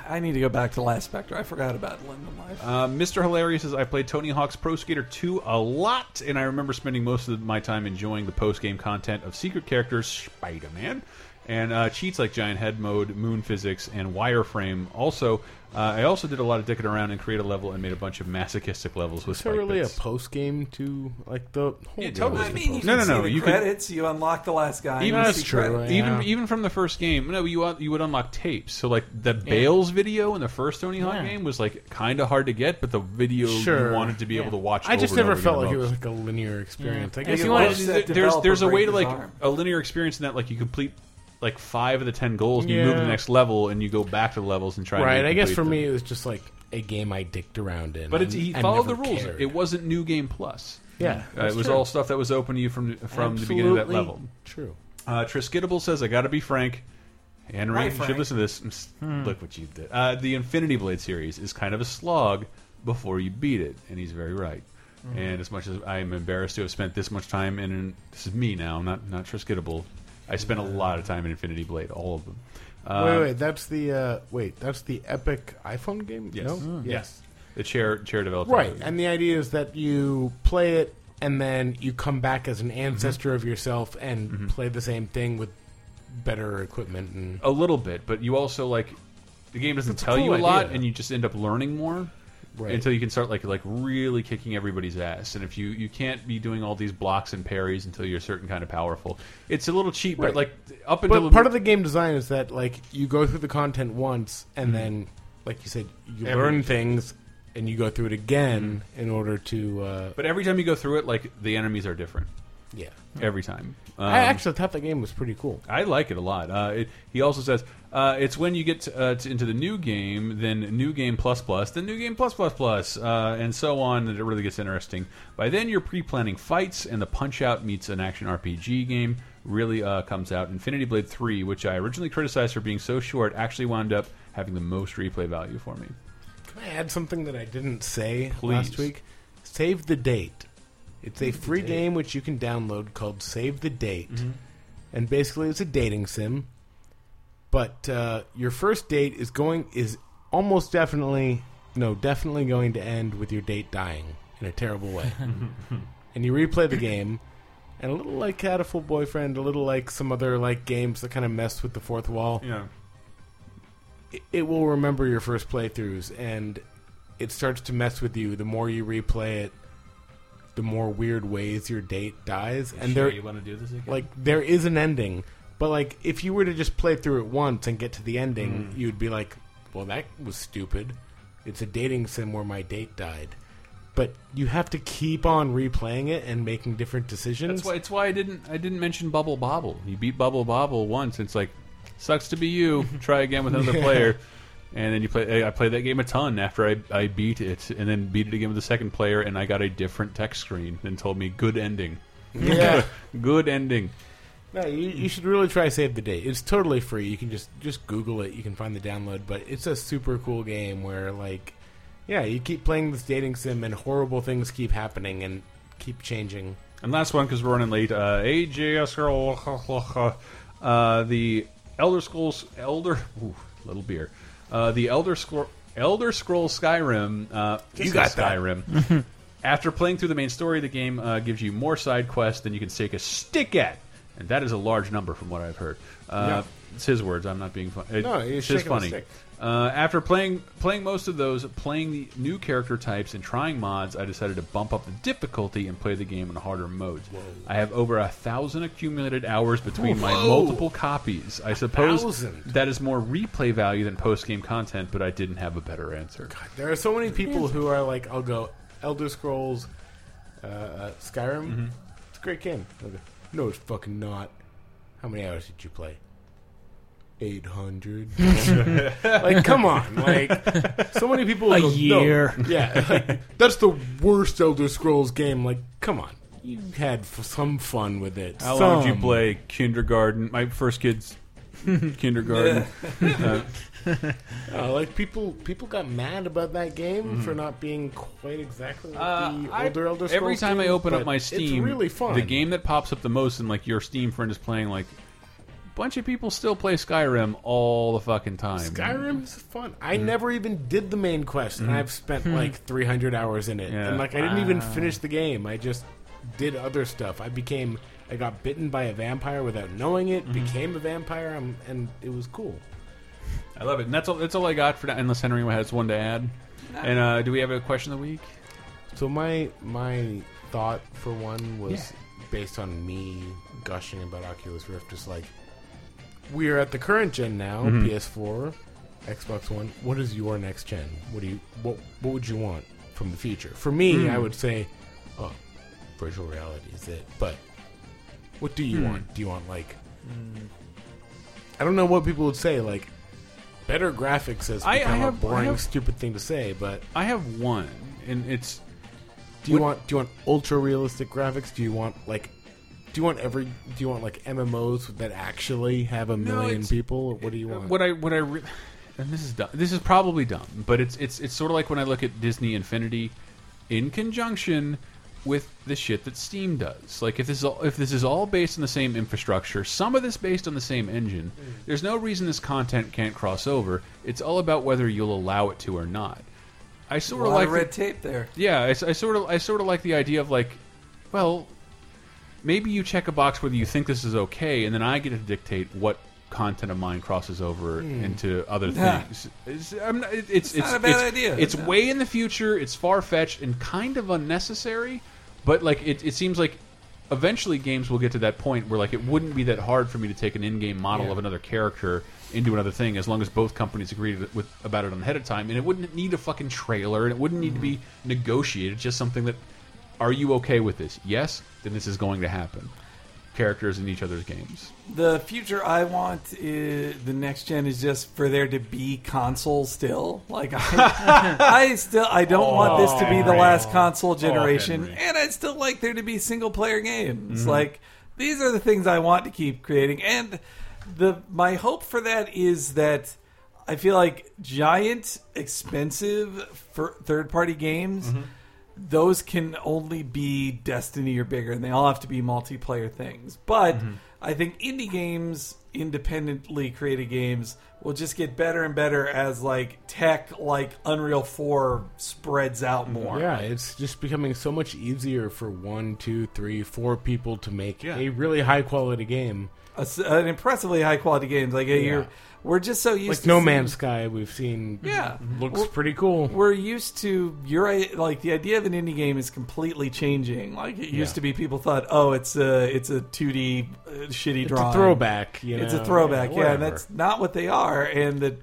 I need to go back to Last Spectre. I forgot about London Life.
Uh, Mr. Hilarious says I played Tony Hawk's Pro Skater 2 a lot, and I remember spending most of my time enjoying the post game content of secret characters, Spider Man, and uh, cheats like Giant Head Mode, Moon Physics, and Wireframe. Also, uh, I also did a lot of dicking around and create a level and made a bunch of masochistic levels with
Is
spike
there really a
bits.
post game to, like, the whole
Yeah,
game
totally.
is
I
a
mean, you
No,
can
no,
see
no,
the
you can-
credits. You unlock the last guy. and
Even-
you
That's
see
true,
credits.
yeah.
even even from the first game. No, you un- you would unlock tapes. So like the Bales video in the first Tony Hawk
Yeah.
game was like kind of hard to get, but the video
Sure.
you wanted to be able to watch.
I just
over and
never
over
felt like
again
it
the
was
most.
like a linear experience. I guess
If
it
you
Well,
wanna-
was.
Watch
there's
that
there's, there's a
developer
way to
break
like
his arm.
a linear experience in that like you complete like five of the ten goals, and you
Yeah.
move to the next level, and you go back to the levels and try.
right.
to
I guess
complete
for
them.
me, it was just like a game I dicked around in.
but it's,
and
he
I
followed the
never
rules.
cared.
It wasn't new game plus.
yeah,
Uh, it
that's
was
true.
all stuff that was open to you from from the beginning of that
Absolutely
level.
True.
Uh, Triskidable says, "I got to be frank." And Rain
Frank.
should listen to this. Psst,
Hmm.
Look what you did. Uh, the Infinity Blade series is kind of a slog before you beat it, and he's very right.
Mm-hmm.
And as much as I'm embarrassed to have spent this much time in, an, this is me now. I'm not not Triskidable. I spent a lot of time in Infinity Blade, all of them. Uh,
wait, wait. That's the uh, wait. That's the epic iPhone game.
Yes.
No?
Yes. The chair chair developer.
Right. And the idea is that you play it, and then you come back as an ancestor of yourself and play the same thing with better equipment. And
a little bit, but you also like the game doesn't
That's a
tell you
cool
a lot,
idea.
and you just end up learning more.
Right.
until you can start like like really kicking everybody's ass. And if you you can't be doing all these blocks and parries until you're a certain kind of powerful, it's a little cheap. But
Right.
like up until
But part of the game design is that like you go through the content once, and then, like you said, you
Every-
learn things, and you go through it again in order to. Uh,
but every time you go through it, like the enemies are different
yeah,
every time. Um,
I actually thought the game was pretty cool.
I like it a lot. Uh, it, he also says uh, it's when you get to, uh, to, into the new game, then new game plus plus, then new game plus plus plus, uh, and so on that it really gets interesting. By then, you're pre-planning fights, and the Punch Out meets an action RPG game really uh, comes out. Infinity Blade Three, which I originally criticized for being so short, actually wound up having the most replay value for me.
Can I add something that I didn't say
Please.
last week? Save the date. It's a free game which you can download called Save the Date. And basically it's a dating sim. But uh, your first date is going is almost definitely no, definitely going to end with your date dying in a terrible way. and you replay the game and a little like Cataful Boyfriend, a little like some other like games that kind of mess with the fourth wall
Yeah.
it will remember your first playthroughs and it starts to mess with you the more you replay it the more weird ways your date dies and there
you want to do this again?
like there is an ending but like if you were to just play through it once and get to the ending you'd be like well that was stupid it's a dating sim where my date died but you have to keep on replaying it and making different decisions
That's why it's why I didn't I didn't mention Bubble Bobble. You beat Bubble Bobble once, it's like sucks to be [laughs] you. Try again with another player. [laughs] And then you play. I played that game a ton after I, I beat it, and then beat it again with the second player, and I got a different text screen and told me good ending,
yeah
[laughs] good ending.
No, you, you should really try Save the Date. It's totally free. You can just just Google it. You can find the download. But it's a super cool game where like, yeah, you keep playing this dating sim and horrible things keep happening and keep changing.
And last one because we're running late. Uh, AJS, uh, the Elder Scrolls Elder ooh, little beer, uh, the Elder Scroll Elder Scrolls Skyrim. Uh, you
got that. [laughs]
Skyrim. After playing through the main story, the game uh, gives you more side quests than you can take a stick at, and that is a large number from what I've heard. Uh, It's his words. I'm not being funny.
No, he's
it's his
shaking the
funny.
stick.
Uh, after playing playing most of those, playing the new character types and trying mods, I decided to bump up the difficulty and play the game in harder modes. I have over a thousand accumulated hours between my multiple copies. I suppose
thousand.
that is more replay value than post game content, but I didn't have a better answer.
There are so many people who are like, I'll go Elder Scrolls, uh, uh, Skyrim.
Mm-hmm.
It's a great game. They'll go, no, it's fucking not. How many hours did you play?
[laughs]
800. like, come on. Like, so many people
A
go, "No."
year.
Yeah. like, that's the worst Elder Scrolls game. Like, come on. You had f- some fun with it.
How long did you
Some.
play kindergarten? My first kid's [laughs]
[laughs]
kindergarten.
Uh, like, people people got mad about that game for not being quite exactly like the
Uh, I-
older Elder Scrolls
every time I
games,
open up
but
my Steam,
It's really fun.
The game that pops up the most in like your Steam friend is playing like a bunch of people still play Skyrim all the fucking time.
Skyrim is fun.
Hmm.
I never even did the main quest, and I've spent like 300 hours in it.
Yeah. Ah.
And like, I didn't even finish the game. I just did other stuff. I became, I got bitten by a vampire without knowing
Hmm.
it. Became a vampire, um, and it was cool.
I love it, and that's all. That's all I got for now. Unless Henry has one to add. And uh, do we have a question of the week?
So my my thought for one was based on me gushing about Oculus Rift. Just like we're at the current gen now,
Mm-hmm.
PS4, Xbox One. What is your next gen? What do you what what would you want from the future? For me,
Mm.
I would say, oh, virtual reality is it. But what do
Mm.
you want? Do you want like I don't know what people would say like. Better graphics has become
I- I have- I
a boring,
have-
stupid thing to say, but
I have one, and it's
do you want do you want ultra realistic graphics? Do you want like do you want every do you want like MMOs that actually have a million
it's-
people? Or what do you want?
what I what I re- and this is dumb. This is probably dumb, but it's it's it's sort of like when I look at Disney Infinity in conjunction with the shit that Steam does. Like if this is all, if this is all based on the same infrastructure, some of this based on the same engine, there's no reason this content can't cross over. It's all about whether you'll allow it to or not. I
A
sort
lot
of like
of
the-
red tape there.
yeah, I, sort of I sort of like the idea of like, well, maybe you check a box whether you think this is okay, and then I get to dictate what
content of mine crosses over into other things. It's, I'm not- it- it's, it's,
not a bad
it's-
idea.
It's
No.
way in the future. It's far fetched and kind of unnecessary, but like it, it seems like eventually games will get to that point where like it wouldn't be that hard for me to take an in-game model of another character into another thing as long as both companies agreed with about it on ahead of time and it wouldn't need a fucking trailer and it wouldn't need to be
Mm-hmm.
negotiated just something that are you okay with this yes then this is going to happen characters in each other's games
The future I want i the next gen is just for there to be consoles still. Like I, I still I don't want this to be the last console generation,
Henry.
and I'd still like there to be single player games. Like these are the things I want to keep creating, and the my hope for that is that I feel like giant, expensive for third party games those can only be Destiny or bigger, and they all have to be multiplayer things. But I think indie games, independently created games, will just get better and better as like tech, like Unreal Four, spreads out more.
Yeah, it's just becoming so much easier for one, two, three, four people to make
Yeah.
a really high quality game.
A s an impressively high quality games. Like you're, we're just so used
Like
to
No
seeing-
Man's Sky, we've seen.
Yeah.
looks pretty cool.
we're used to you're right, like the idea of an indie game is completely changing. Like it used to be, people thought, oh, it's a it's a two D uh, shitty
It's
drawing.
a throwback. You
it's
know,
a throwback, yeah, and
whatever.
that's not what they are. And that,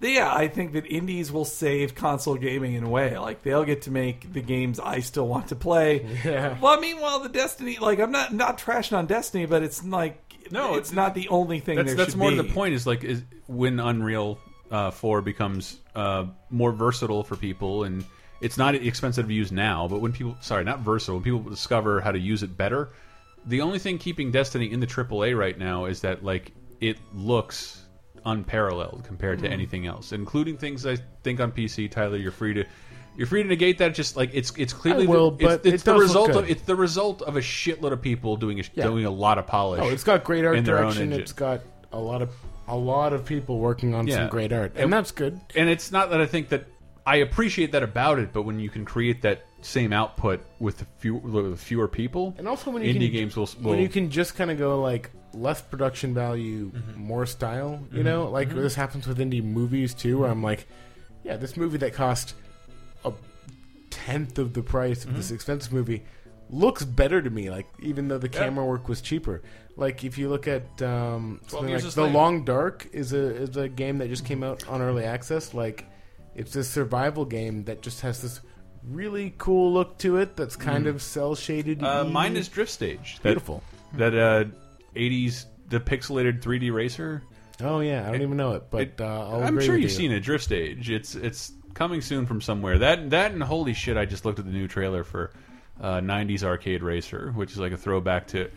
yeah, I think that indies will save console gaming in a way. Like they'll get to make the games I still want to play.
Yeah.
Well, meanwhile, the Destiny, like I'm not not trashing on Destiny, but it's like
No,
no, it's
it-
not the only thing.
that's
there
that's
should
more
be.
to the point is like is when unreal uh, 4 becomes uh, more versatile for people and it's not expensive to use now but when people sorry not versatile when people discover how to use it better the only thing keeping destiny in the aaa right now is that like it looks unparalleled compared to anything else including things i think on pc tyler you're free to you're free to negate that just like it's it's clearly the-
will,
it's,
Uh, but
it's
it
the
does look
result
good.
of it's the result of a shitload of people doing a,
Yeah.
doing a lot of polish
Oh, it's got great art
in their own
direction.
engine.
It's got a lot of a lot of people working on
Yeah.
some great art, and
And-
that's good.
and it's not that I think that I appreciate that about it, but when you can create that same output with few, with fewer people,
And also when you
indie
can,
games will, will
when you can just kind of go like less production value,
Mm-hmm.
more style. You know, like this happens with indie movies too, where I'm like, yeah, this movie that cost a tenth of the price of
Mm-hmm.
this expensive movie looks better to me. Like even though the camera work was cheaper. Like if you look at um, something
Years
like
a
The
Slave.
Long Dark is a is a game that just came out on early access. Like it's this survival game that just has this really cool look to it that's kind of cell shaded
Mm. Uh, mine is Drift Stage. That-
beautiful.
That uh, 80s, the pixelated 3D racer.
Oh yeah, I don't even know it, but
It-
uh, I'll
I'm
agree
sure
with
you've
you.
seen it, Drift Stage. It's it's coming soon from somewhere. That that and holy shit, I just looked at the new trailer for uh, 90s Arcade Racer, which is like a throwback to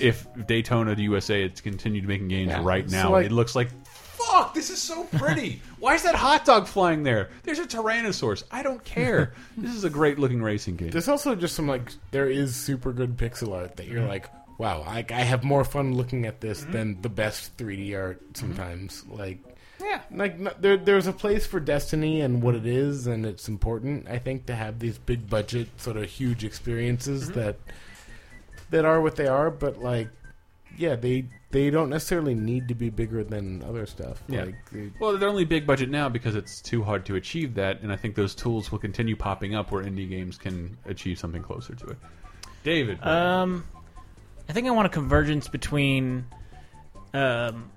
if Daytona the USA had continued making games
Yeah.
right
So,
now.
like-
it looks like fuck. This is so
[laughs]
pretty. Why is that hot dog flying there? There's a Tyrannosaurus. I don't
[laughs]
care. this is a great looking racing game.
There's also just some like there is super good pixel art that you're like, wow, I, I have more fun looking at this than the best 3D art sometimes. Like, yeah, like no, there, there's a place for Destiny and what it is, and it's important I think to have these big budget sort of huge experiences that that are what they are, but like, yeah, they they don't necessarily need to be bigger than other stuff.
Yeah.
Like, they-
Well, they're only big budget now because it's too hard to achieve that, and I think those tools will continue popping up where indie games can achieve something closer to it. David,
Um, I think I want a convergence between um,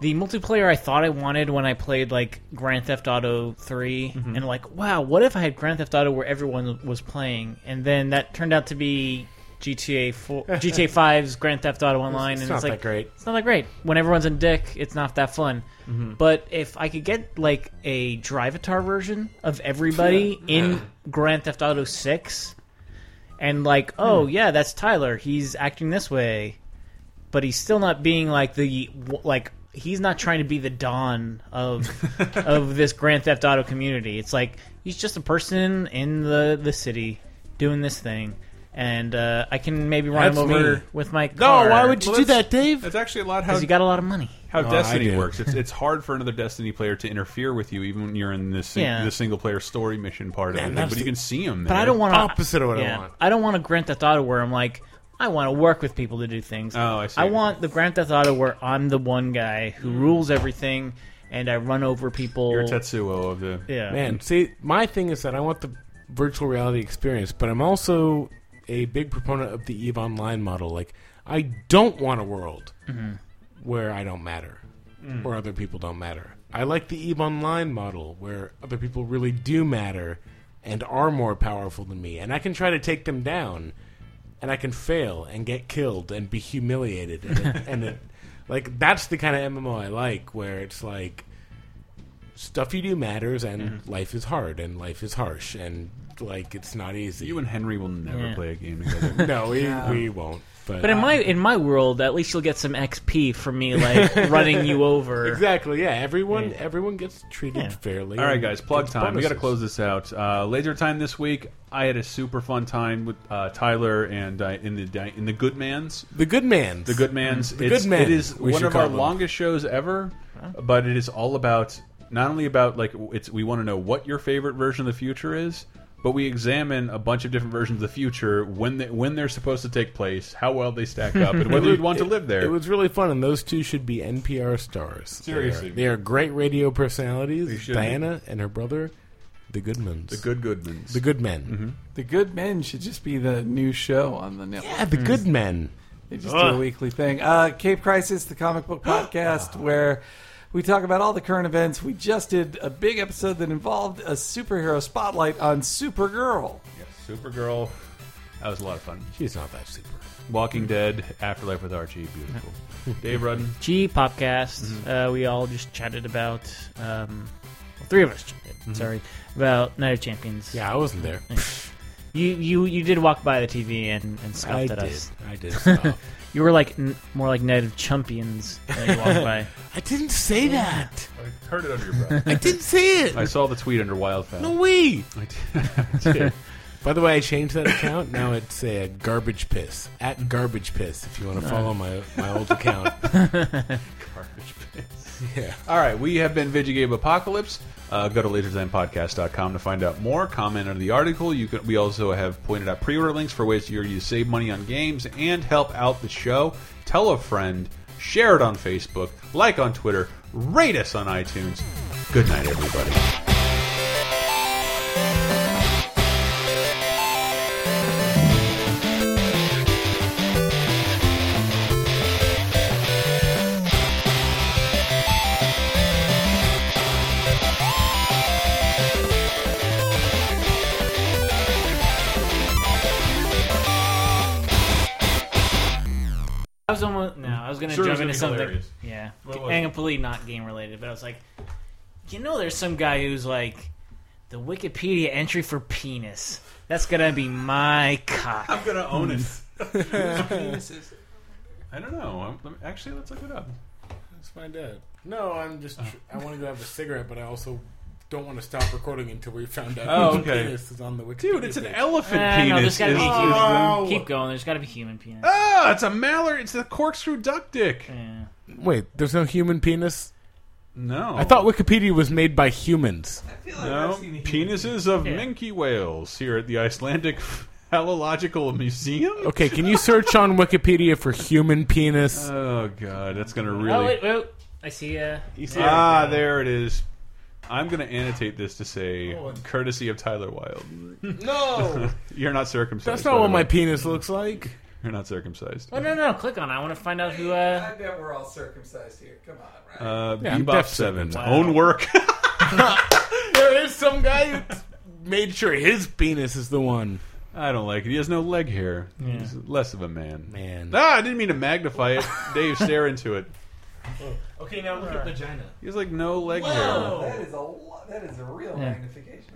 the multiplayer I thought I wanted when I played like Grand Theft Auto 3
Mm-hmm.
and like, wow, what if I had Grand Theft Auto where everyone was playing, and then that turned out to be GTA
[laughs]
4, GTA 5's Grand Theft Auto Online,
it's
and
not
it's
that
like
great.
it's not that great. When everyone's in dick, it's not that fun.
Mm-hmm.
But if I could get like a Drivatar version of everybody in Grand Theft Auto Six, and like,
Hmm.
oh yeah, that's Tyler. He's acting this way, but he's still not being like the like he's not trying to be the don
[laughs]
of of this Grand Theft Auto community. It's like he's just a person in the the city doing this thing. And uh, I can maybe run
That's
him over
me.
with my car.
Well, that's- That's actually a lot how
Because you got a lot of money.
how Destiny
do.
works. It's it's hard for another Destiny player to interfere with you, even when you're in this sing-
Yeah.
the single player story mission part of it.
that's
But you
the-
can see them.
But I don't want to
Opposite of what I want.
I don't want to Grand Theft Auto where I'm like, I want to work with people to do things.
Oh, I see.
I want the Grand Theft Auto where I'm the one guy who
Hmm.
rules everything and I run over people.
You're Tetsuo of the.
yeah.
Man, see, my thing is that I want the virtual reality experience, but I'm also a big proponent of the Eve Online model. Like, I don't want a world where I don't matter, where other people don't matter. I like the Eve Online model where other people really do matter and are more powerful than me, and I can try to take them down, and I can fail and get killed and be humiliated, and, it,
[laughs]
and it, like that's the kind of MMO I like, where it's like stuff you do matters and
Mm-hmm.
life is hard and life is harsh and like it's not easy
You and Henry will never
Yeah.
play a game
[laughs]
together.
no we, we won't but,
But in my in my world, at least you'll get some XP
[laughs]
from me like running you over.
exactly yeah everyone
Yeah.
everyone gets treated
Yeah.
fairly
All right, guys, plug
Gets
time. We got to
bonuses.
close this out. Uh, laser time this week. I had a super fun time with uh, Tyler and uh, in the di- in the Goodmans.
the good man
The Goodmans.
The
it's,
Goodmans,
It is
we
one
should
of our
call them.
longest shows ever, but it is all about not only about like it's we want to know what your favorite version of the future is, but we examine a bunch of different versions of the future when they, when they're supposed to take place, how well they stack up,
[laughs]
and whether you'd want to live there.
it was really fun and those two should be npr stars
Seriously.
they are, they are great radio
They
personalities
should be.
diana and her brother the goodmans
the Good Mm-hmm. Goodmans.
the good men
The Good Men should just be the new show on the network.
yeah the good men
They just do a weekly thing. Uh, Cape Crisis, the comic book podcast, where we talk about all the current events. We just did a big episode that involved a superhero spotlight on Supergirl.
Yes, Supergirl. That was a lot of fun.
she's not that super
Walking Dead, Afterlife with Archie, beautiful. Dave Rudden.
G Popcast.
Mm-hmm.
Uh, we all just chatted about. Um, well, three of us chatted. Sorry about Night of Champions.
Mm-hmm. yeah i wasn't there
You you you did walk by the TV and and scoffed
i
at
did
us.
i did stop.
You were like n- more like Night of Champions. When you walked by.
[laughs] i didn't say that
I heard it under your breath.
[laughs] i didn't say it
I saw the tweet under Wildfowl.
no way
I did. Yeah.
By the way, I changed that account. Now it's a garbage piss at garbage piss. If you want to follow my my
[laughs]
old account,
All right, we have been Vigigame Apocalypse. Uh, go to lasertimepodcast.com to find out more. Comment under the article. You can, we also have pointed out pre-order links for ways you're- you save money on games and help out the show. Tell a friend, share it on Facebook, like on Twitter, rate us on iTunes. Good night, everybody.
[laughs] I was almost no. I was gonna
Sure, it was
jump
gonna
into
be
something.
hilarious.
Yeah,
What was it?
thankfully not game related, but I was like, you know, there's some guy who's like the Wikipedia entry for penis. That's gonna be my cock.
I'm [laughs] gonna own it. [laughs] I don't know. I'm, let me, actually, let's look it up.
let's find out. No, I'm just. Tr- I want to go have a cigarette, but I also don't want to stop recording until we found out.
Oh,
whose
okay.
penis is on the Wikipedia
Dude, it's an
page.
elephant
Eh,
penis.
no, there's gotta be
is-
a human.
Oh.
Keep going. There's gotta be human penis.
Ah, it's a mallard. It's a corkscrew duck dick.
Yeah. Oh,
Wait, there's no human penis.
No,
I thought Wikipedia was made by humans.
no penises of
Yeah.
minke whales here at the Icelandic [laughs] Phallological Museum.
Okay, can you search on Wikipedia for human penis?
Oh god, that's gonna
Oh
really.
wait, wait. I see. Uh,
ah, there it is. I'm gonna annotate this to say, courtesy of Tyler Wilde.
no,
[laughs] You're not circumcised.
that's
by
not
the
what my
way.
penis looks like.
You're not circumcised.
oh no, no. Click on. it. I want to find out who. Uh,
I bet we're all circumcised here. Come on, right?
Uh,
Yeah, I'm
Bebop
deaf
Seven,
circumcised.
own work. [laughs]
There is some guy who made sure his penis is the one.
I don't like it. He has no leg hair. He's less of a man.
Man.
Ah, I didn't mean to magnify it. Dave, stare into it.
Okay, now look at vagina.
He has like no leg hair.
that is a lo- that is a real magnification.